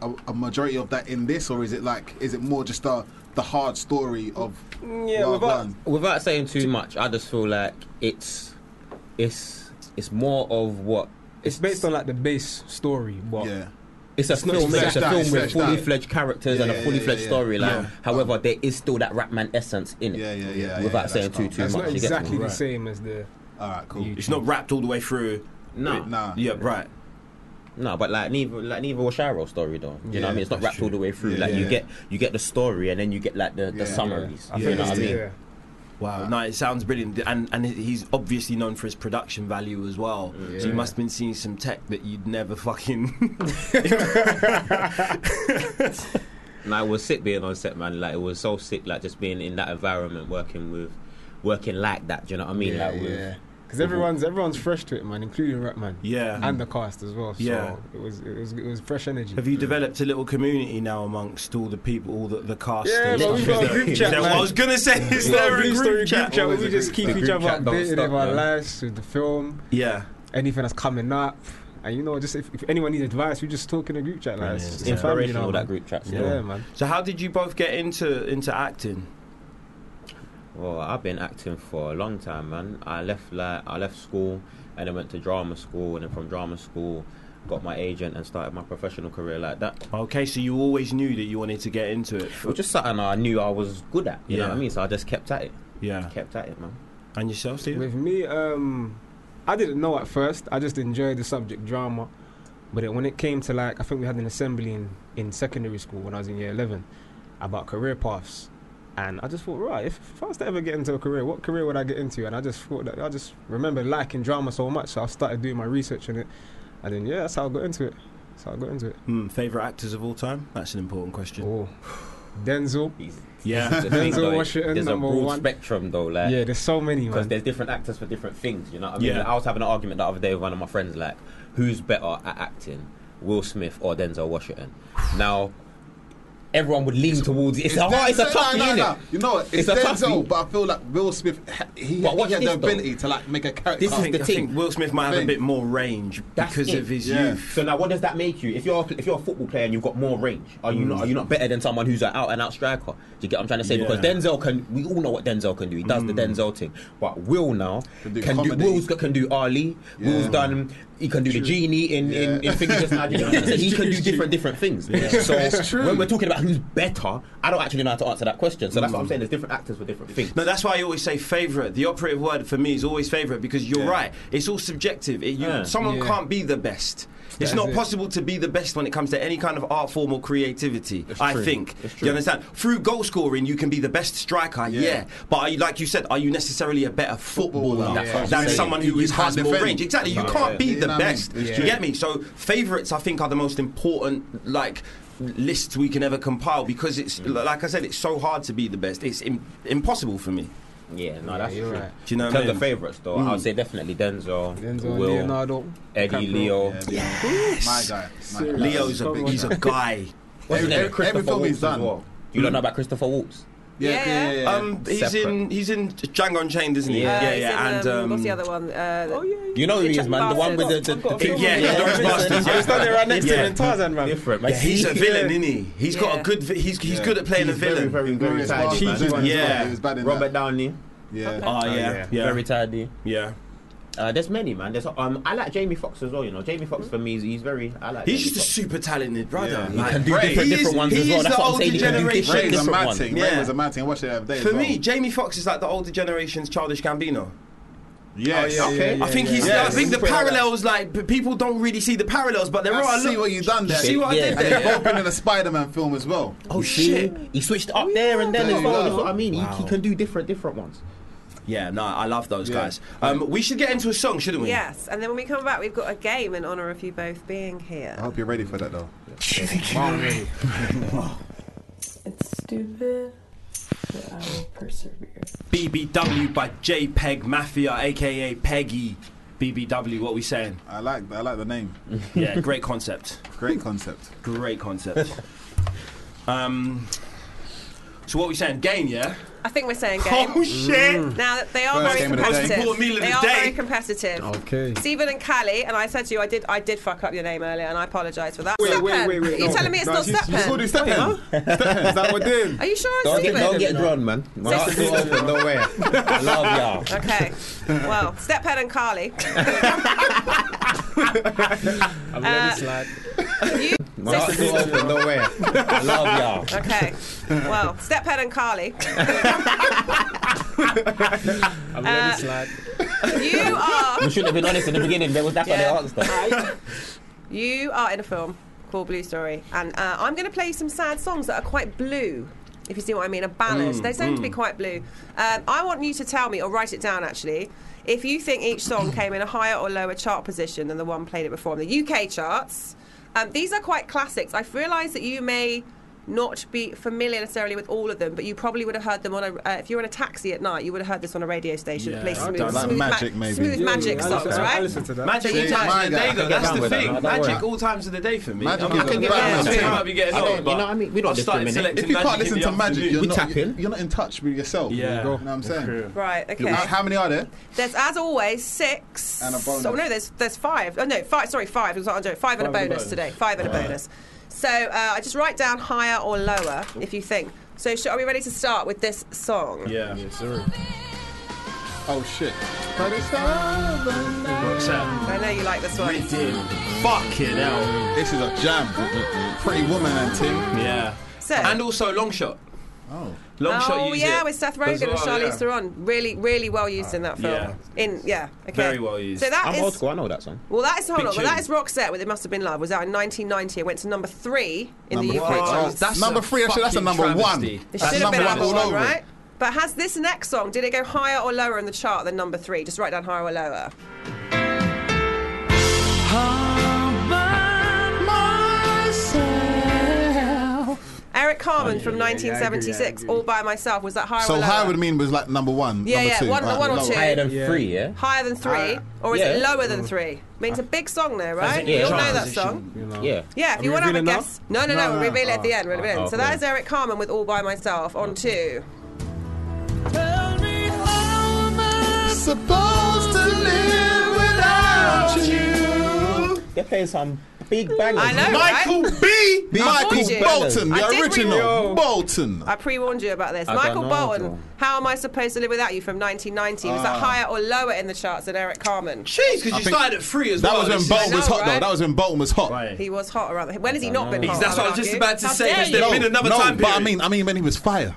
[SPEAKER 4] a, a majority of that in this, or is it like is it more just the the hard story of
[SPEAKER 8] Mm, Yeah,
[SPEAKER 4] Wild
[SPEAKER 8] without-
[SPEAKER 4] One?
[SPEAKER 10] Without saying too much, I just feel like it's it's it's more of what
[SPEAKER 8] It's based on like the base story, but
[SPEAKER 4] Yeah,
[SPEAKER 10] It's a
[SPEAKER 4] not
[SPEAKER 10] film. It's
[SPEAKER 4] fleshed
[SPEAKER 10] a
[SPEAKER 4] out,
[SPEAKER 10] film
[SPEAKER 4] it's
[SPEAKER 10] with
[SPEAKER 4] fleshed
[SPEAKER 10] fully
[SPEAKER 4] out.
[SPEAKER 10] fledged characters
[SPEAKER 4] Yeah,
[SPEAKER 10] and
[SPEAKER 4] yeah,
[SPEAKER 10] a fully
[SPEAKER 4] yeah,
[SPEAKER 10] fledged
[SPEAKER 4] yeah.
[SPEAKER 10] storyline.
[SPEAKER 4] Yeah.
[SPEAKER 10] However, there is still that Ratman essence in it.
[SPEAKER 4] yeah, yeah, yeah. yeah
[SPEAKER 10] Without
[SPEAKER 4] that's
[SPEAKER 10] saying too-
[SPEAKER 4] calm.
[SPEAKER 10] too
[SPEAKER 4] That's
[SPEAKER 8] it's
[SPEAKER 10] much,
[SPEAKER 8] not
[SPEAKER 4] calm.
[SPEAKER 10] you get
[SPEAKER 8] exactly
[SPEAKER 10] me.
[SPEAKER 8] the
[SPEAKER 10] Right.
[SPEAKER 8] same as the.
[SPEAKER 4] All right, cool.
[SPEAKER 8] You-
[SPEAKER 3] it's not wrapped all the way through.
[SPEAKER 10] No,
[SPEAKER 4] Nah.
[SPEAKER 3] Yeah, right.
[SPEAKER 10] no, but like neither like neither was Shiro story though. You know what I
[SPEAKER 4] Yeah,
[SPEAKER 10] mean? It's not
[SPEAKER 4] that's
[SPEAKER 10] wrapped all the way through.
[SPEAKER 4] Yeah,
[SPEAKER 10] like you
[SPEAKER 4] yeah.
[SPEAKER 10] get you get the story and then you get like the,
[SPEAKER 4] Yeah.
[SPEAKER 10] the summaries.
[SPEAKER 8] I
[SPEAKER 10] You
[SPEAKER 8] think
[SPEAKER 10] know
[SPEAKER 8] it's
[SPEAKER 10] what I mean?
[SPEAKER 8] yeah.
[SPEAKER 3] Wow, no, it sounds brilliant, and and he's obviously known for his production value as well. So you
[SPEAKER 8] Yeah.
[SPEAKER 3] must have been seeing some tech that you'd never fucking. (laughs)
[SPEAKER 10] And I was sick being on set, man. Like it was so sick, like just being in that environment, working with, working like that. Do you know what I mean? like with,
[SPEAKER 8] yeah. Because everyone's everyone's fresh to it, man, including Ratman
[SPEAKER 3] yeah.
[SPEAKER 8] and the cast as well. So
[SPEAKER 3] Yeah.
[SPEAKER 8] it was it was it was fresh energy.
[SPEAKER 3] have you developed a little community now amongst all the people, all the, the cast?
[SPEAKER 8] Yeah,
[SPEAKER 3] and
[SPEAKER 8] but
[SPEAKER 10] we've
[SPEAKER 3] stuff?
[SPEAKER 10] got a
[SPEAKER 3] Is there-
[SPEAKER 8] group
[SPEAKER 3] is
[SPEAKER 8] chat,
[SPEAKER 3] there-
[SPEAKER 8] man.
[SPEAKER 3] I was gonna say, is
[SPEAKER 8] It's not
[SPEAKER 3] there a group, chat?
[SPEAKER 8] where
[SPEAKER 4] Always
[SPEAKER 8] We
[SPEAKER 4] a
[SPEAKER 8] just
[SPEAKER 4] group
[SPEAKER 8] keep
[SPEAKER 10] chat.
[SPEAKER 8] each
[SPEAKER 10] Group
[SPEAKER 8] other
[SPEAKER 10] chat don't
[SPEAKER 8] updated
[SPEAKER 10] stop,
[SPEAKER 8] about
[SPEAKER 10] man.
[SPEAKER 8] lives, with the film,
[SPEAKER 3] Yeah,
[SPEAKER 8] anything that's coming up, and you know, just if, if anyone needs advice, we just talk in a group chat. Like,
[SPEAKER 3] Brilliant.
[SPEAKER 8] it's, it's
[SPEAKER 10] it's
[SPEAKER 8] family now,
[SPEAKER 10] inspirational
[SPEAKER 8] man.
[SPEAKER 10] that group chat.
[SPEAKER 8] Yeah,
[SPEAKER 10] Still.
[SPEAKER 8] man.
[SPEAKER 3] So how did you both get into into acting?
[SPEAKER 10] Well, I've been acting for a long time, man. I left like I left school and then went to drama school and then from drama school got my agent and started my professional career like that.
[SPEAKER 3] Okay, so you always knew that you wanted to get into it.
[SPEAKER 10] It was just something I knew I was good at. You
[SPEAKER 3] Yeah.
[SPEAKER 10] know what I mean? So I just kept at it.
[SPEAKER 3] Yeah,
[SPEAKER 10] Kept at it, man.
[SPEAKER 3] and yourself, Steve.
[SPEAKER 8] With me, um, I didn't know at first. I just enjoyed the subject drama. But it, when it came to like, I think we had an assembly in, in secondary school when I was in year 11 about career paths. And I just thought, right, if, if I was to ever get into a career, what career would I get into? And I just thought that I just remember liking drama so much. So I started doing my research on it. And then, yeah, that's how I got into it. That's how I got into it.
[SPEAKER 3] Hmm, favorite actors of all time? That's an important question.
[SPEAKER 8] Oh, Denzel.
[SPEAKER 3] Yeah,
[SPEAKER 10] The thing,
[SPEAKER 8] Denzel
[SPEAKER 10] though, is
[SPEAKER 8] Washington,
[SPEAKER 10] there's a
[SPEAKER 8] number
[SPEAKER 10] broad
[SPEAKER 8] one.
[SPEAKER 10] spectrum though, like
[SPEAKER 8] Yeah, there's so many,
[SPEAKER 10] because
[SPEAKER 8] man.
[SPEAKER 10] there's different actors for different things. You know what (laughs) I mean?
[SPEAKER 3] Yeah.
[SPEAKER 10] Like, I was having an argument the other day with one of my friends, like, who's better at acting, Will Smith or Denzel Washington? now, everyone would lean towards it. It's, a hard, it's a
[SPEAKER 4] Denzel-
[SPEAKER 10] tough
[SPEAKER 4] no, no,
[SPEAKER 10] unit.
[SPEAKER 4] no. You know what?
[SPEAKER 10] It's
[SPEAKER 4] It's,
[SPEAKER 10] a
[SPEAKER 4] Denzel,
[SPEAKER 10] toughie.
[SPEAKER 4] but I feel like Will Smith. ha- He,
[SPEAKER 10] But watch
[SPEAKER 4] he had the
[SPEAKER 10] this, though.
[SPEAKER 4] ability to like make a character.
[SPEAKER 10] This is
[SPEAKER 3] I think,
[SPEAKER 10] the
[SPEAKER 3] I
[SPEAKER 10] thing.
[SPEAKER 3] think Will Smith might have a
[SPEAKER 4] Thing.
[SPEAKER 3] bit more range
[SPEAKER 10] That's
[SPEAKER 3] because
[SPEAKER 10] it.
[SPEAKER 3] of his
[SPEAKER 4] Yeah.
[SPEAKER 3] youth.
[SPEAKER 10] So now, what does that make you? If you're if you're a football player and you've got more range, are you not are you not better than someone who's an out and out striker? Do you get what I'm trying to say? Because
[SPEAKER 3] Yeah.
[SPEAKER 10] Denzel can. We all know what Denzel can do. He does the Denzel thing. But Will now
[SPEAKER 4] Can
[SPEAKER 10] can
[SPEAKER 4] do
[SPEAKER 10] do,
[SPEAKER 4] comedy.
[SPEAKER 10] Will's got- can do Ali. Will's done. He can do the genie in in, in things just now. Do you know
[SPEAKER 4] (laughs)
[SPEAKER 10] what I'm saying? He can do different different things. So
[SPEAKER 4] It's true.
[SPEAKER 10] when we're talking about who's better, I don't actually know how to answer that question. So that's what I'm saying. There's different actors with different things.
[SPEAKER 3] No, that's why I always say favorite. The operative word for me is always favorite because you're right. It's all subjective. It- you-
[SPEAKER 10] Yeah.
[SPEAKER 3] Someone
[SPEAKER 8] Yeah.
[SPEAKER 3] can't be the best. It's
[SPEAKER 8] That
[SPEAKER 3] not
[SPEAKER 8] is it.
[SPEAKER 3] possible to be the best when it comes to any kind of art form or creativity. I
[SPEAKER 10] true.
[SPEAKER 3] think
[SPEAKER 10] It's
[SPEAKER 3] you
[SPEAKER 10] true.
[SPEAKER 3] understand. Through goal scoring, you can be the best striker. Yeah, but are you, like you said, are you necessarily a better footballer
[SPEAKER 4] Footballer, yeah.
[SPEAKER 3] than
[SPEAKER 4] Yeah.
[SPEAKER 3] someone
[SPEAKER 4] You
[SPEAKER 3] who is,
[SPEAKER 4] can't
[SPEAKER 3] has more
[SPEAKER 4] defend.
[SPEAKER 3] range? Exactly. You
[SPEAKER 10] Yeah.
[SPEAKER 3] can't be
[SPEAKER 4] You know
[SPEAKER 3] the
[SPEAKER 4] what I mean?
[SPEAKER 3] best.
[SPEAKER 4] It's
[SPEAKER 3] You
[SPEAKER 4] true.
[SPEAKER 3] get me? So favorites, I think, are the most important. Like lists we can ever compile because it's like I said, it's so hard to be the best. It's Im- impossible for me.
[SPEAKER 10] Yeah, no,
[SPEAKER 8] Yeah,
[SPEAKER 10] that's
[SPEAKER 8] you're
[SPEAKER 10] true.
[SPEAKER 8] right.
[SPEAKER 3] Do you know
[SPEAKER 10] In
[SPEAKER 3] what I
[SPEAKER 10] terms
[SPEAKER 3] mean?
[SPEAKER 10] of favourites, though, I would say definitely Denzel,
[SPEAKER 8] Denzel,
[SPEAKER 10] Will,
[SPEAKER 8] Leonardo,
[SPEAKER 10] Eddie,
[SPEAKER 8] DiCaprio.
[SPEAKER 10] Leo.
[SPEAKER 4] Yeah, yes. My guy. My guy.
[SPEAKER 3] Leo's a
[SPEAKER 8] Come
[SPEAKER 3] big,
[SPEAKER 8] on.
[SPEAKER 3] he's a guy.
[SPEAKER 10] What's his
[SPEAKER 4] Every-
[SPEAKER 10] name?
[SPEAKER 4] every- every
[SPEAKER 10] Christopher
[SPEAKER 4] film he's
[SPEAKER 10] Waltz as
[SPEAKER 4] done.
[SPEAKER 10] well. You don't know about Christopher Waltz?
[SPEAKER 4] Yeah, yeah, yeah. yeah, yeah.
[SPEAKER 3] Um, he's
[SPEAKER 10] Separate.
[SPEAKER 3] in he's in Django Unchained, isn't he?
[SPEAKER 10] Yeah.
[SPEAKER 5] Uh,
[SPEAKER 3] yeah,
[SPEAKER 5] he's
[SPEAKER 3] yeah.
[SPEAKER 5] in,
[SPEAKER 3] And
[SPEAKER 5] um, what's the
[SPEAKER 3] um,
[SPEAKER 5] other one? Uh,
[SPEAKER 9] Oh yeah, yeah.
[SPEAKER 6] You know who he
[SPEAKER 5] Kitchen
[SPEAKER 6] is, man. The one with the, the,
[SPEAKER 5] Bastards.
[SPEAKER 6] the
[SPEAKER 9] I've got a
[SPEAKER 6] thing.
[SPEAKER 9] film
[SPEAKER 3] yeah,
[SPEAKER 9] on that.
[SPEAKER 3] Glorious Bastards,
[SPEAKER 9] I was standing right next to him
[SPEAKER 10] Yeah.
[SPEAKER 9] in Tarzan, man.
[SPEAKER 10] Different, man.
[SPEAKER 3] yeah, he's
[SPEAKER 5] (laughs)
[SPEAKER 3] a villain, isn't he? He's got
[SPEAKER 5] Yeah.
[SPEAKER 3] a good. vi- He's he's good at playing a
[SPEAKER 10] He's Very,
[SPEAKER 3] villain.
[SPEAKER 10] very, very
[SPEAKER 4] Glorious
[SPEAKER 10] tidy.
[SPEAKER 4] Bastards,
[SPEAKER 10] man.
[SPEAKER 4] isn't he?
[SPEAKER 3] Yeah.
[SPEAKER 4] He was bad in
[SPEAKER 10] Robert
[SPEAKER 4] that.
[SPEAKER 10] Downey.
[SPEAKER 4] Yeah.
[SPEAKER 10] Ah,
[SPEAKER 3] Oh yeah,
[SPEAKER 9] yeah.
[SPEAKER 3] yeah,
[SPEAKER 10] Very tidy.
[SPEAKER 3] yeah.
[SPEAKER 10] Uh, there's many, man. There's um, I like Jamie Foxx as well. You know, Jamie Foxx for me, he's, he's very. I like.
[SPEAKER 3] He's
[SPEAKER 10] Jamie
[SPEAKER 3] just a
[SPEAKER 10] Foxx.
[SPEAKER 3] super talented brother.
[SPEAKER 4] Yeah. He
[SPEAKER 3] Like,
[SPEAKER 10] can do
[SPEAKER 3] Bray.
[SPEAKER 10] different-
[SPEAKER 3] He is-
[SPEAKER 10] different ones
[SPEAKER 3] he
[SPEAKER 10] as well.
[SPEAKER 3] is
[SPEAKER 10] That's
[SPEAKER 3] the
[SPEAKER 10] what I'm
[SPEAKER 3] older
[SPEAKER 10] saying, he can do
[SPEAKER 3] generation.
[SPEAKER 10] different-
[SPEAKER 4] Ray was a
[SPEAKER 10] different
[SPEAKER 4] mad
[SPEAKER 10] one.
[SPEAKER 4] thing.
[SPEAKER 3] Yeah.
[SPEAKER 4] Ray was a mad thing. I watched it the other day.
[SPEAKER 3] For
[SPEAKER 4] as well.
[SPEAKER 3] me, Jamie Foxx is like the older generation's childish Gambino.
[SPEAKER 4] yes.
[SPEAKER 10] Oh, yeah, yeah, yeah,
[SPEAKER 3] I think he's.
[SPEAKER 4] yeah.
[SPEAKER 3] I think the
[SPEAKER 4] Yeah.
[SPEAKER 3] parallels, like p- people don't really see the parallels, but there
[SPEAKER 4] I
[SPEAKER 3] are.
[SPEAKER 4] see
[SPEAKER 3] look-
[SPEAKER 4] what you done there.
[SPEAKER 3] See what I
[SPEAKER 10] Yeah.
[SPEAKER 3] did
[SPEAKER 4] And they've
[SPEAKER 3] there.
[SPEAKER 4] both been in a Spider-Man film as well.
[SPEAKER 3] Oh
[SPEAKER 10] You see?
[SPEAKER 3] shit.
[SPEAKER 10] He switched up there and then
[SPEAKER 4] There
[SPEAKER 10] as
[SPEAKER 4] you
[SPEAKER 10] well.
[SPEAKER 4] go.
[SPEAKER 10] That's what I mean. He- He,
[SPEAKER 3] Wow.
[SPEAKER 10] can do different, different ones.
[SPEAKER 3] Yeah, no, I love those
[SPEAKER 4] Yeah.
[SPEAKER 3] guys. Um, we should get into a song, shouldn't we?
[SPEAKER 5] Yes, and then when we come back, we've got a game in honor of you both being here.
[SPEAKER 4] I hope you're ready for that though.
[SPEAKER 6] It's stupid, but I will persevere.
[SPEAKER 3] BBW by JPEG Mafia, aka Peggy. BBW, what we saying?
[SPEAKER 4] I like I like the name.
[SPEAKER 10] (laughs)
[SPEAKER 3] Yeah, great concept.
[SPEAKER 4] Great (laughs) concept.
[SPEAKER 3] Great concept. um, so what we saying? Game, yeah.
[SPEAKER 5] I think
[SPEAKER 3] (laughs)
[SPEAKER 5] we're saying game.
[SPEAKER 3] Oh shit!
[SPEAKER 10] Mm.
[SPEAKER 5] Now that they are
[SPEAKER 4] First
[SPEAKER 5] very
[SPEAKER 4] game of the day.
[SPEAKER 5] competitive.
[SPEAKER 3] Support meal of
[SPEAKER 5] They
[SPEAKER 3] the
[SPEAKER 5] are
[SPEAKER 3] day.
[SPEAKER 5] very competitive.
[SPEAKER 9] Okay.
[SPEAKER 5] Stephen and Callie, and I said to you, I did, I did fuck up your name earlier, and I apologise for that.
[SPEAKER 9] Wait,
[SPEAKER 5] Steppen.
[SPEAKER 9] wait, wait, wait.
[SPEAKER 5] Are you
[SPEAKER 9] no.
[SPEAKER 5] telling me it's
[SPEAKER 9] No,
[SPEAKER 5] not
[SPEAKER 9] she's- she's
[SPEAKER 5] Steppen?
[SPEAKER 9] called it Steppen. Steppen. Is that what we're doing?
[SPEAKER 5] Are you sure it's
[SPEAKER 10] Don't get,
[SPEAKER 5] Stephen?
[SPEAKER 10] don't get drawn, man. My heart's still open, don't worry. I Love y'all.
[SPEAKER 5] Okay. Well, Stephead and Carly.
[SPEAKER 9] I'm
[SPEAKER 5] Uh,
[SPEAKER 9] slide.
[SPEAKER 10] My heart's still open, don't worry. I Love y'all.
[SPEAKER 5] Okay. Well, Stephead and (laughs) Carly.
[SPEAKER 9] I'm
[SPEAKER 5] Uh,
[SPEAKER 9] slide.
[SPEAKER 5] You are
[SPEAKER 10] We should have been honest in the beginning. That was that's
[SPEAKER 5] Yeah.
[SPEAKER 10] what they asked us. (laughs)
[SPEAKER 5] you are in a film called Blue Story, and uh, I'm going to play some sad songs that are quite blue. If you see what I mean, a ballad.
[SPEAKER 10] Mm,
[SPEAKER 5] they seem to be quite blue. Um, I want you to tell me, or write it down actually, if you think
[SPEAKER 10] (clears throat)
[SPEAKER 5] each song came in a higher or lower chart position than the one played it before on the UK charts. Um, these are quite classics. I've realised that you may not be familiar necessarily with all of them, but you probably would have heard them on a. Uh, if you were in a taxi at night, you would have heard this on a radio station.
[SPEAKER 3] Yeah,
[SPEAKER 5] play smooth,
[SPEAKER 4] don't know.
[SPEAKER 5] smooth
[SPEAKER 4] Magic, maybe.
[SPEAKER 5] smooth
[SPEAKER 4] Yeah,
[SPEAKER 5] magic
[SPEAKER 9] I
[SPEAKER 5] songs,
[SPEAKER 9] listen- I
[SPEAKER 5] right?
[SPEAKER 9] listen to that.
[SPEAKER 3] Magic all
[SPEAKER 4] See, my
[SPEAKER 3] times of the
[SPEAKER 4] guy.
[SPEAKER 3] day,
[SPEAKER 4] I
[SPEAKER 3] though. That's
[SPEAKER 4] can
[SPEAKER 10] get
[SPEAKER 3] the
[SPEAKER 10] down with that,
[SPEAKER 3] thing.
[SPEAKER 10] no, don't
[SPEAKER 3] Magic
[SPEAKER 10] worry.
[SPEAKER 3] all times of the day for me. I
[SPEAKER 4] Magic
[SPEAKER 3] mean,
[SPEAKER 4] is
[SPEAKER 3] I
[SPEAKER 4] a
[SPEAKER 3] can get
[SPEAKER 5] bad
[SPEAKER 3] down.
[SPEAKER 5] thing.
[SPEAKER 3] I might be getting
[SPEAKER 10] I don't-
[SPEAKER 3] old,
[SPEAKER 10] you
[SPEAKER 3] but
[SPEAKER 10] know what I mean? We don't
[SPEAKER 3] I started
[SPEAKER 10] discriminate.
[SPEAKER 3] selecting
[SPEAKER 4] If you can't
[SPEAKER 3] magic in
[SPEAKER 4] listen
[SPEAKER 3] the
[SPEAKER 4] to magic,
[SPEAKER 3] afternoon.
[SPEAKER 4] you're
[SPEAKER 10] We
[SPEAKER 4] not,
[SPEAKER 10] tap in.
[SPEAKER 4] you're not in touch with yourself.
[SPEAKER 3] Yeah.
[SPEAKER 4] You know what I'm saying?
[SPEAKER 5] Right. Okay.
[SPEAKER 4] How- How many are there?
[SPEAKER 5] There's as always six.
[SPEAKER 4] And a bonus.
[SPEAKER 5] Oh no, there's there's five. Oh no, five. Sorry, five. It was not under- five, and a bonus, today. Five and a bonus. So uh, I just write down higher or lower if you think. So sh- are we ready to start with this song?
[SPEAKER 3] Yeah.
[SPEAKER 4] Oh shit.
[SPEAKER 3] What's that?
[SPEAKER 5] I know you like this one.
[SPEAKER 3] We did. Fucking hell.
[SPEAKER 4] This is a jam. Pretty woman and Tim.
[SPEAKER 3] Yeah.
[SPEAKER 5] So,
[SPEAKER 3] And also long shot.
[SPEAKER 4] Oh.
[SPEAKER 3] Long shot.
[SPEAKER 5] oh
[SPEAKER 3] used
[SPEAKER 5] yeah,
[SPEAKER 3] it
[SPEAKER 5] with Seth
[SPEAKER 3] as
[SPEAKER 5] Rogen and
[SPEAKER 3] well,
[SPEAKER 5] Charlize
[SPEAKER 3] yeah.
[SPEAKER 5] Theron. Really, really well used in that film.
[SPEAKER 3] Yeah.
[SPEAKER 5] In yeah. Okay.
[SPEAKER 3] Very well used.
[SPEAKER 5] So that
[SPEAKER 10] I'm
[SPEAKER 5] is-
[SPEAKER 10] old school. I know that song.
[SPEAKER 5] Well, that is hold
[SPEAKER 3] Big
[SPEAKER 5] on. Well, that is
[SPEAKER 3] tune.
[SPEAKER 5] Roxette with "It Must Have Been Love." Was out in 1990. It went to number three in
[SPEAKER 4] Number
[SPEAKER 5] the UK.
[SPEAKER 4] three.
[SPEAKER 5] charts.
[SPEAKER 4] Oh, number three, actually, that's a
[SPEAKER 3] fucking
[SPEAKER 4] number one.
[SPEAKER 3] travesty.
[SPEAKER 5] It
[SPEAKER 4] That's
[SPEAKER 5] should have
[SPEAKER 4] number
[SPEAKER 5] been number
[SPEAKER 4] one
[SPEAKER 5] one,
[SPEAKER 4] all over it.
[SPEAKER 5] right? But has this next song, did it go higher or lower in the chart than number three? Just write down higher or lower. Eric Carmen from 1976, All By Myself. Was that higher or
[SPEAKER 4] So
[SPEAKER 5] lower?
[SPEAKER 4] high would mean was like number one,
[SPEAKER 5] Yeah,
[SPEAKER 4] number
[SPEAKER 5] yeah,
[SPEAKER 4] two.
[SPEAKER 5] one-
[SPEAKER 4] right?
[SPEAKER 5] one or
[SPEAKER 4] Lower.
[SPEAKER 5] two.
[SPEAKER 10] Higher than
[SPEAKER 9] Yeah.
[SPEAKER 10] three, yeah.
[SPEAKER 5] Higher than three? or is it
[SPEAKER 10] yeah.
[SPEAKER 5] lower than three? I mean, it's a big song there,
[SPEAKER 3] That's
[SPEAKER 5] right?
[SPEAKER 3] in
[SPEAKER 5] We
[SPEAKER 3] the
[SPEAKER 5] all
[SPEAKER 3] chart
[SPEAKER 5] know that
[SPEAKER 3] position.
[SPEAKER 5] song.
[SPEAKER 9] You know.
[SPEAKER 10] Yeah.
[SPEAKER 5] Yeah, if
[SPEAKER 9] Are
[SPEAKER 5] you
[SPEAKER 9] we
[SPEAKER 5] want to have a
[SPEAKER 9] revealing now?
[SPEAKER 5] guess. No, no, no,
[SPEAKER 4] No,
[SPEAKER 5] we'll
[SPEAKER 4] no.
[SPEAKER 5] reveal it at the end. We'll reveal it. So that
[SPEAKER 10] okay.
[SPEAKER 5] is Eric Carmen with All By Myself on two.
[SPEAKER 4] Supposed to live without you.
[SPEAKER 10] They're playing some big bangers.
[SPEAKER 5] I know,
[SPEAKER 3] Michael B.
[SPEAKER 4] The Michael
[SPEAKER 5] you.
[SPEAKER 4] Bolton,
[SPEAKER 5] I
[SPEAKER 4] the
[SPEAKER 5] did
[SPEAKER 4] original
[SPEAKER 5] read-
[SPEAKER 4] Bolton.
[SPEAKER 5] I pre-warned you about this.
[SPEAKER 10] I don't
[SPEAKER 5] Michael
[SPEAKER 10] know,
[SPEAKER 5] Bolton,
[SPEAKER 10] though.
[SPEAKER 5] How Am I Supposed to Live Without You from 1990. Was that
[SPEAKER 4] Ah.
[SPEAKER 5] higher or lower in the charts than Eric Carmen?
[SPEAKER 3] Jeez, because you
[SPEAKER 4] think-
[SPEAKER 3] started at three as
[SPEAKER 4] That
[SPEAKER 3] well.
[SPEAKER 4] was when
[SPEAKER 3] This
[SPEAKER 4] Bolton
[SPEAKER 5] know,
[SPEAKER 4] was hot,
[SPEAKER 5] right?
[SPEAKER 4] though. That was when Bolton was hot.
[SPEAKER 3] Right.
[SPEAKER 5] He was hot around. When has he not been
[SPEAKER 3] Because
[SPEAKER 5] hot?
[SPEAKER 3] That's
[SPEAKER 5] I
[SPEAKER 3] what I was
[SPEAKER 5] would
[SPEAKER 3] just
[SPEAKER 5] argue?
[SPEAKER 3] about to
[SPEAKER 5] How
[SPEAKER 3] say.
[SPEAKER 5] dare
[SPEAKER 3] Has
[SPEAKER 5] you.
[SPEAKER 3] there been another
[SPEAKER 4] no,
[SPEAKER 3] time
[SPEAKER 4] but
[SPEAKER 3] period?
[SPEAKER 4] I mean, I mean, when he was fire,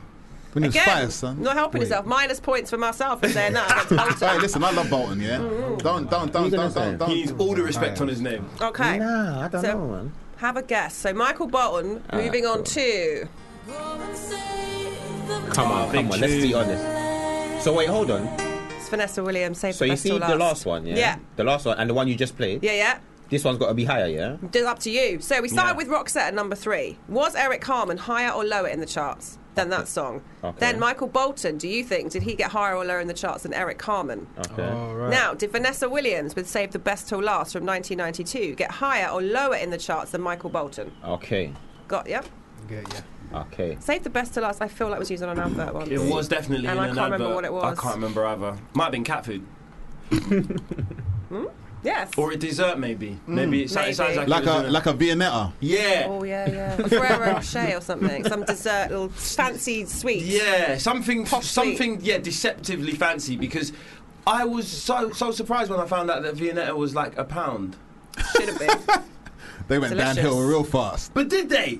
[SPEAKER 4] when he was
[SPEAKER 5] Again,
[SPEAKER 4] fire, son.
[SPEAKER 5] Not helping yourself. Minus points for myself for saying that. against
[SPEAKER 4] Hey,
[SPEAKER 5] Bolton.
[SPEAKER 4] listen, I love Bolton, yeah. Don't, don't, don't, don't, don't,
[SPEAKER 3] he needs
[SPEAKER 4] don't.
[SPEAKER 3] all the respect on his name.
[SPEAKER 5] okay.
[SPEAKER 10] Nah, I don't
[SPEAKER 5] So-
[SPEAKER 10] know, man.
[SPEAKER 5] Have a guess. So Michael Bolton, moving on to.
[SPEAKER 10] Come on, come on. Let's be honest. So wait, hold on.
[SPEAKER 5] It's Vanessa Williams. Save
[SPEAKER 10] So
[SPEAKER 5] the
[SPEAKER 10] you
[SPEAKER 5] best
[SPEAKER 10] see
[SPEAKER 5] till
[SPEAKER 10] the
[SPEAKER 5] last.
[SPEAKER 10] last one, yeah?
[SPEAKER 5] Yeah.
[SPEAKER 10] The last one and the one you just played.
[SPEAKER 5] Yeah, yeah.
[SPEAKER 10] This one's got to be higher, yeah?
[SPEAKER 5] It's up to you. So we started
[SPEAKER 10] Yeah.
[SPEAKER 5] with Roxette at number three. Was Eric Carmen higher or lower in the charts than that song?
[SPEAKER 10] Okay.
[SPEAKER 5] Then Michael Bolton, do you think, did he get higher or lower in the charts than Eric Carmen?
[SPEAKER 10] Okay.
[SPEAKER 3] Oh,
[SPEAKER 9] All right.
[SPEAKER 5] Now, did Vanessa Williams with Save the Best Till Last from 1992 get higher or lower in the charts than Michael Bolton?
[SPEAKER 10] Okay.
[SPEAKER 5] Got ya?
[SPEAKER 9] Okay, yeah.
[SPEAKER 10] Okay.
[SPEAKER 5] Save the best to last. I feel like was used on an advert once.
[SPEAKER 3] It was definitely
[SPEAKER 5] And
[SPEAKER 3] in
[SPEAKER 5] I
[SPEAKER 3] an
[SPEAKER 5] can't remember
[SPEAKER 3] advert.
[SPEAKER 5] what it was.
[SPEAKER 3] I can't remember either. Might have been cat food
[SPEAKER 5] Yes.
[SPEAKER 3] or a dessert, maybe. Maybe it, sounds- it sounds like it
[SPEAKER 4] Mm. Like
[SPEAKER 5] Maybe.
[SPEAKER 3] was
[SPEAKER 4] a
[SPEAKER 3] in
[SPEAKER 4] like a Viennetta.
[SPEAKER 3] yeah.
[SPEAKER 5] Oh yeah,
[SPEAKER 3] (laughs)
[SPEAKER 5] yeah. Or Ferrero Rocher or something. Some dessert, little fancy sweet.
[SPEAKER 3] Yeah, something,
[SPEAKER 5] Pop
[SPEAKER 3] something, yeah, deceptively fancy because I was so so surprised when I found out that Viennetta was like a pound.
[SPEAKER 5] Should have been.
[SPEAKER 4] They went
[SPEAKER 5] Delicious.
[SPEAKER 4] downhill real fast.
[SPEAKER 3] But did
[SPEAKER 4] (laughs)
[SPEAKER 3] they?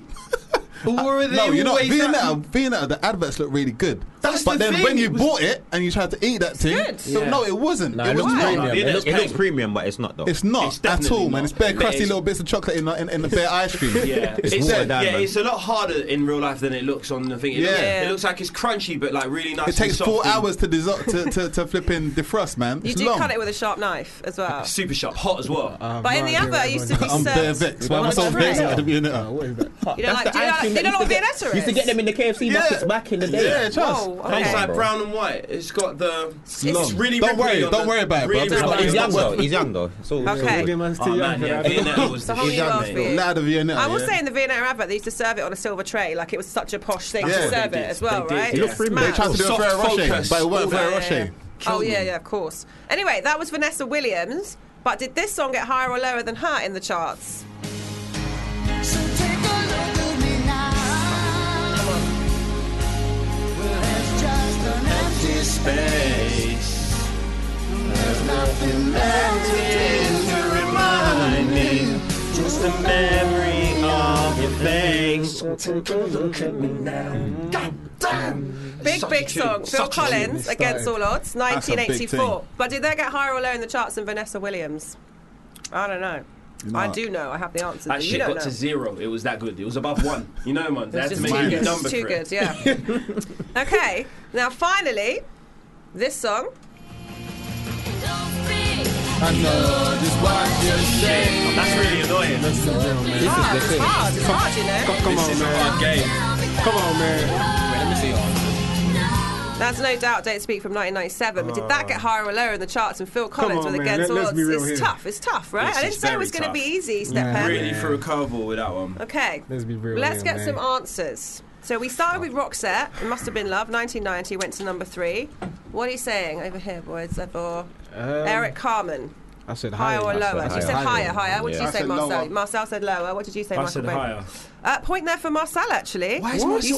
[SPEAKER 3] Or were they
[SPEAKER 4] No, you know,
[SPEAKER 3] always
[SPEAKER 4] Viennetta,
[SPEAKER 3] that-
[SPEAKER 4] Viennetta, the adverts look really good.
[SPEAKER 3] That's
[SPEAKER 4] but
[SPEAKER 3] the
[SPEAKER 4] then
[SPEAKER 3] thing,
[SPEAKER 4] when you
[SPEAKER 3] it was-
[SPEAKER 4] bought it and you tried to eat that thing,
[SPEAKER 5] good.
[SPEAKER 4] so
[SPEAKER 3] Yeah.
[SPEAKER 4] no, it wasn't.
[SPEAKER 10] No,
[SPEAKER 4] it
[SPEAKER 10] it
[SPEAKER 4] was
[SPEAKER 10] looks
[SPEAKER 4] not.
[SPEAKER 10] premium. It,
[SPEAKER 3] Vienna's
[SPEAKER 10] look, it looks
[SPEAKER 3] pale.
[SPEAKER 10] premium, but it's not though.
[SPEAKER 4] It's not
[SPEAKER 3] It's
[SPEAKER 4] at all,
[SPEAKER 3] definitely
[SPEAKER 4] man.
[SPEAKER 3] not.
[SPEAKER 4] It's bare
[SPEAKER 3] But
[SPEAKER 4] crusty
[SPEAKER 3] it's-
[SPEAKER 4] little bits of chocolate in, the- in, in the bare ice cream.
[SPEAKER 3] Yeah,
[SPEAKER 10] It's
[SPEAKER 3] it's,
[SPEAKER 10] watered
[SPEAKER 3] a,
[SPEAKER 10] down,
[SPEAKER 3] yeah
[SPEAKER 10] man.
[SPEAKER 3] it's a lot harder in real life than it looks on the thing. It, looks,
[SPEAKER 4] Yeah.
[SPEAKER 3] it looks like it's crunchy, but like really nice.
[SPEAKER 4] It takes
[SPEAKER 3] and soft
[SPEAKER 4] four
[SPEAKER 3] and
[SPEAKER 4] hours to, deso- to, to, to flip in defrost, man.
[SPEAKER 5] You
[SPEAKER 4] It's
[SPEAKER 5] do
[SPEAKER 4] long.
[SPEAKER 5] cut it with a sharp knife as well.
[SPEAKER 3] Super sharp, hot as well.
[SPEAKER 8] I have
[SPEAKER 5] But
[SPEAKER 8] no
[SPEAKER 5] in the
[SPEAKER 8] idea
[SPEAKER 5] advert,
[SPEAKER 8] what's
[SPEAKER 5] it used
[SPEAKER 8] going
[SPEAKER 5] to be
[SPEAKER 8] on.
[SPEAKER 4] I'm
[SPEAKER 5] served-
[SPEAKER 3] uh,
[SPEAKER 4] bare vexed. Why am I so
[SPEAKER 5] Right.
[SPEAKER 4] vexed at the
[SPEAKER 8] Uh,
[SPEAKER 4] Viennetta?
[SPEAKER 8] what is that?
[SPEAKER 5] You don't like?
[SPEAKER 10] That's
[SPEAKER 5] Do
[SPEAKER 10] the
[SPEAKER 5] you,
[SPEAKER 10] ice
[SPEAKER 5] not,
[SPEAKER 10] cream
[SPEAKER 5] you
[SPEAKER 10] that
[SPEAKER 5] don't know what
[SPEAKER 10] used to get-
[SPEAKER 5] Viennetta is?
[SPEAKER 10] Used to get them in the KFC
[SPEAKER 4] Yeah.
[SPEAKER 10] buckets back in the day.
[SPEAKER 4] Yeah, trust.
[SPEAKER 5] Whoa,
[SPEAKER 3] And
[SPEAKER 5] okay.
[SPEAKER 3] it's like
[SPEAKER 10] bro.
[SPEAKER 3] brown and white. It's got the. It's,
[SPEAKER 4] long.
[SPEAKER 3] really
[SPEAKER 4] Don't
[SPEAKER 3] ripply
[SPEAKER 4] worry,
[SPEAKER 3] on
[SPEAKER 4] don't
[SPEAKER 3] the-
[SPEAKER 4] worry about it, bro.
[SPEAKER 3] really
[SPEAKER 4] Don't
[SPEAKER 3] ripply
[SPEAKER 10] But
[SPEAKER 3] on
[SPEAKER 10] he's
[SPEAKER 3] the
[SPEAKER 10] young though.
[SPEAKER 3] top.
[SPEAKER 10] He's young though. So
[SPEAKER 5] Okay.
[SPEAKER 8] Maybe man's too
[SPEAKER 3] Oh,
[SPEAKER 8] young
[SPEAKER 3] man,
[SPEAKER 8] for
[SPEAKER 3] yeah,
[SPEAKER 8] that.
[SPEAKER 3] Viennetta was.
[SPEAKER 5] It's a whole new
[SPEAKER 3] young,
[SPEAKER 5] world
[SPEAKER 3] mate.
[SPEAKER 5] for you.
[SPEAKER 4] Loud of Viennetta.
[SPEAKER 5] I will
[SPEAKER 4] yeah.
[SPEAKER 5] say in the Vienna advert they used to serve it on a silver tray, like it was such a posh thing
[SPEAKER 4] Yeah.
[SPEAKER 5] to serve
[SPEAKER 3] They
[SPEAKER 5] it
[SPEAKER 3] did.
[SPEAKER 5] as well,
[SPEAKER 3] They did, yeah.
[SPEAKER 5] right?
[SPEAKER 3] It looked
[SPEAKER 5] It's
[SPEAKER 4] They
[SPEAKER 5] mad.
[SPEAKER 4] tried to do a
[SPEAKER 3] Soft
[SPEAKER 4] Ferrero Rocher,
[SPEAKER 3] focus.
[SPEAKER 4] but it wasn't
[SPEAKER 3] All
[SPEAKER 4] Ferrero
[SPEAKER 5] Yeah, yeah,
[SPEAKER 4] Rocher.
[SPEAKER 5] yeah. Oh yeah, yeah, of course. Anyway, that was Vanessa Williams. But did this song get higher or lower than her in the charts?
[SPEAKER 3] space. There's nothing left here to remind me. Just a memory of your face. Take a look at me now. God damn.
[SPEAKER 5] Big,
[SPEAKER 3] Such a
[SPEAKER 5] big
[SPEAKER 3] tune.
[SPEAKER 5] song. Phil
[SPEAKER 3] Such a tune.
[SPEAKER 5] Collins, Against All Odds,
[SPEAKER 4] That's a big
[SPEAKER 5] 1984.
[SPEAKER 4] thing.
[SPEAKER 5] But did that get higher or lower in the charts than Vanessa Williams? I don't know. I do know. I have the answers.
[SPEAKER 3] That
[SPEAKER 5] but you
[SPEAKER 3] shit
[SPEAKER 5] don't
[SPEAKER 3] got
[SPEAKER 5] know.
[SPEAKER 3] to zero. It was that good. It was above one. You know, man. They had to
[SPEAKER 5] It's
[SPEAKER 3] make
[SPEAKER 5] too
[SPEAKER 3] a
[SPEAKER 5] good.
[SPEAKER 3] good number
[SPEAKER 5] It's too
[SPEAKER 3] for
[SPEAKER 5] good,
[SPEAKER 3] it.
[SPEAKER 5] yeah. okay, now finally, this song.
[SPEAKER 4] I know uh, just what you say.
[SPEAKER 3] That's really annoying.
[SPEAKER 5] Hard, it's hard, it's hard, you know.
[SPEAKER 8] Come on,
[SPEAKER 3] This is a
[SPEAKER 8] man.
[SPEAKER 3] hard game.
[SPEAKER 8] Come on, man.
[SPEAKER 5] That's no doubt Don't Speak from 1997, but did that get higher or lower in the charts and Phil Collins
[SPEAKER 8] Oh. on,
[SPEAKER 5] with
[SPEAKER 8] man,
[SPEAKER 5] Against
[SPEAKER 8] let-
[SPEAKER 5] All
[SPEAKER 8] let's
[SPEAKER 5] Odds?
[SPEAKER 8] be real
[SPEAKER 5] It's
[SPEAKER 8] here.
[SPEAKER 5] tough, it's tough, right?
[SPEAKER 3] This
[SPEAKER 5] I
[SPEAKER 3] is
[SPEAKER 5] didn't say it
[SPEAKER 3] very
[SPEAKER 5] was going to
[SPEAKER 3] tough.
[SPEAKER 5] be easy, Step
[SPEAKER 8] Yeah.
[SPEAKER 5] Pam.
[SPEAKER 3] Really threw a curveball with that one.
[SPEAKER 5] Okay,
[SPEAKER 8] Let's be real.
[SPEAKER 5] let's
[SPEAKER 8] here,
[SPEAKER 5] get
[SPEAKER 8] man.
[SPEAKER 5] some answers. So we started with Roxette, It Must Have Been Love, 1990, went to number three. What are you saying over here, boys? Or
[SPEAKER 8] Um,
[SPEAKER 5] Eric Carmen.
[SPEAKER 8] I said
[SPEAKER 5] Higher or
[SPEAKER 8] higher.
[SPEAKER 10] said
[SPEAKER 5] lower? She
[SPEAKER 10] higher.
[SPEAKER 5] said higher, higher. What did
[SPEAKER 10] Yeah.
[SPEAKER 5] you
[SPEAKER 4] I
[SPEAKER 5] say,
[SPEAKER 4] said
[SPEAKER 5] Marcel?
[SPEAKER 4] lower.
[SPEAKER 5] Marcel said lower. What did you say,
[SPEAKER 3] I
[SPEAKER 5] Michael?
[SPEAKER 3] said
[SPEAKER 5] Bray?
[SPEAKER 3] higher.
[SPEAKER 5] Uh, point there for Marcel, actually. you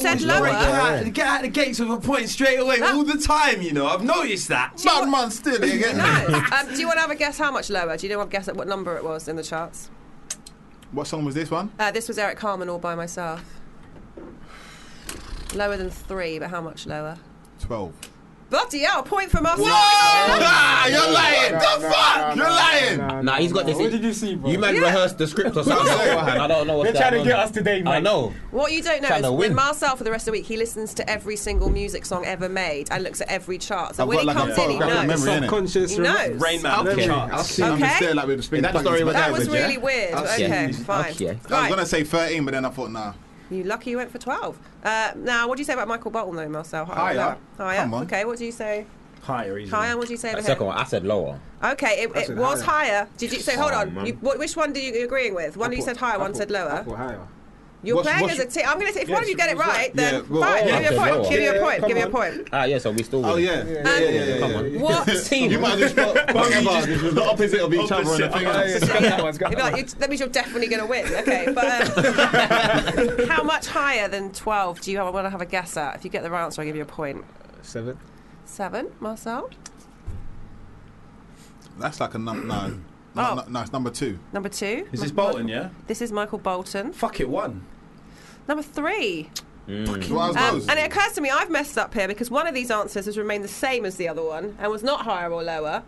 [SPEAKER 5] said
[SPEAKER 3] Always
[SPEAKER 5] lower. Ah.
[SPEAKER 3] Get (laughs) out, get out of the gates with a point straight away all the time, you know. I've noticed that.
[SPEAKER 4] Bad man still again.
[SPEAKER 5] No. um, do you want to have a guess how much lower? Do you want to guess at what number it was in the charts?
[SPEAKER 4] What song was this one?
[SPEAKER 5] Uh, this was Eric Carmen all by myself. Lower than three, but how much lower?
[SPEAKER 4] 12.
[SPEAKER 5] Bloody hell, point for Marcel.
[SPEAKER 4] Ah, you're lying!
[SPEAKER 8] No,
[SPEAKER 4] the
[SPEAKER 8] no,
[SPEAKER 4] fuck?
[SPEAKER 8] no,
[SPEAKER 4] you're
[SPEAKER 8] no,
[SPEAKER 4] lying!
[SPEAKER 8] no,
[SPEAKER 10] Nah,
[SPEAKER 8] no,
[SPEAKER 10] he's got
[SPEAKER 8] no.
[SPEAKER 10] this-
[SPEAKER 8] What did you see, bro?
[SPEAKER 10] You man rehearsed the script or
[SPEAKER 5] (laughs)
[SPEAKER 10] something beforehand. I don't know what's
[SPEAKER 8] They're trying to
[SPEAKER 10] going
[SPEAKER 8] get
[SPEAKER 10] on.
[SPEAKER 8] us today, man.
[SPEAKER 10] I know.
[SPEAKER 5] What you don't know
[SPEAKER 10] Trying
[SPEAKER 5] is
[SPEAKER 10] to
[SPEAKER 5] with
[SPEAKER 10] win.
[SPEAKER 5] Marcel for the rest of the week, he listens to every single music song ever made and looks at every chart. So
[SPEAKER 4] I've
[SPEAKER 5] when
[SPEAKER 4] got
[SPEAKER 5] he
[SPEAKER 4] like a
[SPEAKER 5] comes in, he
[SPEAKER 4] photographic
[SPEAKER 5] knows.
[SPEAKER 4] memory.
[SPEAKER 8] Subconscious.
[SPEAKER 5] He knows.
[SPEAKER 3] Rain Man.
[SPEAKER 8] Memory.
[SPEAKER 10] Okay.
[SPEAKER 8] I've
[SPEAKER 4] I've seen
[SPEAKER 8] seen-
[SPEAKER 4] him
[SPEAKER 5] Okay.
[SPEAKER 4] stare like with the spin.
[SPEAKER 10] That story was
[SPEAKER 5] That was
[SPEAKER 10] Average, yeah?
[SPEAKER 5] really weird. Okay, fine.
[SPEAKER 10] Okay.
[SPEAKER 4] I was
[SPEAKER 5] Right.
[SPEAKER 4] going to say 13, but then I thought, nah.
[SPEAKER 5] You lucky you went for 12. Uh, now, what do you say about Michael Bolton, though, Marcel?
[SPEAKER 4] Higher.
[SPEAKER 5] Higher. Higher.
[SPEAKER 4] Come on.
[SPEAKER 5] Okay, what do you say?
[SPEAKER 3] Higher, easily.
[SPEAKER 5] Higher, what do you say
[SPEAKER 10] The
[SPEAKER 5] about
[SPEAKER 10] second one, I said lower.
[SPEAKER 5] Okay, it, it
[SPEAKER 8] said
[SPEAKER 5] was higher.
[SPEAKER 8] higher.
[SPEAKER 5] Did you? So hold
[SPEAKER 10] Oh,
[SPEAKER 5] on.
[SPEAKER 10] man.
[SPEAKER 5] You, what, which one do you agreeing with? One you said higher, one
[SPEAKER 8] Apple-
[SPEAKER 5] said lower.
[SPEAKER 8] Apple higher.
[SPEAKER 5] You're
[SPEAKER 4] What's-
[SPEAKER 5] playing
[SPEAKER 4] what's-
[SPEAKER 5] as a team. I'm going to say if
[SPEAKER 8] Yeah,
[SPEAKER 5] one of you
[SPEAKER 8] she
[SPEAKER 5] get it
[SPEAKER 8] was
[SPEAKER 5] right,
[SPEAKER 8] right.
[SPEAKER 5] then
[SPEAKER 4] Yeah, well,
[SPEAKER 5] fine.
[SPEAKER 4] oh,
[SPEAKER 5] Give me a
[SPEAKER 10] okay,
[SPEAKER 5] point.
[SPEAKER 10] lower.
[SPEAKER 5] Give me a
[SPEAKER 8] Yeah,
[SPEAKER 5] point.
[SPEAKER 8] come
[SPEAKER 5] Give me a
[SPEAKER 8] on.
[SPEAKER 5] point.
[SPEAKER 10] Ah, yeah, so we still.
[SPEAKER 4] Oh,
[SPEAKER 10] win.
[SPEAKER 4] yeah. Yeah, yeah,
[SPEAKER 5] Um,
[SPEAKER 4] yeah. yeah,
[SPEAKER 10] Come
[SPEAKER 4] yeah.
[SPEAKER 10] on.
[SPEAKER 5] What?
[SPEAKER 4] You might have just put both of us, the opposite of
[SPEAKER 8] Oh,
[SPEAKER 4] each other on the thing.
[SPEAKER 8] Yeah, yeah, that one's got
[SPEAKER 5] You'd be
[SPEAKER 8] that
[SPEAKER 5] like,
[SPEAKER 8] one.
[SPEAKER 5] you, that means you're definitely going to win. Okay, but um, (laughs) how much higher than 12 do you want to have a guess at? If you get the right answer, I'll give you a point.
[SPEAKER 8] Seven.
[SPEAKER 5] Seven, Marcel.
[SPEAKER 4] That's like a number. No. No,
[SPEAKER 5] Oh.
[SPEAKER 4] no, no, it's number two.
[SPEAKER 5] Number two.
[SPEAKER 3] Is this
[SPEAKER 5] Michael-
[SPEAKER 3] Bolton, yeah?
[SPEAKER 5] This is Michael Bolton.
[SPEAKER 3] Fuck it, one.
[SPEAKER 5] Number three.
[SPEAKER 4] What was
[SPEAKER 5] Um,
[SPEAKER 4] those?
[SPEAKER 5] and it occurs to me I've messed up here because one of these answers has remained the same as the other one and was not higher or lower.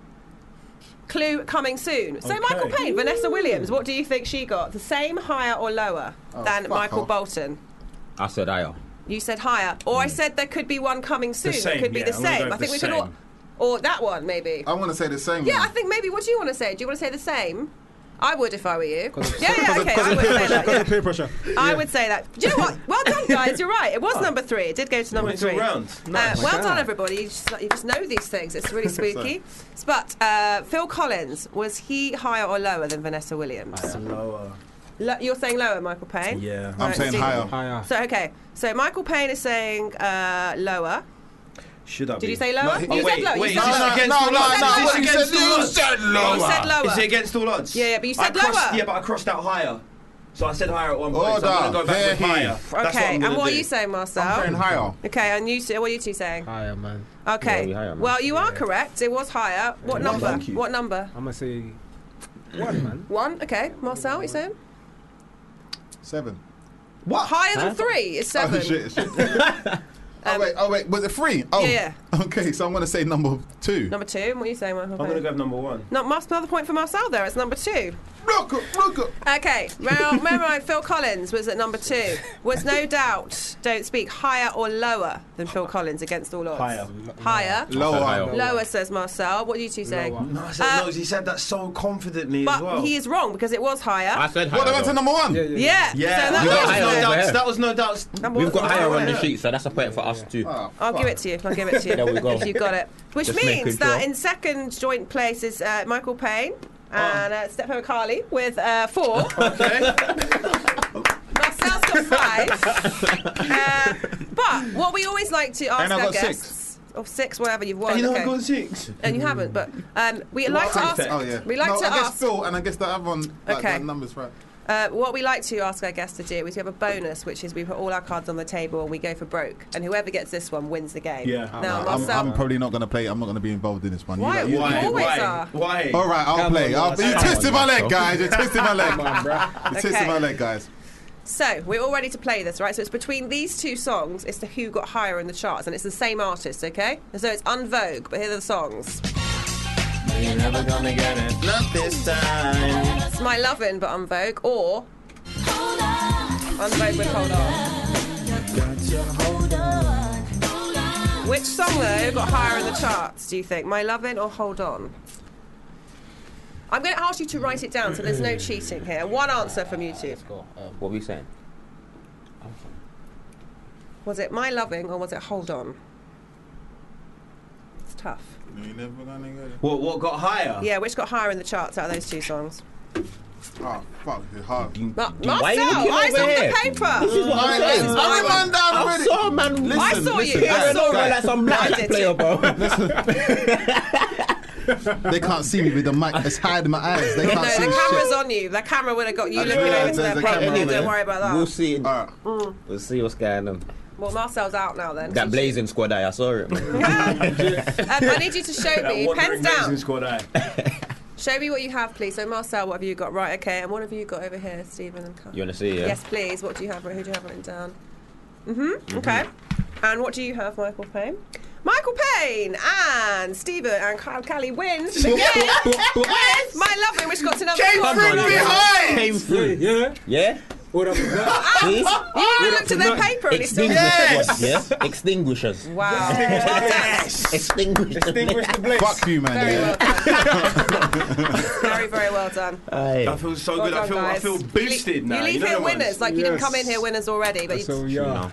[SPEAKER 5] Clue coming soon. So
[SPEAKER 3] Okay.
[SPEAKER 5] Michael Payne, Vanessa Williams, what do you think she got? The same higher or lower than
[SPEAKER 4] fuck
[SPEAKER 5] Michael
[SPEAKER 4] off.
[SPEAKER 5] Bolton?
[SPEAKER 10] I said higher.
[SPEAKER 5] You said higher, or I said there could be one coming soon. that
[SPEAKER 3] same,
[SPEAKER 5] could be
[SPEAKER 3] yeah,
[SPEAKER 5] the
[SPEAKER 3] I'm gonna go
[SPEAKER 5] same. I
[SPEAKER 3] with
[SPEAKER 5] think
[SPEAKER 3] the
[SPEAKER 5] we could all,
[SPEAKER 3] same.
[SPEAKER 5] or that one maybe.
[SPEAKER 4] I want to say the same.
[SPEAKER 5] yeah,
[SPEAKER 4] one.
[SPEAKER 5] I think maybe. What do you want to say? Do you want to say the same? I would if I were you.
[SPEAKER 8] of-
[SPEAKER 5] Yeah, yeah, okay. I would say that.
[SPEAKER 8] Because
[SPEAKER 5] yeah.
[SPEAKER 8] of peer pressure.
[SPEAKER 5] I would say that. Do
[SPEAKER 3] (laughs)
[SPEAKER 5] you know what? Well done, guys. You're right. It was number three. It did go to number
[SPEAKER 3] Oh. It's
[SPEAKER 5] three.
[SPEAKER 3] all round. Oh
[SPEAKER 5] Uh,
[SPEAKER 3] Nice.
[SPEAKER 5] well done, everybody. You just, you just know these things.
[SPEAKER 3] (laughs)
[SPEAKER 5] It's really spooky. but uh, Phil Collins was he higher or lower than Vanessa Williams?
[SPEAKER 3] Lower.
[SPEAKER 5] Lo- you're saying lower, Michael Payne.
[SPEAKER 11] Yeah.
[SPEAKER 4] I'm saying
[SPEAKER 5] so-
[SPEAKER 4] higher.
[SPEAKER 8] Higher.
[SPEAKER 5] So okay, so Michael Payne is saying uh, lower.
[SPEAKER 11] Should I
[SPEAKER 5] Did
[SPEAKER 11] be?
[SPEAKER 5] you say lower?
[SPEAKER 3] he-
[SPEAKER 5] you
[SPEAKER 3] oh,
[SPEAKER 5] said
[SPEAKER 3] wait,
[SPEAKER 5] lower.
[SPEAKER 3] wait,
[SPEAKER 5] you
[SPEAKER 3] is
[SPEAKER 5] said
[SPEAKER 3] this
[SPEAKER 5] lower.
[SPEAKER 3] against all odds?
[SPEAKER 5] no,
[SPEAKER 3] Is
[SPEAKER 5] you
[SPEAKER 3] this
[SPEAKER 5] said
[SPEAKER 3] against all odds?
[SPEAKER 5] You said lower.
[SPEAKER 3] Is it against all odds?
[SPEAKER 5] Yeah, yeah, but you
[SPEAKER 3] I
[SPEAKER 5] said
[SPEAKER 3] crossed,
[SPEAKER 5] lower.
[SPEAKER 3] Yeah, but I crossed out higher. So I said higher at one point. So I'm going
[SPEAKER 4] Order.
[SPEAKER 3] to go back with
[SPEAKER 4] Here he.
[SPEAKER 3] higher. That's what
[SPEAKER 5] okay,
[SPEAKER 3] I'm
[SPEAKER 5] and
[SPEAKER 3] gonna
[SPEAKER 5] what
[SPEAKER 3] do.
[SPEAKER 5] are you saying, Marcel?
[SPEAKER 4] I'm saying higher.
[SPEAKER 5] Okay, and you two, what are you two saying?
[SPEAKER 8] Higher, man.
[SPEAKER 10] Yeah,
[SPEAKER 5] Okay.
[SPEAKER 10] we higher, man.
[SPEAKER 5] well, you are correct. It was higher. What
[SPEAKER 3] Yeah,
[SPEAKER 5] number?
[SPEAKER 3] thank you.
[SPEAKER 5] What number?
[SPEAKER 8] I'm going to say one, man.
[SPEAKER 5] One. Okay, Marcel, what are you saying?
[SPEAKER 4] Seven.
[SPEAKER 5] What? Higher than three is (laughs) seven.
[SPEAKER 4] Oh, shit, shit.
[SPEAKER 5] (laughs)
[SPEAKER 4] oh, wait, oh, wait. Was it three? Oh.
[SPEAKER 5] Yeah,
[SPEAKER 4] (laughs) Okay, so I'm going to say number two.
[SPEAKER 5] Number two. What are you saying, Michael?
[SPEAKER 3] I'm going to
[SPEAKER 5] Payne?
[SPEAKER 3] go with number one.
[SPEAKER 5] Not Mas- another point for Marcel there. It's number two.
[SPEAKER 4] Look, look, look.
[SPEAKER 5] Okay, well, remember I- Phil Collins was at number two. Was no doubt, don't speak, higher or lower than Phil Collins against all odds?
[SPEAKER 3] Higher.
[SPEAKER 5] Higher.
[SPEAKER 4] Lower.
[SPEAKER 10] higher.
[SPEAKER 5] Lower, says Marcel. What are you two saying?
[SPEAKER 8] Lower.
[SPEAKER 3] No, I said,
[SPEAKER 5] Uh,
[SPEAKER 3] no, he said that so confidently as
[SPEAKER 5] But
[SPEAKER 3] well.
[SPEAKER 5] he is wrong because it was higher.
[SPEAKER 10] I said higher.
[SPEAKER 4] What, they went to
[SPEAKER 10] though.
[SPEAKER 4] number one?
[SPEAKER 8] Yeah, yeah.
[SPEAKER 5] yeah.
[SPEAKER 3] yeah, that,
[SPEAKER 5] so that
[SPEAKER 10] we got
[SPEAKER 5] was
[SPEAKER 10] higher
[SPEAKER 5] wrong.
[SPEAKER 10] over
[SPEAKER 3] was
[SPEAKER 10] here.
[SPEAKER 3] no doubt, that was no doubt.
[SPEAKER 5] Number
[SPEAKER 10] We've got
[SPEAKER 5] one.
[SPEAKER 10] higher on the sheet, so that's a point for us too.
[SPEAKER 4] Oh,
[SPEAKER 5] I'll give
[SPEAKER 4] fuck.
[SPEAKER 5] it to you. I'll give it to you
[SPEAKER 10] There we go.
[SPEAKER 5] if you got it. Which
[SPEAKER 10] Just
[SPEAKER 5] means
[SPEAKER 10] making
[SPEAKER 5] that
[SPEAKER 10] sure.
[SPEAKER 5] in second joint place is uh, Michael Payne and uh, Stefan Carly with uh, four.
[SPEAKER 3] (laughs) Okay.
[SPEAKER 5] Marcel's got five. uh, but what we always like to ask
[SPEAKER 4] And I've
[SPEAKER 5] our
[SPEAKER 4] got six.
[SPEAKER 5] guests, or six, whatever you've won,
[SPEAKER 3] you know,
[SPEAKER 5] okay.
[SPEAKER 3] I've got six.
[SPEAKER 5] and you haven't, but um, we like to ask.
[SPEAKER 4] Oh, yeah.
[SPEAKER 5] We like
[SPEAKER 4] no,
[SPEAKER 5] to
[SPEAKER 4] I guess
[SPEAKER 5] ask-
[SPEAKER 4] Phil, and I guess the other one, like,
[SPEAKER 5] Okay.
[SPEAKER 4] that number's right.
[SPEAKER 5] Uh, what we like to ask our guests to do is we have a bonus, which is we put all our cards on the table and we go for broke, and whoever gets this one wins the game.
[SPEAKER 3] Yeah.
[SPEAKER 5] Now,
[SPEAKER 4] I'm,
[SPEAKER 5] Marcel,
[SPEAKER 4] I'm probably not going to play. I'm not going to be involved in this one. You
[SPEAKER 5] Why?
[SPEAKER 4] lot- you-
[SPEAKER 5] Why?
[SPEAKER 4] you-
[SPEAKER 5] always
[SPEAKER 3] Why?
[SPEAKER 5] are.
[SPEAKER 3] Why?
[SPEAKER 4] All right, I'll
[SPEAKER 8] Come
[SPEAKER 4] play.
[SPEAKER 8] on,
[SPEAKER 4] I'll, you
[SPEAKER 8] Marcel.
[SPEAKER 4] twisted my leg,
[SPEAKER 10] Come on,
[SPEAKER 4] guys. You twisted my (laughs) leg.
[SPEAKER 8] Come on, bruh.
[SPEAKER 4] You twisted my
[SPEAKER 5] Okay.
[SPEAKER 4] leg, guys.
[SPEAKER 5] So we're all ready to play this, right? So it's between these two songs as to who got higher in the charts, and it's the same artist, okay? So it's on Vogue, but here are the songs.
[SPEAKER 3] You're never gonna get it. Not this time.
[SPEAKER 5] It's My Lovin' but on Vogue, or on Vogue with Hold On. Which song though got higher in the charts? Do you think My Lovin' or Hold On? I'm going to ask you to write it down, so there's no cheating here. One answer from you two.
[SPEAKER 4] Oh.
[SPEAKER 10] What were you saying?
[SPEAKER 5] Was it My Lovin' or was it Hold On? It's tough.
[SPEAKER 4] You're never gonna get it.
[SPEAKER 3] What, what got higher?
[SPEAKER 5] Yeah, which got higher in the charts out of those two songs?
[SPEAKER 4] Oh, fuck. It's hard.
[SPEAKER 5] Ma-
[SPEAKER 10] Why are you
[SPEAKER 5] Marcel,
[SPEAKER 10] looking
[SPEAKER 5] eyes
[SPEAKER 10] over
[SPEAKER 5] on
[SPEAKER 10] here?
[SPEAKER 5] the paper.
[SPEAKER 10] what
[SPEAKER 4] I'm saying. I'm a man down
[SPEAKER 10] I
[SPEAKER 4] already.
[SPEAKER 10] saw man.
[SPEAKER 5] I
[SPEAKER 4] Listen,
[SPEAKER 5] saw
[SPEAKER 4] listen,
[SPEAKER 5] you. I
[SPEAKER 4] guys,
[SPEAKER 5] saw
[SPEAKER 4] guys,
[SPEAKER 10] like some black
[SPEAKER 5] I did
[SPEAKER 10] player,
[SPEAKER 5] too.
[SPEAKER 10] bro.
[SPEAKER 4] They can't see me with the mic. It's hiding my eyes. They
[SPEAKER 5] No,
[SPEAKER 4] can't see
[SPEAKER 5] the camera's
[SPEAKER 4] shit.
[SPEAKER 5] on you. The camera would have got you
[SPEAKER 4] I
[SPEAKER 5] looking
[SPEAKER 4] know,
[SPEAKER 5] over
[SPEAKER 4] there's
[SPEAKER 5] to the
[SPEAKER 4] a
[SPEAKER 5] paper.
[SPEAKER 4] camera
[SPEAKER 5] Don't
[SPEAKER 4] there.
[SPEAKER 5] worry about that.
[SPEAKER 10] We'll see.
[SPEAKER 4] All right.
[SPEAKER 10] We'll see what's going on.
[SPEAKER 5] well, Marcel's out now then.
[SPEAKER 10] That blazing squad, eye, I saw it. man.
[SPEAKER 5] Um, I need you to show
[SPEAKER 3] That
[SPEAKER 5] me.
[SPEAKER 3] wandering
[SPEAKER 5] Pens
[SPEAKER 3] blazing
[SPEAKER 5] down.
[SPEAKER 3] squad eye.
[SPEAKER 5] Show me what you have, please. So, Marcel, what have you got? Right, okay. And what have you got over here, Stephen and Carl?
[SPEAKER 10] You wanna see? Yeah.
[SPEAKER 5] Yes, please. What do you have? Who do you have written down? Mm-hmm. Okay. And what do you have, Michael Payne? Michael Payne and Stephen and Kyle Kelly wins the game with My Loving, which got to number four.
[SPEAKER 10] Came
[SPEAKER 8] Yeah,
[SPEAKER 10] through.
[SPEAKER 8] yeah.
[SPEAKER 10] Yeah.
[SPEAKER 8] What up with that?
[SPEAKER 10] See?
[SPEAKER 5] You haven't Oh, looked at their paper and it's still
[SPEAKER 10] Extinguishers. Yes. Extinguishers.
[SPEAKER 5] Wow.
[SPEAKER 3] (laughs)
[SPEAKER 10] Extinguish.
[SPEAKER 3] Extinguish the blaze.
[SPEAKER 4] Fuck you, man.
[SPEAKER 5] Very
[SPEAKER 4] yeah.
[SPEAKER 5] well done. very, very well done.
[SPEAKER 3] I feel so
[SPEAKER 5] Well
[SPEAKER 3] good. I
[SPEAKER 5] done,
[SPEAKER 3] feel I
[SPEAKER 5] guys.
[SPEAKER 3] feel boosted
[SPEAKER 5] you,
[SPEAKER 3] now.
[SPEAKER 5] You leave
[SPEAKER 3] know
[SPEAKER 5] here
[SPEAKER 3] the ones?
[SPEAKER 5] winners. Like you didn't
[SPEAKER 8] Yes.
[SPEAKER 5] come in here winners already, but
[SPEAKER 8] So
[SPEAKER 5] you,
[SPEAKER 8] we are.
[SPEAKER 10] No.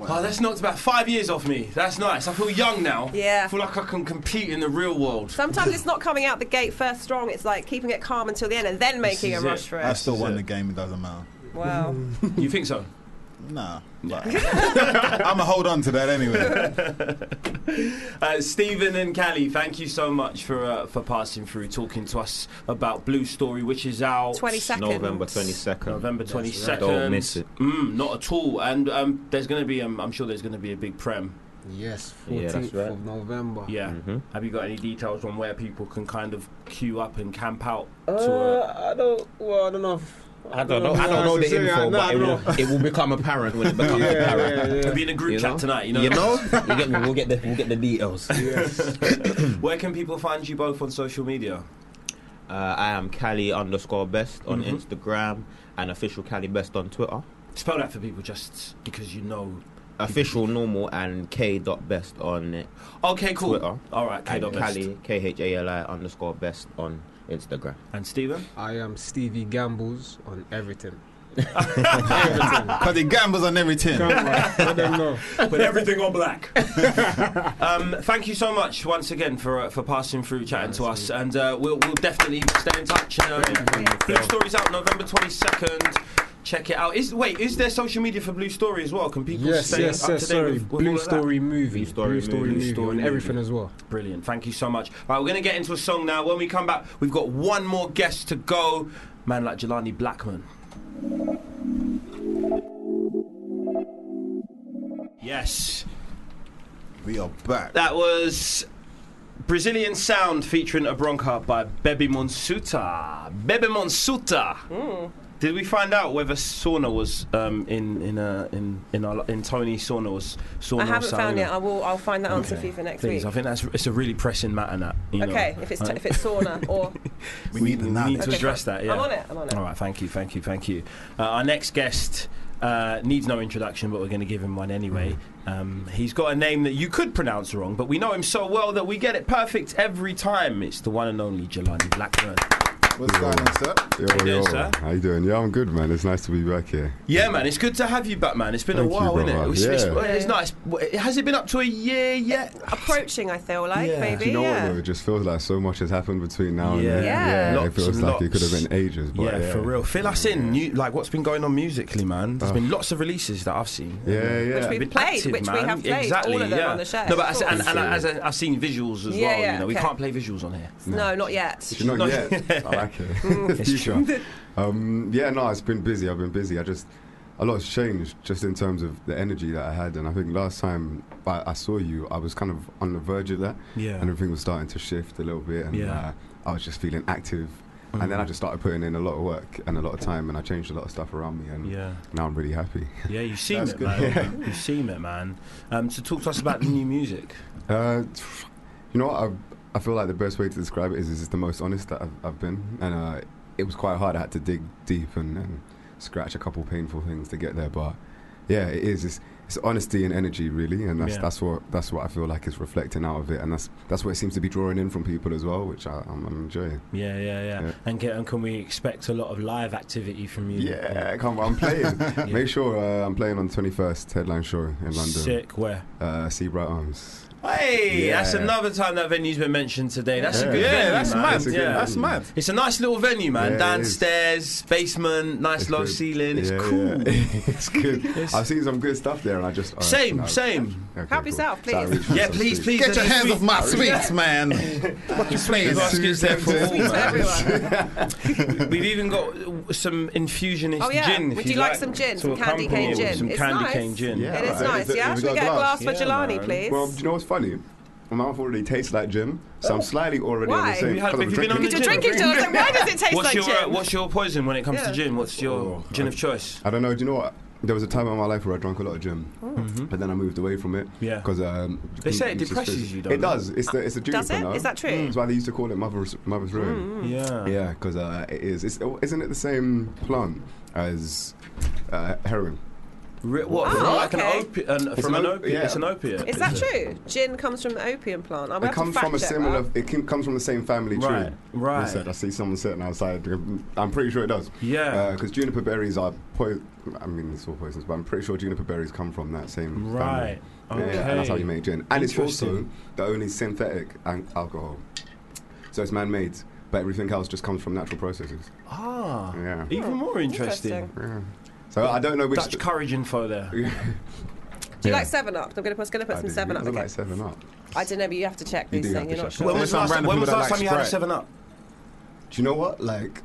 [SPEAKER 3] Oh, that's knocked about five years off me. That's nice. I feel young now.
[SPEAKER 5] Yeah.
[SPEAKER 3] I feel like I can compete in the real world.
[SPEAKER 5] sometimes it's not coming out the gate first strong. It's like keeping it calm until the end and then making a
[SPEAKER 3] is
[SPEAKER 5] rush
[SPEAKER 3] it.
[SPEAKER 5] for
[SPEAKER 4] I
[SPEAKER 5] it.
[SPEAKER 4] still won the game. It doesn't matter.
[SPEAKER 5] Wow.
[SPEAKER 3] You think so?
[SPEAKER 4] Nah. But I'm gonna hold on to that anyway.
[SPEAKER 3] (laughs) Uh, Stephen and Callie, thank you so much for uh, for passing through, talking to us about Blue Story, which is out
[SPEAKER 5] Twenty seconds.
[SPEAKER 10] November 22nd.
[SPEAKER 3] November twenty second.
[SPEAKER 10] Don't miss it.
[SPEAKER 3] Mm, not at all. And um, there's going to be, um, I'm sure there's going to be a big prem.
[SPEAKER 8] Yes,
[SPEAKER 10] Yeah,
[SPEAKER 8] 14th
[SPEAKER 10] that's right.
[SPEAKER 8] of November.
[SPEAKER 3] Yeah.
[SPEAKER 10] Mhm.
[SPEAKER 3] Have you got any details on where people can kind of queue up and camp out? to, uh,
[SPEAKER 8] Uh, I don't. Well, I don't know. If,
[SPEAKER 10] I don't know. I
[SPEAKER 8] Yeah,
[SPEAKER 10] don't know
[SPEAKER 8] it's
[SPEAKER 10] the
[SPEAKER 8] a- yeah,
[SPEAKER 10] info,
[SPEAKER 8] no, I
[SPEAKER 10] but it
[SPEAKER 8] don't know.
[SPEAKER 10] will, it will become apparent when it becomes
[SPEAKER 8] (laughs) Yeah,
[SPEAKER 10] apparent.
[SPEAKER 8] yeah, yeah.
[SPEAKER 3] It'll be in a group
[SPEAKER 10] You
[SPEAKER 3] chat
[SPEAKER 10] know?
[SPEAKER 3] tonight. You know.
[SPEAKER 10] You know? you get me. We'll get the we'll get the details.
[SPEAKER 3] (laughs) where can people find you both on social media?
[SPEAKER 10] Uh, I am Cali underscore best on
[SPEAKER 3] Mm-hmm.
[SPEAKER 10] Instagram and official Cali best on Twitter.
[SPEAKER 3] Spell that for people, just because you know.
[SPEAKER 10] Official normal and K dot best on
[SPEAKER 3] Okay, cool.
[SPEAKER 10] Twitter.
[SPEAKER 3] All right, K.
[SPEAKER 10] and
[SPEAKER 3] dot best.
[SPEAKER 10] Cali K H A L I underscore best on Instagram.
[SPEAKER 3] and Stephen.
[SPEAKER 8] (laughs) I am Stevie Gambles on everything.
[SPEAKER 12] Because he gambles on everything.
[SPEAKER 3] Put everything on black. (laughs) um, thank you so much once again for uh, for passing through, chatting to us, and uh, we'll we'll definitely stay in touch. Um, Blue Story's out November twenty second. Check it out. Is wait, is there social media for Blue Story as well? Can people
[SPEAKER 8] Yes,
[SPEAKER 3] stay
[SPEAKER 8] yes,
[SPEAKER 3] up
[SPEAKER 8] yes.
[SPEAKER 3] to date
[SPEAKER 8] Sorry,
[SPEAKER 3] with, with all
[SPEAKER 8] Blue
[SPEAKER 3] of that?
[SPEAKER 8] Story movie,
[SPEAKER 13] Blue Story
[SPEAKER 8] Blue Story
[SPEAKER 13] movie.
[SPEAKER 8] movie,
[SPEAKER 3] Story
[SPEAKER 8] and
[SPEAKER 3] movie.
[SPEAKER 8] everything as well.
[SPEAKER 3] Brilliant. Thank you so much. Right, we're going to get into a song now. When we come back, we've got one more guest to go. Man like Jelani Blackman. Yes,
[SPEAKER 12] We are back.
[SPEAKER 3] that was Brazilian Sound featuring a bronca by Bebe Monsuta. Bebe Monsuta.
[SPEAKER 5] Hmm.
[SPEAKER 3] Did we find out whether sauna was um, in in uh, in in, our, in Tony sauna was sauna?
[SPEAKER 5] I
[SPEAKER 3] or
[SPEAKER 5] haven't found
[SPEAKER 3] sauna?
[SPEAKER 5] it. I will. I'll find that answer
[SPEAKER 3] Okay.
[SPEAKER 5] for you for next
[SPEAKER 3] Please, I
[SPEAKER 5] week.
[SPEAKER 3] think that's it's a really pressing matter. That you know.
[SPEAKER 5] okay, if it's
[SPEAKER 3] Right?
[SPEAKER 5] if it's
[SPEAKER 3] (laughs)
[SPEAKER 5] sauna or
[SPEAKER 12] We need the knowledge.
[SPEAKER 5] Okay,
[SPEAKER 3] to address that. Yeah.
[SPEAKER 5] I'm on it. I'm on it.
[SPEAKER 3] All right. Thank you. Thank you. Thank you. Uh, our next guest uh, needs no introduction, but we're going to give him one anyway.
[SPEAKER 4] Mm.
[SPEAKER 3] Um, he's got a name that you could pronounce wrong, but we know him so well that we get it perfect every time. It's the one and only Jelani Blackburn.
[SPEAKER 12] What's going on, sir?
[SPEAKER 4] Yo,
[SPEAKER 3] you doing,
[SPEAKER 4] yo.
[SPEAKER 3] sir?
[SPEAKER 4] How you doing? Yeah, I'm good, man. It's nice to be back here.
[SPEAKER 3] Yeah, man. It's good to have you back, man. It's been
[SPEAKER 4] Thank
[SPEAKER 3] a
[SPEAKER 4] you,
[SPEAKER 3] while, isn't it?
[SPEAKER 4] brother.
[SPEAKER 3] It's, it's-
[SPEAKER 4] Yeah.
[SPEAKER 3] it's nice. W- Has it been up to a year yet?
[SPEAKER 5] Approaching, I feel like
[SPEAKER 3] Yeah.
[SPEAKER 5] maybe.
[SPEAKER 4] Do you know
[SPEAKER 5] yeah.
[SPEAKER 4] what though? It just feels like so much has happened between now and
[SPEAKER 3] Yeah.
[SPEAKER 4] then.
[SPEAKER 5] Yeah.
[SPEAKER 4] it
[SPEAKER 3] Lots
[SPEAKER 4] feels
[SPEAKER 3] and
[SPEAKER 4] like it could have
[SPEAKER 3] lots.
[SPEAKER 4] been ages. But
[SPEAKER 3] yeah,
[SPEAKER 4] yeah,
[SPEAKER 3] for real. Fill us in. You, like what's been going on musically, man. There's been lots of releases that I've seen.
[SPEAKER 4] Ah. Yeah, yeah.
[SPEAKER 5] Which we've
[SPEAKER 3] been
[SPEAKER 5] played,
[SPEAKER 3] active,
[SPEAKER 5] which we
[SPEAKER 3] man.
[SPEAKER 5] have played, all
[SPEAKER 3] exactly,
[SPEAKER 5] of them
[SPEAKER 3] yeah.
[SPEAKER 5] on the show,
[SPEAKER 3] No, but
[SPEAKER 5] of
[SPEAKER 3] as, and,
[SPEAKER 5] course.
[SPEAKER 3] and as I've seen visuals as
[SPEAKER 5] Yeah,
[SPEAKER 3] well.
[SPEAKER 5] yeah,
[SPEAKER 3] you know, we
[SPEAKER 5] okay.
[SPEAKER 3] can't play visuals on here.
[SPEAKER 5] No, not yet.
[SPEAKER 4] She's not
[SPEAKER 3] Not (laughs)
[SPEAKER 4] yet. I like it.
[SPEAKER 3] Mm. It's
[SPEAKER 4] (laughs) Future. Um, yeah, no, it's been busy. I've been busy. I just a lot's changed just in terms of the energy that I had, and I think last time I, I saw you, I was kind of on the verge of that,
[SPEAKER 3] Yeah.
[SPEAKER 4] and everything was starting to shift a little bit, and
[SPEAKER 3] Yeah.
[SPEAKER 4] uh, I was just feeling active. And
[SPEAKER 3] Mm-hmm.
[SPEAKER 4] then I just started putting in a lot of work and a lot of time, and I changed a lot of stuff around me, and
[SPEAKER 3] (laughs) Yeah,
[SPEAKER 4] now I'm really happy.
[SPEAKER 3] yeah, you seem
[SPEAKER 12] That's
[SPEAKER 3] it,
[SPEAKER 12] good.
[SPEAKER 3] man. you seem it, man. Um, so talk to us about the (coughs) new music.
[SPEAKER 4] Uh, you know, what, I, I feel like the best way to describe it is it's the most honest that I've, I've been, and uh, it was quite hard. I had to dig deep and, and scratch a couple painful things to get there, but yeah, it is. It's, it's honesty and energy, really, and that's
[SPEAKER 3] Yeah.
[SPEAKER 4] that's what that's what I feel like is reflecting out of it, and that's that's what it seems to be drawing in from people as well, which I, I'm, I'm enjoying.
[SPEAKER 3] Yeah, yeah, yeah.
[SPEAKER 4] Yeah.
[SPEAKER 3] And, can, and can we expect a lot of live activity from you?
[SPEAKER 4] Yeah, come on,
[SPEAKER 3] (laughs)
[SPEAKER 4] I'm playing. Make sure uh, I'm playing on 21st headline show in London.
[SPEAKER 3] Sick. Where?
[SPEAKER 4] Uh, Seabright Arms.
[SPEAKER 3] Hey,
[SPEAKER 4] Yeah.
[SPEAKER 3] that's another time that venue's been mentioned today. That's
[SPEAKER 4] Yeah.
[SPEAKER 3] a good
[SPEAKER 4] Yeah,
[SPEAKER 3] venue,
[SPEAKER 12] that's
[SPEAKER 3] man.
[SPEAKER 12] mad.
[SPEAKER 4] It's a good
[SPEAKER 3] Yeah.
[SPEAKER 12] That's mad.
[SPEAKER 3] It's a nice little venue, man.
[SPEAKER 4] Yeah, it
[SPEAKER 3] Downstairs, basement, nice
[SPEAKER 4] It's
[SPEAKER 3] low
[SPEAKER 4] good.
[SPEAKER 3] ceiling. It's
[SPEAKER 4] Yeah,
[SPEAKER 3] cool. (laughs)
[SPEAKER 4] yeah. (laughs) it's good.
[SPEAKER 3] It's-
[SPEAKER 4] I've seen some good stuff there, and I just uh,
[SPEAKER 3] Same,
[SPEAKER 4] no.
[SPEAKER 3] same.
[SPEAKER 4] Okay,
[SPEAKER 5] Help yourself,
[SPEAKER 4] Sorry, (laughs)
[SPEAKER 5] please.
[SPEAKER 4] it's not
[SPEAKER 3] Yeah,
[SPEAKER 4] so
[SPEAKER 3] please,
[SPEAKER 4] sweet.
[SPEAKER 3] please.
[SPEAKER 12] Get your
[SPEAKER 3] let's
[SPEAKER 12] hands
[SPEAKER 3] be-
[SPEAKER 12] off my
[SPEAKER 3] (laughs)
[SPEAKER 12] sweets, man. what you playing?
[SPEAKER 3] There's excuse there for all,
[SPEAKER 5] Sweets for
[SPEAKER 3] man. (laughs)
[SPEAKER 5] everyone.
[SPEAKER 3] We've even got uh, some infusionist
[SPEAKER 5] Oh, yeah.
[SPEAKER 3] gin. if
[SPEAKER 5] Would you like some gin? Some candy cane
[SPEAKER 3] accompany it with
[SPEAKER 5] gin.
[SPEAKER 3] Some
[SPEAKER 5] It's
[SPEAKER 3] candy
[SPEAKER 5] nice.
[SPEAKER 3] cane gin.
[SPEAKER 4] Yeah,
[SPEAKER 5] It is
[SPEAKER 4] right.
[SPEAKER 5] nice,
[SPEAKER 12] Is it-
[SPEAKER 5] yeah?
[SPEAKER 12] have
[SPEAKER 5] Should we
[SPEAKER 12] you
[SPEAKER 5] get a
[SPEAKER 12] got a
[SPEAKER 5] glass for
[SPEAKER 3] glass? Yeah,
[SPEAKER 5] Jelani,
[SPEAKER 3] man.
[SPEAKER 5] please?
[SPEAKER 4] Well, do you know what's funny? My mouth already tastes like gin, so I'm slightly already on
[SPEAKER 5] Oh. Why?
[SPEAKER 4] the same.
[SPEAKER 3] You had-
[SPEAKER 4] colour
[SPEAKER 3] have you
[SPEAKER 4] of
[SPEAKER 3] been on
[SPEAKER 4] drinking.
[SPEAKER 5] Because
[SPEAKER 3] the
[SPEAKER 5] you're
[SPEAKER 3] gin.
[SPEAKER 5] drinking gin. I
[SPEAKER 3] (laughs)
[SPEAKER 5] was like, why does it taste
[SPEAKER 3] What's
[SPEAKER 5] like
[SPEAKER 3] your uh,
[SPEAKER 5] gin?
[SPEAKER 3] what's your poison when it comes to
[SPEAKER 5] Yeah.
[SPEAKER 3] gin? What's your
[SPEAKER 4] Oh,
[SPEAKER 3] gin of choice?
[SPEAKER 4] I don't know. Do you know what? There was a time in my life where I drank a lot of gin,
[SPEAKER 5] Oh.
[SPEAKER 4] but then I moved away from it.
[SPEAKER 3] Mm-hmm. Yeah.
[SPEAKER 4] Because um,
[SPEAKER 3] They say it
[SPEAKER 4] it's just-
[SPEAKER 3] depresses you, don't
[SPEAKER 4] It
[SPEAKER 3] it?
[SPEAKER 4] does. It's the it's the
[SPEAKER 5] Does it?
[SPEAKER 4] juniper now.
[SPEAKER 5] Is that true?
[SPEAKER 4] Mm,
[SPEAKER 3] Mm,
[SPEAKER 5] Mm,
[SPEAKER 4] That's why they used to call it mother's mother's ruin.
[SPEAKER 5] Hmm.
[SPEAKER 3] Yeah.
[SPEAKER 4] Yeah, because uh, it is. It's, isn't it the same plant as uh, heroin?
[SPEAKER 3] Re- what?
[SPEAKER 5] Oh,
[SPEAKER 3] like
[SPEAKER 5] okay.
[SPEAKER 3] an opi- an,
[SPEAKER 4] It's
[SPEAKER 3] from an,
[SPEAKER 4] an op-
[SPEAKER 3] opiate?
[SPEAKER 4] yeah.
[SPEAKER 3] It's an opiate.
[SPEAKER 5] Is that true? Gin comes from the opium plant. I'm
[SPEAKER 4] it comes
[SPEAKER 5] to
[SPEAKER 4] from a
[SPEAKER 5] fact check
[SPEAKER 4] similar.
[SPEAKER 5] That.
[SPEAKER 4] It came, comes from the same family
[SPEAKER 3] Right,
[SPEAKER 4] tree.
[SPEAKER 3] right.
[SPEAKER 4] They said- I see someone sitting outside. I'm pretty sure it does.
[SPEAKER 3] Yeah.
[SPEAKER 4] Because juniper berries are po- I mean, it's all poisonous, but I'm pretty sure juniper berries come from that same.
[SPEAKER 3] Right.
[SPEAKER 4] Family. Yeah, and that's how
[SPEAKER 3] Okay.
[SPEAKER 4] you make gin. And it's also
[SPEAKER 3] Interesting.
[SPEAKER 4] the only synthetic an- alcohol. So it's man-made, but everything else just comes from natural processes.
[SPEAKER 3] Ah.
[SPEAKER 4] Yeah.
[SPEAKER 3] Even more interesting.
[SPEAKER 5] Hmm. Interesting.
[SPEAKER 4] Yeah. So I don't know which.
[SPEAKER 3] Dutch courage info there.
[SPEAKER 5] Do you
[SPEAKER 4] Yeah.
[SPEAKER 5] like 7 Up? I'm going to put, gonna put
[SPEAKER 4] I
[SPEAKER 5] some
[SPEAKER 4] do.
[SPEAKER 5] 7 Up.
[SPEAKER 4] I
[SPEAKER 5] Okay.
[SPEAKER 4] like Seven Up.
[SPEAKER 5] I don't know, but you have to check
[SPEAKER 4] You
[SPEAKER 5] these
[SPEAKER 4] do have
[SPEAKER 5] things.
[SPEAKER 4] to
[SPEAKER 5] You're not
[SPEAKER 4] check.
[SPEAKER 5] sure.
[SPEAKER 3] When was
[SPEAKER 12] There's some
[SPEAKER 3] last,
[SPEAKER 12] random
[SPEAKER 3] when was
[SPEAKER 12] people
[SPEAKER 3] last
[SPEAKER 12] that
[SPEAKER 3] time
[SPEAKER 12] like
[SPEAKER 3] you had a
[SPEAKER 12] Sprite.
[SPEAKER 3] Seven Up?
[SPEAKER 4] Do you know what? Like,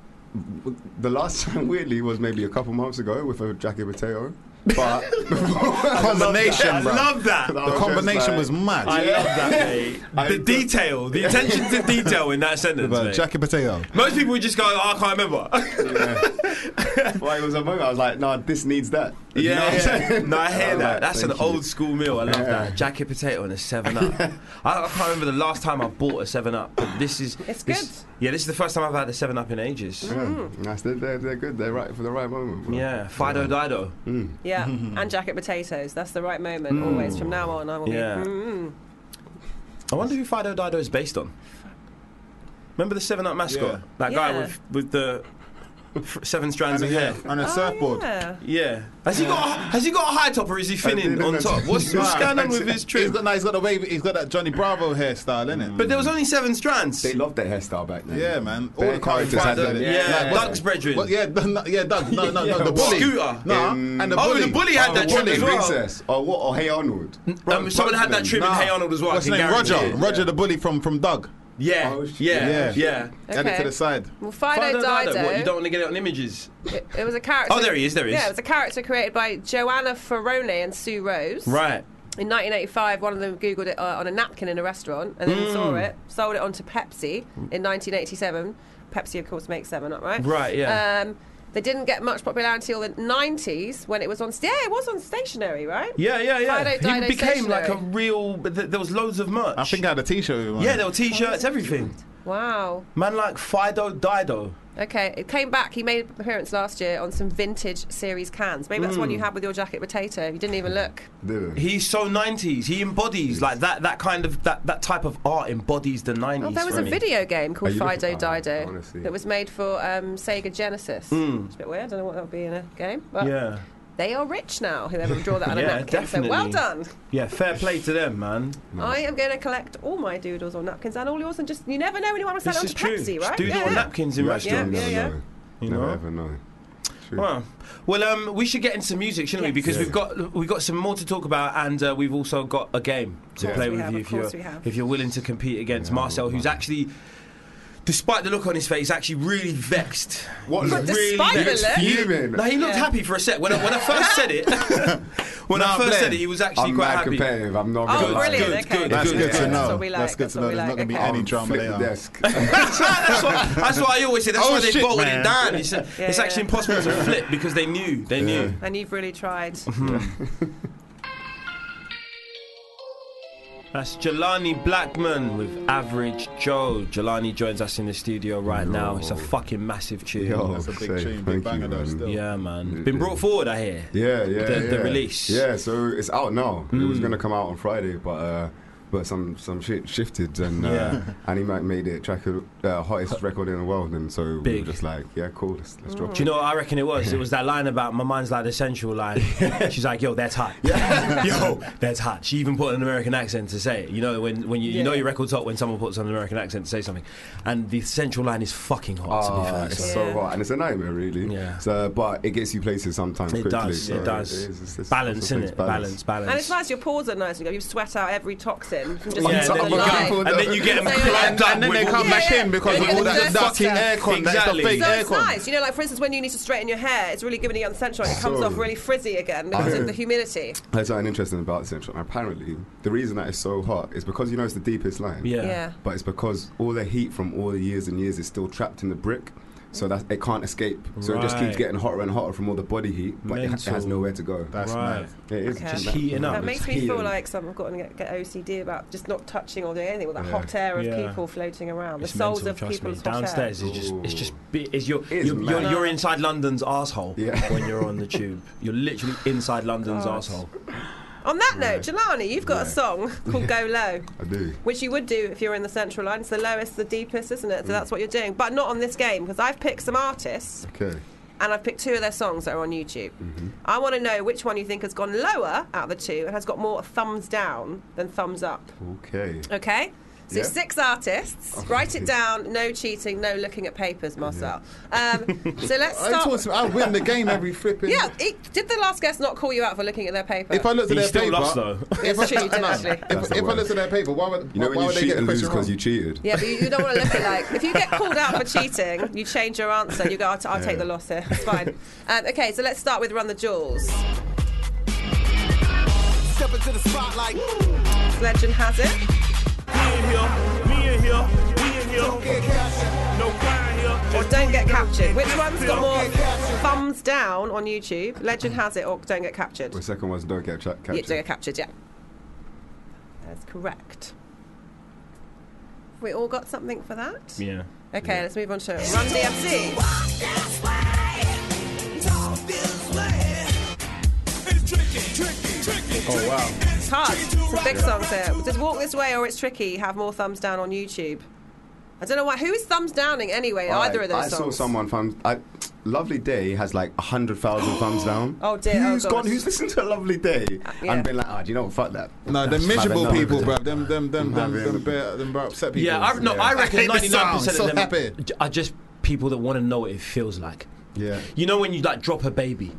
[SPEAKER 4] w- the last (laughs) time, weirdly, was maybe a couple months ago with a Jackie Mateo.
[SPEAKER 8] (laughs)
[SPEAKER 4] But (laughs)
[SPEAKER 12] Combination,
[SPEAKER 3] I
[SPEAKER 12] bro.
[SPEAKER 3] love that.
[SPEAKER 4] I
[SPEAKER 12] The
[SPEAKER 4] was just
[SPEAKER 12] combination
[SPEAKER 4] like-
[SPEAKER 12] was mad.
[SPEAKER 3] I love
[SPEAKER 4] (laughs)
[SPEAKER 3] that, mate.
[SPEAKER 4] I-
[SPEAKER 3] the detail, the attention to detail in that sentence.
[SPEAKER 12] But
[SPEAKER 3] mate.
[SPEAKER 12] Jackie Potato.
[SPEAKER 3] Most people would just go, oh, I can't remember. (laughs)
[SPEAKER 4] Yeah. well, it was a moment I was like, no, this needs that. You know what I'm
[SPEAKER 3] yeah.
[SPEAKER 4] saying?
[SPEAKER 3] No, I hear
[SPEAKER 4] I'm
[SPEAKER 3] that.
[SPEAKER 4] like,
[SPEAKER 3] That's an
[SPEAKER 4] thank you.
[SPEAKER 3] old school meal. I love
[SPEAKER 4] Yeah.
[SPEAKER 3] that. Jacket potato and a Seven
[SPEAKER 4] (laughs)
[SPEAKER 3] Up. I, I can't remember the last time I bought a Seven Up, but this is
[SPEAKER 5] It's
[SPEAKER 3] this-
[SPEAKER 5] good.
[SPEAKER 3] Yeah, this is the first time I've had a Seven Up in ages.
[SPEAKER 8] Mm.
[SPEAKER 4] (laughs) Yeah. That's- They're, they're, they're good. They're right for the right moment. bro.
[SPEAKER 3] Yeah, Fido Dido.
[SPEAKER 4] (laughs)
[SPEAKER 5] Yeah, and jacket potatoes. That's the right moment
[SPEAKER 4] Mm.
[SPEAKER 5] always. From now on, I will
[SPEAKER 3] Yeah.
[SPEAKER 5] be. Mm.
[SPEAKER 3] I wonder who Fido Dido is based on. Remember the Seven Up mascot?
[SPEAKER 12] Yeah.
[SPEAKER 3] That guy
[SPEAKER 5] Yeah.
[SPEAKER 3] with with the f- seven strands
[SPEAKER 8] And
[SPEAKER 3] of
[SPEAKER 8] a-
[SPEAKER 3] hair.
[SPEAKER 8] and
[SPEAKER 4] Oh,
[SPEAKER 8] a surfboard.
[SPEAKER 5] Oh, Yeah.
[SPEAKER 3] Yeah. Has he got a, has he got a high top or is he
[SPEAKER 8] No,
[SPEAKER 3] thinning
[SPEAKER 8] no,
[SPEAKER 3] on
[SPEAKER 8] no.
[SPEAKER 3] top? What's,
[SPEAKER 4] (laughs)
[SPEAKER 3] what's going on with his
[SPEAKER 8] He's
[SPEAKER 3] trim?
[SPEAKER 8] got, no, he's got the wave. He's got that Johnny Bravo hairstyle, isn't it?
[SPEAKER 3] But there was only seven strands.
[SPEAKER 4] They loved that hairstyle back then.
[SPEAKER 8] yeah, man. All
[SPEAKER 4] Bare
[SPEAKER 8] the characters
[SPEAKER 4] characters
[SPEAKER 8] had
[SPEAKER 4] had
[SPEAKER 8] that.
[SPEAKER 4] them.
[SPEAKER 3] Yeah,
[SPEAKER 8] Like,
[SPEAKER 3] Doug's brethren.
[SPEAKER 8] Well, yeah, (laughs) no, no, yeah, Doug. No,
[SPEAKER 3] (laughs)
[SPEAKER 8] no, no. The bully.
[SPEAKER 3] Scooter.
[SPEAKER 8] No,
[SPEAKER 4] Um,
[SPEAKER 8] and the
[SPEAKER 3] oh,
[SPEAKER 8] bully.
[SPEAKER 3] the bully had
[SPEAKER 8] Oh,
[SPEAKER 3] that
[SPEAKER 8] the
[SPEAKER 3] trim
[SPEAKER 8] bully.
[SPEAKER 3] as well.
[SPEAKER 4] Princess or what? Or Hey Arnold.
[SPEAKER 3] Um, someone had that trim in
[SPEAKER 8] Nah.
[SPEAKER 3] Hey Arnold as well. I
[SPEAKER 8] What's his
[SPEAKER 3] can
[SPEAKER 8] name? Roger.
[SPEAKER 3] guarantee it.
[SPEAKER 8] Roger the bully from from Doug.
[SPEAKER 3] Yeah,
[SPEAKER 4] Oh, shit.
[SPEAKER 3] yeah, yeah.
[SPEAKER 8] Yeah. Add it
[SPEAKER 5] Okay.
[SPEAKER 8] to the side.
[SPEAKER 5] Well, Fido,
[SPEAKER 3] Fido
[SPEAKER 5] Dido.
[SPEAKER 3] Dido. What, you don't want to get it on images?
[SPEAKER 5] It, it was a character.
[SPEAKER 3] Oh, there he is, there he is.
[SPEAKER 5] Yeah, it was a character created by Joanna Ferrone and Sue Rose.
[SPEAKER 3] Right.
[SPEAKER 5] In 1985, one of them googled it uh, on a napkin in a restaurant and then saw
[SPEAKER 4] Mm.
[SPEAKER 5] it, sold it on to Pepsi in 1987. Pepsi, of course, makes Seven Up, right?
[SPEAKER 3] Right, yeah.
[SPEAKER 5] Um, they didn't get much popularity till the 90s when it was on. Yeah, it was on stationery, right?
[SPEAKER 3] Yeah, yeah, yeah.
[SPEAKER 5] Fido Dido
[SPEAKER 3] he became like a
[SPEAKER 5] stationery.
[SPEAKER 3] real. but th- There was loads of merch.
[SPEAKER 8] I think I had a T-shirt. with one.
[SPEAKER 3] yeah, there were T-shirts, everything.
[SPEAKER 5] Wow.
[SPEAKER 3] Man like Fido Dido.
[SPEAKER 5] Okay, it came back. He made an appearance last year on some vintage series cans. Maybe that's one
[SPEAKER 4] Mm.
[SPEAKER 5] you had with your jacket potato. You didn't even look.
[SPEAKER 4] Dude.
[SPEAKER 3] He's so 90s. He embodies like that. That kind of that, that type of art embodies the 90s.
[SPEAKER 5] Oh, there was
[SPEAKER 3] for
[SPEAKER 5] a
[SPEAKER 3] me.
[SPEAKER 5] video game called
[SPEAKER 4] Are you looking-
[SPEAKER 5] Fido
[SPEAKER 4] oh, I
[SPEAKER 5] Dido
[SPEAKER 4] wanna see. Mm.
[SPEAKER 5] that was made for um, Sega Genesis. It's a bit weird. I don't know what that would be in a game. But
[SPEAKER 3] Mm. Yeah,
[SPEAKER 5] they are rich now. Whoever would draw
[SPEAKER 3] (laughs)
[SPEAKER 5] that on
[SPEAKER 3] Yeah,
[SPEAKER 5] a napkin. So well
[SPEAKER 3] definitely.
[SPEAKER 5] done.
[SPEAKER 3] yeah. Fair play to them, man.
[SPEAKER 5] I am going to collect all my doodles on napkins and all yours, and just you never know when you want to sell
[SPEAKER 3] This
[SPEAKER 5] on
[SPEAKER 3] is
[SPEAKER 5] to
[SPEAKER 3] true.
[SPEAKER 5] Pepsi,
[SPEAKER 3] Just
[SPEAKER 5] right?
[SPEAKER 3] Do little
[SPEAKER 5] yeah.
[SPEAKER 3] napkins in
[SPEAKER 4] You actually
[SPEAKER 3] restaurants.
[SPEAKER 4] don't never
[SPEAKER 5] yeah, yeah.
[SPEAKER 4] know.
[SPEAKER 3] You
[SPEAKER 4] Never
[SPEAKER 3] know?
[SPEAKER 4] ever know. True.
[SPEAKER 3] Wow. Well, um, we should get into music, shouldn't we?
[SPEAKER 5] Yes.
[SPEAKER 3] Because
[SPEAKER 4] Yeah.
[SPEAKER 3] we've got we've got some more to talk about, and uh, we've also got a game to
[SPEAKER 4] Yeah.
[SPEAKER 3] play
[SPEAKER 5] we
[SPEAKER 3] with
[SPEAKER 5] have,
[SPEAKER 3] you
[SPEAKER 5] of
[SPEAKER 3] if you're
[SPEAKER 5] course we have.
[SPEAKER 3] if you're willing to compete against
[SPEAKER 4] Yeah, I
[SPEAKER 3] Marcel,
[SPEAKER 4] would
[SPEAKER 3] who's
[SPEAKER 4] love it.
[SPEAKER 3] actually. Despite the look on his face, actually really vexed.
[SPEAKER 4] What
[SPEAKER 3] He's
[SPEAKER 4] look?
[SPEAKER 5] Despite the
[SPEAKER 3] vexed.
[SPEAKER 5] look?
[SPEAKER 4] Fuming.
[SPEAKER 3] No, he looked
[SPEAKER 5] Yeah.
[SPEAKER 3] happy for a sec. When I, when I first said
[SPEAKER 4] (laughs)
[SPEAKER 3] it, when I
[SPEAKER 8] Nah,
[SPEAKER 3] first said
[SPEAKER 8] blame.
[SPEAKER 3] it, he was actually
[SPEAKER 4] I'm
[SPEAKER 3] quite
[SPEAKER 4] mad
[SPEAKER 3] happy.
[SPEAKER 4] competitive. I'm not.
[SPEAKER 5] Oh,
[SPEAKER 4] gonna lie.
[SPEAKER 3] good,
[SPEAKER 5] brilliant. okay.
[SPEAKER 3] good,
[SPEAKER 8] That's
[SPEAKER 3] good,
[SPEAKER 8] good to
[SPEAKER 5] That's
[SPEAKER 8] know.
[SPEAKER 5] what we like.
[SPEAKER 8] That's good to know.
[SPEAKER 5] what we
[SPEAKER 8] There's not gonna
[SPEAKER 5] like.
[SPEAKER 8] be
[SPEAKER 5] Okay.
[SPEAKER 8] any drama
[SPEAKER 4] Flip the
[SPEAKER 8] later.
[SPEAKER 4] desk.
[SPEAKER 3] (laughs) that's, what, that's what I always say. That's
[SPEAKER 8] Oh,
[SPEAKER 3] why they
[SPEAKER 8] shit,
[SPEAKER 3] voted
[SPEAKER 8] man.
[SPEAKER 3] it down. It's, it's
[SPEAKER 5] yeah.
[SPEAKER 3] actually impossible to flip because they knew. They
[SPEAKER 4] Yeah.
[SPEAKER 3] knew.
[SPEAKER 5] And you've
[SPEAKER 3] (laughs)
[SPEAKER 5] really tried.
[SPEAKER 3] That's Jelani Blackman with Average Joe. Jelani joins us in the studio right now. It's a fucking massive tune.
[SPEAKER 4] Yo,
[SPEAKER 8] That's a big
[SPEAKER 4] oh, say,
[SPEAKER 8] tune, big
[SPEAKER 4] thank
[SPEAKER 8] banger
[SPEAKER 4] you,
[SPEAKER 8] though,
[SPEAKER 4] man.
[SPEAKER 8] still.
[SPEAKER 3] Yeah, man.
[SPEAKER 4] It
[SPEAKER 3] Been
[SPEAKER 4] is.
[SPEAKER 3] brought forward, I hear.
[SPEAKER 4] Yeah, yeah,
[SPEAKER 3] The-
[SPEAKER 4] yeah.
[SPEAKER 3] the release. Hmm.
[SPEAKER 4] Yeah, so it's out now. It was gonna come out on Friday, but uh, but some some shit shifted, and uh, Annie Mac made it track of, uh, hottest record in the world, and so we
[SPEAKER 3] Big.
[SPEAKER 4] were just like, yeah, cool, let's, let's
[SPEAKER 8] Mm.
[SPEAKER 4] drop
[SPEAKER 3] Do you
[SPEAKER 4] it.
[SPEAKER 3] know what I reckon it was? It
[SPEAKER 4] (laughs)
[SPEAKER 3] was that line about my mind's like the sensual line. She's like, yo, that's hot. (laughs) yo, that's hot. She even put an American accent to say it. You know, when, when you, you know your record's hot when someone puts on an American accent to say something. And the sensual line is fucking hot, to be
[SPEAKER 4] Ah,
[SPEAKER 3] fair.
[SPEAKER 4] it's
[SPEAKER 3] So.
[SPEAKER 4] so hot, and it's a nightmare, really.
[SPEAKER 3] Yeah.
[SPEAKER 4] So, but it gets you places sometimes.
[SPEAKER 3] It
[SPEAKER 4] quickly,
[SPEAKER 3] does,
[SPEAKER 4] so
[SPEAKER 3] it does.
[SPEAKER 4] is, it's- it's-
[SPEAKER 3] Balance,
[SPEAKER 4] it's a
[SPEAKER 3] in
[SPEAKER 4] thing,
[SPEAKER 3] it? Balance, balance.
[SPEAKER 5] And it's nice your paws are nice. and You go, you sweat out every
[SPEAKER 8] (laughs)
[SPEAKER 5] toxin. From just
[SPEAKER 3] Yeah,
[SPEAKER 5] yeah,
[SPEAKER 3] and then,
[SPEAKER 5] the
[SPEAKER 3] you
[SPEAKER 5] line.
[SPEAKER 3] get, and then you get them
[SPEAKER 5] So,
[SPEAKER 3] clogged
[SPEAKER 5] and-
[SPEAKER 3] up
[SPEAKER 8] And then
[SPEAKER 3] with
[SPEAKER 8] they
[SPEAKER 3] all
[SPEAKER 8] come
[SPEAKER 3] the-
[SPEAKER 8] back
[SPEAKER 5] yeah.
[SPEAKER 8] in because
[SPEAKER 5] Yeah,
[SPEAKER 8] of all
[SPEAKER 5] yeah,
[SPEAKER 8] that
[SPEAKER 5] yeah.
[SPEAKER 8] dirty
[SPEAKER 5] Yeah.
[SPEAKER 8] aircon. That's the
[SPEAKER 3] Exactly.
[SPEAKER 8] fake
[SPEAKER 5] So it's
[SPEAKER 8] aircon.
[SPEAKER 5] nice, you know. Like for instance, when you need to straighten your hair, it's really giving you uncensualized. It comes
[SPEAKER 4] So-
[SPEAKER 5] off really frizzy again because of the humidity.
[SPEAKER 4] There's something interesting about Central. Apparently, the reason that it's so hot is because you know it's the deepest line.
[SPEAKER 3] Yeah.
[SPEAKER 5] Yeah.
[SPEAKER 4] But it's because all the heat from all the years and years is still trapped in the brick, so that it can't escape. So it just
[SPEAKER 3] Right.
[SPEAKER 4] keeps getting hotter and hotter from all the body heat, but it, ha- it has
[SPEAKER 3] Mental.
[SPEAKER 4] nowhere to go.
[SPEAKER 8] That's
[SPEAKER 3] Right.
[SPEAKER 8] nice.
[SPEAKER 4] It is
[SPEAKER 5] Okay.
[SPEAKER 4] just
[SPEAKER 5] Just
[SPEAKER 3] heating up.
[SPEAKER 5] That
[SPEAKER 4] It's
[SPEAKER 5] makes me feel
[SPEAKER 4] heating.
[SPEAKER 5] like some, I've got to get, get OCD about just not touching or doing anything with that
[SPEAKER 4] Yeah.
[SPEAKER 5] hot air of
[SPEAKER 3] Yeah.
[SPEAKER 5] people floating around.
[SPEAKER 3] It's
[SPEAKER 5] the souls
[SPEAKER 3] mental,
[SPEAKER 5] of
[SPEAKER 3] trust
[SPEAKER 5] people
[SPEAKER 3] me.
[SPEAKER 5] is hot air.
[SPEAKER 3] downstairs is just it's just bi- is your
[SPEAKER 4] It is
[SPEAKER 3] you're, you're,
[SPEAKER 4] mad.
[SPEAKER 3] you're inside London's asshole
[SPEAKER 4] Yeah.
[SPEAKER 3] when you're on the tube. You're literally inside London's asshole.
[SPEAKER 5] On that note, Jelani, you've got a song
[SPEAKER 3] (laughs)
[SPEAKER 5] called Go Low,
[SPEAKER 4] I do.
[SPEAKER 5] which you would do if you were in the central line. It's the lowest, the deepest, isn't it? So
[SPEAKER 3] Mm.
[SPEAKER 5] that's what you're doing. But not on this game, because I've picked some artists
[SPEAKER 4] Okay.
[SPEAKER 5] and I've picked two of their songs that are on YouTube.
[SPEAKER 3] Mm-hmm.
[SPEAKER 5] I want to know which one you think has gone lower out of the two and has got more thumbs down than thumbs up.
[SPEAKER 4] Okay.
[SPEAKER 8] Uh,
[SPEAKER 5] Okay? So
[SPEAKER 4] Yeah.
[SPEAKER 5] six artists.
[SPEAKER 8] Oh,
[SPEAKER 4] Okay.
[SPEAKER 5] Write it down. No cheating. No looking at papers, Marcel. Um, so let's
[SPEAKER 8] (laughs) I
[SPEAKER 5] start.
[SPEAKER 8] talk to- I win the game every flipping.
[SPEAKER 5] yeah, he- did the last guest not call you out for looking at their paper?
[SPEAKER 8] If I looked at
[SPEAKER 3] He
[SPEAKER 8] their
[SPEAKER 3] still
[SPEAKER 8] paper,
[SPEAKER 3] lost, though.
[SPEAKER 8] If,
[SPEAKER 5] It's true, you did
[SPEAKER 8] no,
[SPEAKER 5] actually.
[SPEAKER 4] That's
[SPEAKER 8] if,
[SPEAKER 4] the
[SPEAKER 8] if
[SPEAKER 4] worst.
[SPEAKER 8] I looked at their paper, why would
[SPEAKER 4] You know
[SPEAKER 8] why
[SPEAKER 4] when you
[SPEAKER 8] would they
[SPEAKER 4] cheat
[SPEAKER 8] get the
[SPEAKER 4] and lose because
[SPEAKER 8] question wrong?
[SPEAKER 4] you cheated.
[SPEAKER 5] Yeah, but you, you don't want to look at like if you get called out for cheating, you change your answer. You go, I'll, t- I'll take the loss here. It's fine. Um, okay, so let's start with Run the Jewels.
[SPEAKER 14] Step into the spotlight.
[SPEAKER 5] Legend has it.
[SPEAKER 14] We in here, we in here, we in here. No crying here.
[SPEAKER 5] Or Don't Get Captured. Which one's got more thumbs down on YouTube? Legend has it or Don't Get Captured?
[SPEAKER 4] The second one's don't get tra-
[SPEAKER 5] Yeah, Don't Get
[SPEAKER 4] captured.
[SPEAKER 5] Captured, yeah. That's correct. We all got something for that?
[SPEAKER 3] Yeah.
[SPEAKER 5] Okay, let's move on to Run DMC.
[SPEAKER 14] Oh wow.
[SPEAKER 5] It's hard. Some big songs there. Does Walk This Way or It's Tricky have more thumbs down on YouTube? I don't know why. Who is thumbs downing anyway?
[SPEAKER 4] I-
[SPEAKER 5] either of those
[SPEAKER 4] I
[SPEAKER 5] songs.
[SPEAKER 4] saw someone from. I, Lovely Day has like
[SPEAKER 5] (gasps)
[SPEAKER 4] 100,000 thumbs down.
[SPEAKER 5] Oh dear.
[SPEAKER 4] Who's
[SPEAKER 5] oh,
[SPEAKER 4] gone?
[SPEAKER 5] God. Uh,
[SPEAKER 4] Who's listened to Lovely Day
[SPEAKER 5] yeah.
[SPEAKER 4] and been like, ah, do you know what? Fuck that.
[SPEAKER 8] No,
[SPEAKER 4] That's
[SPEAKER 8] them miserable
[SPEAKER 4] fine, no,
[SPEAKER 8] people,
[SPEAKER 4] because-
[SPEAKER 8] bruv. Them, them, them, them,
[SPEAKER 4] Having-
[SPEAKER 8] them, bare- them, bare upset people.
[SPEAKER 3] Yeah, I, no, I reckon
[SPEAKER 8] hate the
[SPEAKER 3] ninety nine
[SPEAKER 8] sound,
[SPEAKER 3] percent
[SPEAKER 8] so
[SPEAKER 3] of them
[SPEAKER 8] happy.
[SPEAKER 3] j- are just people that want to know what it feels like.
[SPEAKER 4] Yeah.
[SPEAKER 3] You know when you like drop a baby.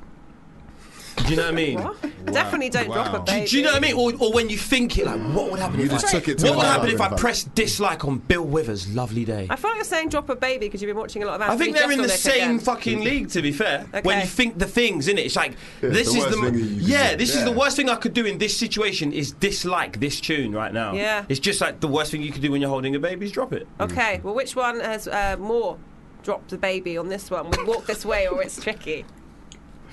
[SPEAKER 3] Do you know what I mean?
[SPEAKER 5] Definitely don't drop a
[SPEAKER 3] Do,
[SPEAKER 5] baby.
[SPEAKER 3] do you know what I mean? Or, or when you think it, like, what would happen
[SPEAKER 8] You
[SPEAKER 3] if
[SPEAKER 8] just
[SPEAKER 3] I,
[SPEAKER 8] took it to
[SPEAKER 3] what would
[SPEAKER 8] another
[SPEAKER 3] happen if I
[SPEAKER 8] level.
[SPEAKER 3] press dislike on Bill Withers' Lovely Day?
[SPEAKER 5] I feel like you're saying drop a baby because you've been watching a lot of.
[SPEAKER 3] I
[SPEAKER 5] Anthony
[SPEAKER 3] think they're in the
[SPEAKER 5] Jeselnik
[SPEAKER 3] same
[SPEAKER 5] again.
[SPEAKER 3] fucking league, to be fair. When
[SPEAKER 5] Okay.
[SPEAKER 3] you think the things, in it, it's like
[SPEAKER 4] Yeah, it's
[SPEAKER 3] this is
[SPEAKER 4] the worst
[SPEAKER 3] the
[SPEAKER 4] thing that you can
[SPEAKER 3] yeah,
[SPEAKER 4] do.
[SPEAKER 3] this is
[SPEAKER 4] Yeah.
[SPEAKER 3] the worst thing I could do in this situation is dislike this tune right now.
[SPEAKER 5] Yeah.
[SPEAKER 3] it's just like the worst thing you could do when you're holding a baby is drop it.
[SPEAKER 5] Okay, well, which one has uh, more dropped the baby on this one? We walk this way, or it's tricky.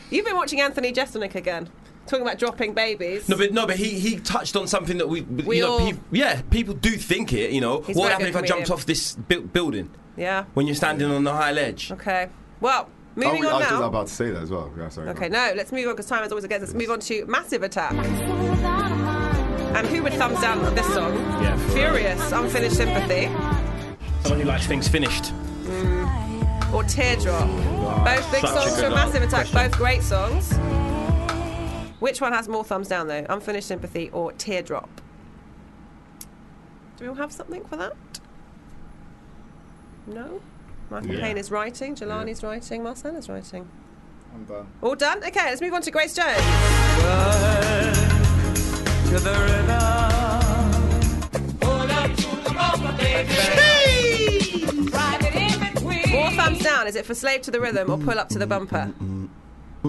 [SPEAKER 5] You've been watching Anthony Jeselnik again, talking about dropping babies.
[SPEAKER 3] No, but no, but he he touched on something that we,
[SPEAKER 5] We
[SPEAKER 3] you know,
[SPEAKER 5] all-
[SPEAKER 3] peop- yeah, people do think it. You know,
[SPEAKER 5] He's
[SPEAKER 3] what
[SPEAKER 5] very
[SPEAKER 3] happened if
[SPEAKER 5] good
[SPEAKER 3] I jumped
[SPEAKER 5] comedian.
[SPEAKER 3] off this bu- building
[SPEAKER 5] yeah.
[SPEAKER 3] when you're standing on the high ledge?
[SPEAKER 5] Okay. Well,
[SPEAKER 4] Oh,
[SPEAKER 5] moving
[SPEAKER 4] wait, I
[SPEAKER 5] on
[SPEAKER 4] was just
[SPEAKER 5] now.
[SPEAKER 4] about to say that as well. Yeah, sorry.
[SPEAKER 5] Okay, no, let's move on because time is always against us. Move on to Massive Attack. And who would thumbs down this song?
[SPEAKER 3] Yeah.
[SPEAKER 5] Furious, Unfinished Sympathy,
[SPEAKER 3] Someone who likes things finished.
[SPEAKER 5] or Teardrop? Both big
[SPEAKER 3] Such a
[SPEAKER 5] songs
[SPEAKER 3] good
[SPEAKER 5] from Massive
[SPEAKER 3] answer.
[SPEAKER 5] Attack, both great songs. Which one has more thumbs down though? Unfinished Sympathy or Teardrop? Do we all have something for that? No? Michael
[SPEAKER 4] Yeah.
[SPEAKER 5] Caine is writing, Jelani's writing, Marcella's writing.
[SPEAKER 4] I'm done.
[SPEAKER 5] All done? Okay, let's move on to Grace Jones. More thumbs down. Is it for Slave to the Rhythm or Pull Up to the Bumper?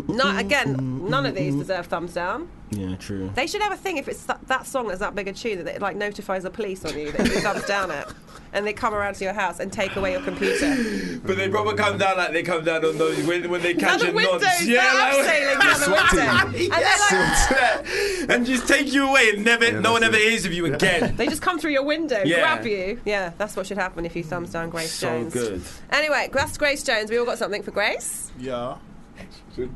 [SPEAKER 5] Not again. None of these deserve thumbs down.
[SPEAKER 3] Yeah, true.
[SPEAKER 5] They should have a thing if it's that, that song that's that big a tune that it like notifies the police on you that you thumbs down it, and they come around to your house and take away
[SPEAKER 3] (laughs)
[SPEAKER 5] your computer.
[SPEAKER 3] But they probably come down like they come down on those when, when they catch
[SPEAKER 5] Another
[SPEAKER 3] a
[SPEAKER 5] window.
[SPEAKER 3] nod.
[SPEAKER 5] Is that
[SPEAKER 3] (laughs)
[SPEAKER 5] abseiling another window? And they're like,
[SPEAKER 3] and just take you away and never, no one ever hears of you
[SPEAKER 5] (laughs)
[SPEAKER 3] again.
[SPEAKER 5] They just come through your window,
[SPEAKER 3] Yeah.
[SPEAKER 5] grab you. Yeah, that's what should happen if you thumbs down Grace Jones.
[SPEAKER 3] good.
[SPEAKER 5] Anyway, that's Grace Jones. We all got something for Grace.
[SPEAKER 8] Yeah.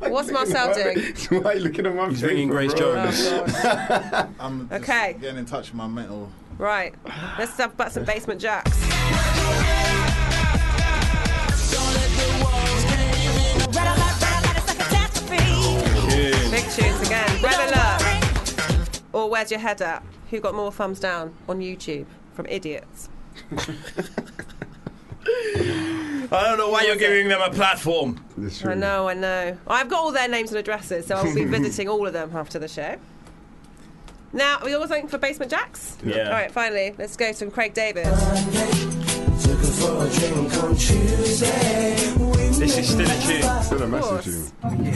[SPEAKER 5] What's Marcel doing?
[SPEAKER 4] (laughs) Why are you looking at my
[SPEAKER 3] He's ringing Grace Jones. (laughs)
[SPEAKER 8] I'm just
[SPEAKER 5] Oh, Okay.
[SPEAKER 8] getting in touch with my mental.
[SPEAKER 5] Right, let's talk about some basement jacks. Big tunes again. Red alert. Or where's your head at? Who got more thumbs down on YouTube from idiots?
[SPEAKER 3] I don't know why you're giving them a platform.
[SPEAKER 5] I know, I know. I've got all their names and addresses, so I'll be visiting all of them after the show. Now, are we all got something for basement jacks?
[SPEAKER 3] Yeah.
[SPEAKER 5] All right, finally, let's go to Craig David.
[SPEAKER 3] This is still a tune.
[SPEAKER 4] Still a message
[SPEAKER 5] course.
[SPEAKER 4] to you.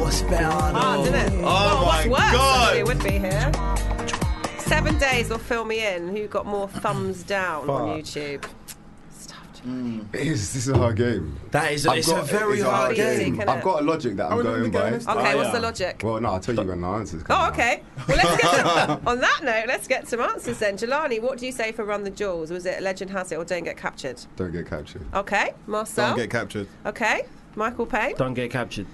[SPEAKER 3] What's better?
[SPEAKER 5] Oh, didn't it?
[SPEAKER 3] Oh,
[SPEAKER 5] what's
[SPEAKER 3] my
[SPEAKER 5] worse?
[SPEAKER 3] God.
[SPEAKER 5] actually, It would be here. Seven days will fill me in. Who got more thumbs down on
[SPEAKER 4] Fuck.
[SPEAKER 5] YouTube? Stuffed.
[SPEAKER 4] It is, this is a hard game.
[SPEAKER 3] That is a,
[SPEAKER 4] I've
[SPEAKER 3] it's a
[SPEAKER 4] got-
[SPEAKER 3] very
[SPEAKER 4] it's a
[SPEAKER 3] hard
[SPEAKER 5] game.
[SPEAKER 3] game.
[SPEAKER 5] Can
[SPEAKER 4] I've
[SPEAKER 5] it-
[SPEAKER 4] got a logic that I'm
[SPEAKER 8] we're doing
[SPEAKER 4] going
[SPEAKER 8] the game
[SPEAKER 4] by.
[SPEAKER 8] this
[SPEAKER 5] Okay,
[SPEAKER 3] Oh,
[SPEAKER 5] what's
[SPEAKER 3] yeah.
[SPEAKER 5] the logic?
[SPEAKER 4] Well, no, I'll tell you when the answers come
[SPEAKER 5] Oh,
[SPEAKER 4] out.
[SPEAKER 5] okay. Well, let's get some. on that note, let's get some answers then. Jelani, what do you say for Run the Jewels? Was it Legend Has It or Don't Get Captured?
[SPEAKER 4] Don't get captured.
[SPEAKER 5] Okay,
[SPEAKER 8] Don't
[SPEAKER 5] Oh. Marcel.
[SPEAKER 8] get captured.
[SPEAKER 5] okay, Michael Payne.
[SPEAKER 3] Don't get captured.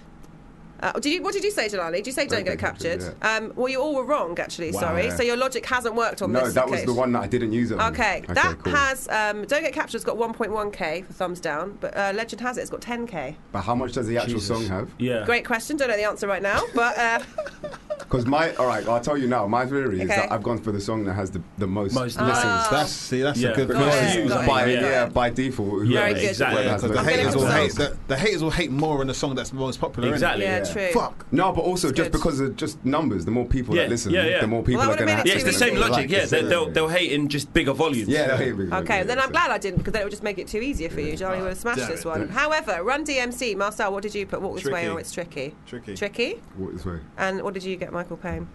[SPEAKER 5] Uh, did you, what did you say, Jelani? Did you say don't, get, captured? Um, well, you all were wrong, actually.
[SPEAKER 4] Wow.
[SPEAKER 5] sorry.
[SPEAKER 4] Yeah.
[SPEAKER 5] So your logic hasn't worked on
[SPEAKER 4] No,
[SPEAKER 5] this.
[SPEAKER 4] that was the
[SPEAKER 5] occasion.
[SPEAKER 4] one that I didn't use it on.
[SPEAKER 5] Okay, that
[SPEAKER 4] cool.
[SPEAKER 5] has um, don't get captured's got 1.1k for thumbs down, but uh, legend has it it's got 10k.
[SPEAKER 4] But how much does the actual song have?
[SPEAKER 3] Yeah.
[SPEAKER 5] Great question. Don't know the answer right now, but uh,
[SPEAKER 4] Because my, all right, I'll tell you now. My theory is that
[SPEAKER 5] Okay.
[SPEAKER 4] I've gone for the song that has the, the most,
[SPEAKER 3] Most
[SPEAKER 4] listens.
[SPEAKER 5] Ah.
[SPEAKER 8] That's see, that's
[SPEAKER 3] Yeah.
[SPEAKER 8] a good
[SPEAKER 3] Got
[SPEAKER 5] it,
[SPEAKER 8] question.
[SPEAKER 5] got it,
[SPEAKER 4] by,
[SPEAKER 5] got it.
[SPEAKER 4] yeah. by default.
[SPEAKER 3] Yeah,
[SPEAKER 5] Very good.
[SPEAKER 3] exactly.
[SPEAKER 4] whoever has
[SPEAKER 8] Because the
[SPEAKER 4] most
[SPEAKER 5] gonna
[SPEAKER 8] haters
[SPEAKER 4] listens.
[SPEAKER 8] will
[SPEAKER 5] go
[SPEAKER 8] hate
[SPEAKER 5] first.
[SPEAKER 8] the, the haters will hate more on the song that's most popular. innit?
[SPEAKER 3] Exactly.
[SPEAKER 5] yeah,
[SPEAKER 4] Yeah.
[SPEAKER 5] true.
[SPEAKER 8] Fuck.
[SPEAKER 4] No, but also just
[SPEAKER 5] good.
[SPEAKER 4] because of just numbers, the more people
[SPEAKER 3] Yeah,
[SPEAKER 4] that listen,
[SPEAKER 3] yeah, yeah.
[SPEAKER 4] the more people
[SPEAKER 5] Well, that
[SPEAKER 4] are going to
[SPEAKER 3] Yeah,
[SPEAKER 4] have
[SPEAKER 5] would've made
[SPEAKER 3] it's the
[SPEAKER 5] Absolutely.
[SPEAKER 3] same logic.
[SPEAKER 4] Like,
[SPEAKER 3] Yeah,
[SPEAKER 4] it's
[SPEAKER 3] they, they'll
[SPEAKER 4] similar.
[SPEAKER 3] they'll hate in just bigger volumes.
[SPEAKER 4] Yeah, they'll hate me.
[SPEAKER 5] Okay, then I'm
[SPEAKER 4] So-
[SPEAKER 5] glad I didn't because then it would just make it too easy for you. Jelani would have smashed
[SPEAKER 8] Damn
[SPEAKER 5] this
[SPEAKER 8] it.
[SPEAKER 5] one. However, Run DMC, Marcel, what did you put? Walk this way
[SPEAKER 8] Tricky.
[SPEAKER 5] or it's tricky.
[SPEAKER 8] Tricky.
[SPEAKER 5] Tricky.
[SPEAKER 4] Walk this way.
[SPEAKER 5] And what did you get, Michael Payne?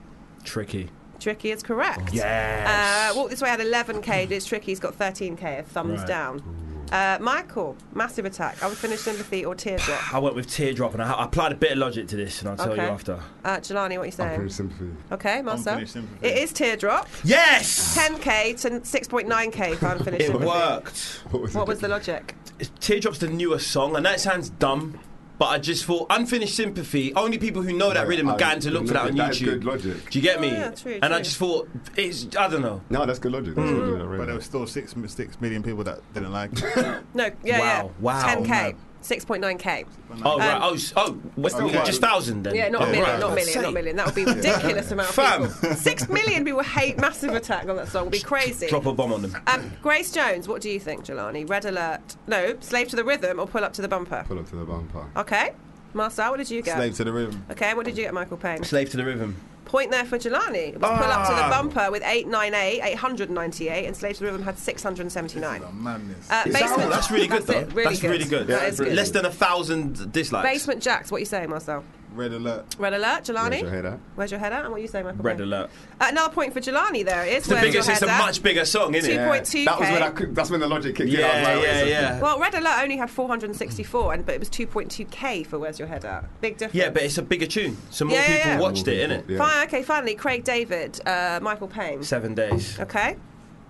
[SPEAKER 3] Tricky.
[SPEAKER 5] Tricky is correct.
[SPEAKER 3] Yes.
[SPEAKER 5] Uh, Walk This Way had 11k. It's tricky. He's got 13k. of Thumbs
[SPEAKER 3] Right.
[SPEAKER 5] down. Uh, Michael, massive attack. I would finish sympathy or teardrop.
[SPEAKER 3] I went with teardrop, and I, I applied a bit of logic to this, and I'll tell
[SPEAKER 5] Okay.
[SPEAKER 3] you after.
[SPEAKER 5] Uh, Jelani, what are you
[SPEAKER 4] I'm pretty
[SPEAKER 5] saying?
[SPEAKER 4] sympathy.
[SPEAKER 5] Okay, Marcel.
[SPEAKER 8] Unfinished sympathy.
[SPEAKER 5] It is teardrop.
[SPEAKER 3] Yes,
[SPEAKER 5] 10k to 6.9k for unfinished
[SPEAKER 3] it
[SPEAKER 5] sympathy.
[SPEAKER 3] worked.
[SPEAKER 4] (laughs) What was,
[SPEAKER 5] What
[SPEAKER 4] it?
[SPEAKER 5] was the logic?
[SPEAKER 3] Teardrop's the newer song, and that sounds dumb. But I just thought unfinished sympathy. Only people who know that rhythm are
[SPEAKER 4] I-
[SPEAKER 3] going to look for that on
[SPEAKER 4] that's
[SPEAKER 3] YouTube.
[SPEAKER 4] good logic.
[SPEAKER 3] Do you
[SPEAKER 5] Oh,
[SPEAKER 3] get me?
[SPEAKER 4] Yeah, true,
[SPEAKER 3] and I
[SPEAKER 4] true.
[SPEAKER 3] just thought it's I don't know.
[SPEAKER 4] No, that's good logic. That's good
[SPEAKER 3] Mm.
[SPEAKER 4] logic, I read
[SPEAKER 8] But
[SPEAKER 4] that.
[SPEAKER 8] there were still six, six million people that didn't like.
[SPEAKER 5] (laughs) No, yeah, yeah.
[SPEAKER 8] Wow, wow.
[SPEAKER 5] 10k, 6.9k.
[SPEAKER 3] Oh right.
[SPEAKER 5] Um,
[SPEAKER 3] Oh, s- oh, what's
[SPEAKER 5] Okay.
[SPEAKER 3] just thousand then.
[SPEAKER 5] Yeah, not
[SPEAKER 3] Oh,
[SPEAKER 5] a million,
[SPEAKER 3] right.
[SPEAKER 5] not a million, not a million. That would be a ridiculous amount of
[SPEAKER 3] Fam.
[SPEAKER 5] people. Six million people hate Massive Attack on that song. It'd be crazy.
[SPEAKER 3] Drop a bomb on them.
[SPEAKER 5] Um, Grace Jones, what do you think, Jelani? Red Alert? No, Slave to the Rhythm or Pull Up to the Bumper?
[SPEAKER 4] Pull up to the bumper.
[SPEAKER 5] Okay. Marcel, what did you get?
[SPEAKER 8] to the rhythm.
[SPEAKER 5] Okay, what did you get, Michael Payne?
[SPEAKER 3] Slave to the rhythm.
[SPEAKER 5] Point there for Jelani. It was Pull Up to the
[SPEAKER 3] Ah.
[SPEAKER 5] Bumper with 898, 898, and Slave to the Rhythm had 679.
[SPEAKER 8] Madness.
[SPEAKER 5] Uh,
[SPEAKER 3] Is that
[SPEAKER 5] basement,
[SPEAKER 3] all? Oh, that's really good though.
[SPEAKER 5] That's it, really
[SPEAKER 3] that's
[SPEAKER 5] good.
[SPEAKER 3] really good.
[SPEAKER 5] That is good.
[SPEAKER 3] Less than a thousand dislikes.
[SPEAKER 5] Basement Jacks, what you saying, Marcel?
[SPEAKER 8] Red alert.
[SPEAKER 5] Red alert, Jelani?
[SPEAKER 3] Where's your head at?
[SPEAKER 5] Where's your head at? And what you saying, Michael?
[SPEAKER 3] Red alert.
[SPEAKER 5] Uh, another point for Jelani there. It is
[SPEAKER 3] It's the
[SPEAKER 5] Where's
[SPEAKER 3] biggest.
[SPEAKER 5] Your
[SPEAKER 3] It's a
[SPEAKER 5] Head At?
[SPEAKER 3] much bigger song, isn't it?
[SPEAKER 5] 2.2K.
[SPEAKER 4] That was when I, could- that's when the logic kicked in. I was
[SPEAKER 3] Yeah,
[SPEAKER 4] like, wait a
[SPEAKER 3] yeah,
[SPEAKER 4] second.
[SPEAKER 3] yeah.
[SPEAKER 5] Well, Red Alert only had 464, and but it was 2.2k for Where's Your Head At? Big difference.
[SPEAKER 3] Yeah, but it's a bigger tune, so more
[SPEAKER 5] Yeah, yeah,
[SPEAKER 3] people
[SPEAKER 5] yeah.
[SPEAKER 3] watched it, innit?
[SPEAKER 5] Fine, okay, finally, Craig David, uh, Michael Payne.
[SPEAKER 3] Seven days.
[SPEAKER 5] Okay,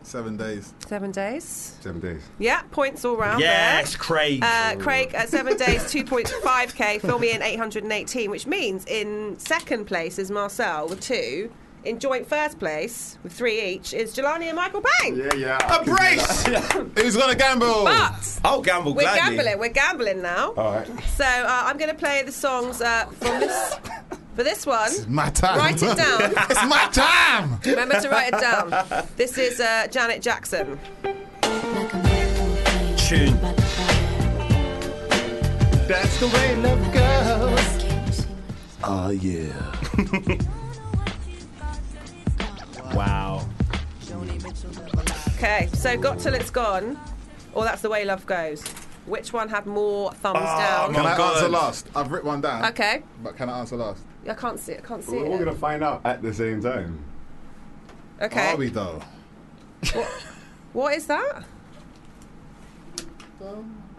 [SPEAKER 8] Seven days.
[SPEAKER 5] seven days.
[SPEAKER 4] Seven days.
[SPEAKER 5] Yeah, points all round
[SPEAKER 3] Yes,
[SPEAKER 5] there.
[SPEAKER 3] Craig.
[SPEAKER 5] Uh, Craig, uh, seven days, 2.5k, Fill me in 818, which means in second place is Marcel with two. In joint first place with three each is Jelani and Michael Payne.
[SPEAKER 4] Yeah, yeah.
[SPEAKER 8] A brace! Who's gonna gamble?
[SPEAKER 5] But
[SPEAKER 3] I'll Oh, gamble
[SPEAKER 5] We're gambling. We're gambling now.
[SPEAKER 8] All right.
[SPEAKER 5] So uh, I'm going to play the songs uh, from this for this one.
[SPEAKER 8] My time.
[SPEAKER 5] Write it down.
[SPEAKER 8] (laughs) it's my (laughs) time.
[SPEAKER 5] Remember to write it down. This is uh, Janet Jackson.
[SPEAKER 3] Tune.
[SPEAKER 8] That's the way love goes.
[SPEAKER 3] Oh yeah. wow.
[SPEAKER 5] Okay, so got till it's gone, or that's the way love goes. Which one had more thumbs
[SPEAKER 3] Oh,
[SPEAKER 4] Ah,
[SPEAKER 5] down?
[SPEAKER 8] Can I answer last? I've written one down.
[SPEAKER 5] Okay,
[SPEAKER 8] But can I answer last?
[SPEAKER 5] I can't see it. I can't see
[SPEAKER 4] We're all
[SPEAKER 5] it.
[SPEAKER 4] gonna find out at the same time.
[SPEAKER 5] Okay,
[SPEAKER 8] Are we though?
[SPEAKER 5] what is that?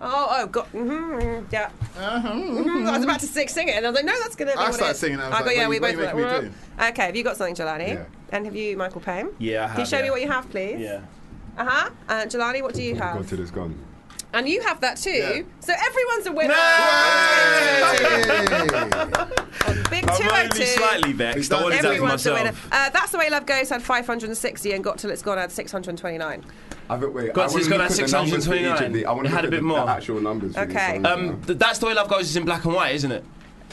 [SPEAKER 5] Oh, oh, got. Mm-hmm, yeah. Mhm, I was about to sing, sing it, and I was like, no, that's going to be
[SPEAKER 8] Uh-huh, mm-hmm. I
[SPEAKER 5] what it
[SPEAKER 8] started
[SPEAKER 5] is.
[SPEAKER 8] singing it, I was
[SPEAKER 5] got,
[SPEAKER 8] like,
[SPEAKER 5] yeah, we
[SPEAKER 8] what
[SPEAKER 5] both
[SPEAKER 8] are you-
[SPEAKER 5] were
[SPEAKER 8] what are you
[SPEAKER 5] like,
[SPEAKER 8] making me Uh,
[SPEAKER 5] "Whoa." Okay, have you got something, Jelani?
[SPEAKER 3] Yeah.
[SPEAKER 5] And have you, Michael Payne?
[SPEAKER 3] Yeah. I
[SPEAKER 5] Can you
[SPEAKER 3] have,
[SPEAKER 5] show
[SPEAKER 3] yeah.
[SPEAKER 5] me what you have, please?
[SPEAKER 3] Yeah.
[SPEAKER 5] Uh huh. And Jelani, what do you
[SPEAKER 4] Go
[SPEAKER 5] have?
[SPEAKER 4] till it's gone.
[SPEAKER 5] And you have that too. So everyone's a winner. Big
[SPEAKER 3] I'm only
[SPEAKER 5] 202.
[SPEAKER 3] slightly vexed. I wanted to have
[SPEAKER 5] Everyone's a winner.
[SPEAKER 3] myself.
[SPEAKER 5] Uh, That's the way love goes. Had 560 and got till it's gone. Had 629.
[SPEAKER 4] I've wait.
[SPEAKER 3] God,
[SPEAKER 4] I
[SPEAKER 3] so he's
[SPEAKER 4] wanna
[SPEAKER 3] got
[SPEAKER 4] look
[SPEAKER 3] that
[SPEAKER 4] at the numbers for each of
[SPEAKER 3] 629.
[SPEAKER 4] the- I wanna
[SPEAKER 3] It had
[SPEAKER 4] look
[SPEAKER 3] a
[SPEAKER 4] at
[SPEAKER 3] bit
[SPEAKER 4] the-
[SPEAKER 3] more.
[SPEAKER 4] The actual numbers. for each
[SPEAKER 5] Okay.
[SPEAKER 4] one.
[SPEAKER 3] Um, th- that's the way love goes. Is in black and white, isn't it?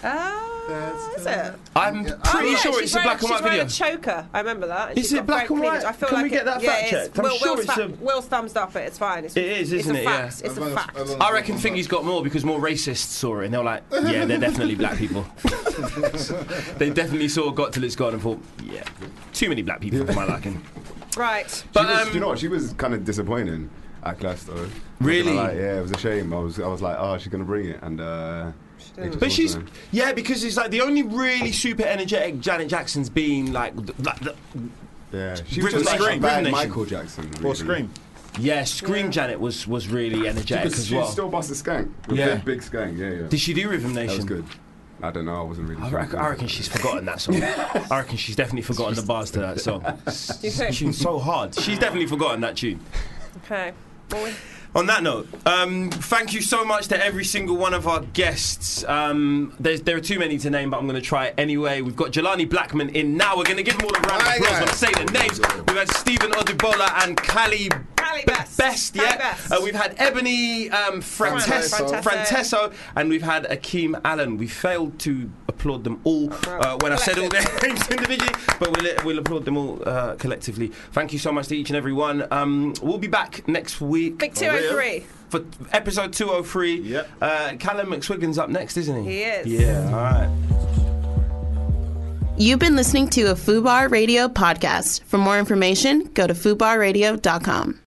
[SPEAKER 5] Oh, is it?
[SPEAKER 3] I'm pretty
[SPEAKER 5] Oh, yeah,
[SPEAKER 3] sure
[SPEAKER 5] she's
[SPEAKER 3] it's a
[SPEAKER 5] wearing-
[SPEAKER 3] black and white
[SPEAKER 5] she's wearing
[SPEAKER 3] video.
[SPEAKER 5] a choker. I remember that.
[SPEAKER 3] Is
[SPEAKER 5] she's
[SPEAKER 3] it
[SPEAKER 5] got
[SPEAKER 3] black
[SPEAKER 5] great
[SPEAKER 3] and
[SPEAKER 5] cleavage.
[SPEAKER 3] white?
[SPEAKER 5] I feel
[SPEAKER 3] Can
[SPEAKER 5] like
[SPEAKER 3] we
[SPEAKER 5] it-
[SPEAKER 3] get that
[SPEAKER 5] yeah,
[SPEAKER 3] fact
[SPEAKER 5] it is.
[SPEAKER 3] checked? I'm
[SPEAKER 5] Will,
[SPEAKER 3] sure
[SPEAKER 5] Will's,
[SPEAKER 3] it's
[SPEAKER 5] fa-
[SPEAKER 3] a-
[SPEAKER 5] Will's thumbs up it. It's fine. It's,
[SPEAKER 3] It is,
[SPEAKER 5] it's
[SPEAKER 3] isn't
[SPEAKER 5] a
[SPEAKER 3] it?
[SPEAKER 5] Fact.
[SPEAKER 3] Yeah.
[SPEAKER 5] It's a fact.
[SPEAKER 3] I reckon Fingy's got more because more racists saw it and they were like, yeah, they're definitely black
[SPEAKER 8] (laughs)
[SPEAKER 3] people. they definitely saw Got Till It's Gone and thought, yeah, too many black people for my liking.
[SPEAKER 5] Right.
[SPEAKER 4] She was,
[SPEAKER 3] um,
[SPEAKER 4] do you know what? She was kind of disappointing at class though. Not gonna
[SPEAKER 3] Really?
[SPEAKER 4] lie, yeah, it was a shame. I was, I was like, oh, she's gonna bring it, and uh, it just
[SPEAKER 3] But she's
[SPEAKER 4] wasn't.
[SPEAKER 3] yeah, because it's like the only really super energetic Janet Jackson's been like, th- like the,
[SPEAKER 4] yeah, she was
[SPEAKER 3] Rhythm
[SPEAKER 4] just like
[SPEAKER 3] Nation,
[SPEAKER 4] a bad
[SPEAKER 3] Rhythm Nation.
[SPEAKER 4] Michael Jackson. Really.
[SPEAKER 3] Or Scream. yeah, Scream Janet was was really
[SPEAKER 4] She,
[SPEAKER 3] energetic
[SPEAKER 4] was,
[SPEAKER 3] as
[SPEAKER 4] she
[SPEAKER 3] well.
[SPEAKER 4] still bust a skank. A
[SPEAKER 3] Yeah.
[SPEAKER 4] big, big skank. Yeah, yeah.
[SPEAKER 3] Did she do Rhythm
[SPEAKER 4] That was
[SPEAKER 3] Nation?
[SPEAKER 4] good. I don't know. I wasn't really.
[SPEAKER 3] I
[SPEAKER 4] sure.
[SPEAKER 3] reckon, I reckon she's forgotten that
[SPEAKER 4] (laughs)
[SPEAKER 3] song. I reckon she's definitely forgotten the bars to that song.
[SPEAKER 5] (laughs) Do you think?
[SPEAKER 3] Tune's so hard. She's definitely forgotten that tune.
[SPEAKER 5] Okay. Well, we-
[SPEAKER 3] On that note, um, thank you so much to every single one of our guests. Um, there's, there are too many to name, but I'm going to try it anyway. We've got Jelani Blackman in now. We're going to give them all a round of
[SPEAKER 8] Hi,
[SPEAKER 3] applause when I
[SPEAKER 8] guys.
[SPEAKER 3] say the names. We've had Stephen Odibola and Cali
[SPEAKER 5] Cali Best.
[SPEAKER 3] Best,
[SPEAKER 5] Cali
[SPEAKER 3] yeah.
[SPEAKER 5] Best.
[SPEAKER 3] Uh, we've had Ebony um, Frantesso,
[SPEAKER 5] Frantesso.
[SPEAKER 3] Frantesso, and we've had Akeem Allen. We failed to applaud them all uh, when I said all their names (laughs) individually, but we'll, we'll applaud them all uh, collectively. Thank you so much to each and every one. Um, we'll be back next week.
[SPEAKER 5] Big 203.
[SPEAKER 3] For episode 203. Yep. Uh, Callum McSwiggan's up next, isn't he?
[SPEAKER 5] He is.
[SPEAKER 3] Yeah, all right.
[SPEAKER 1] You've been listening to a FUBAR Radio podcast. For more information, go to fubarradio.com.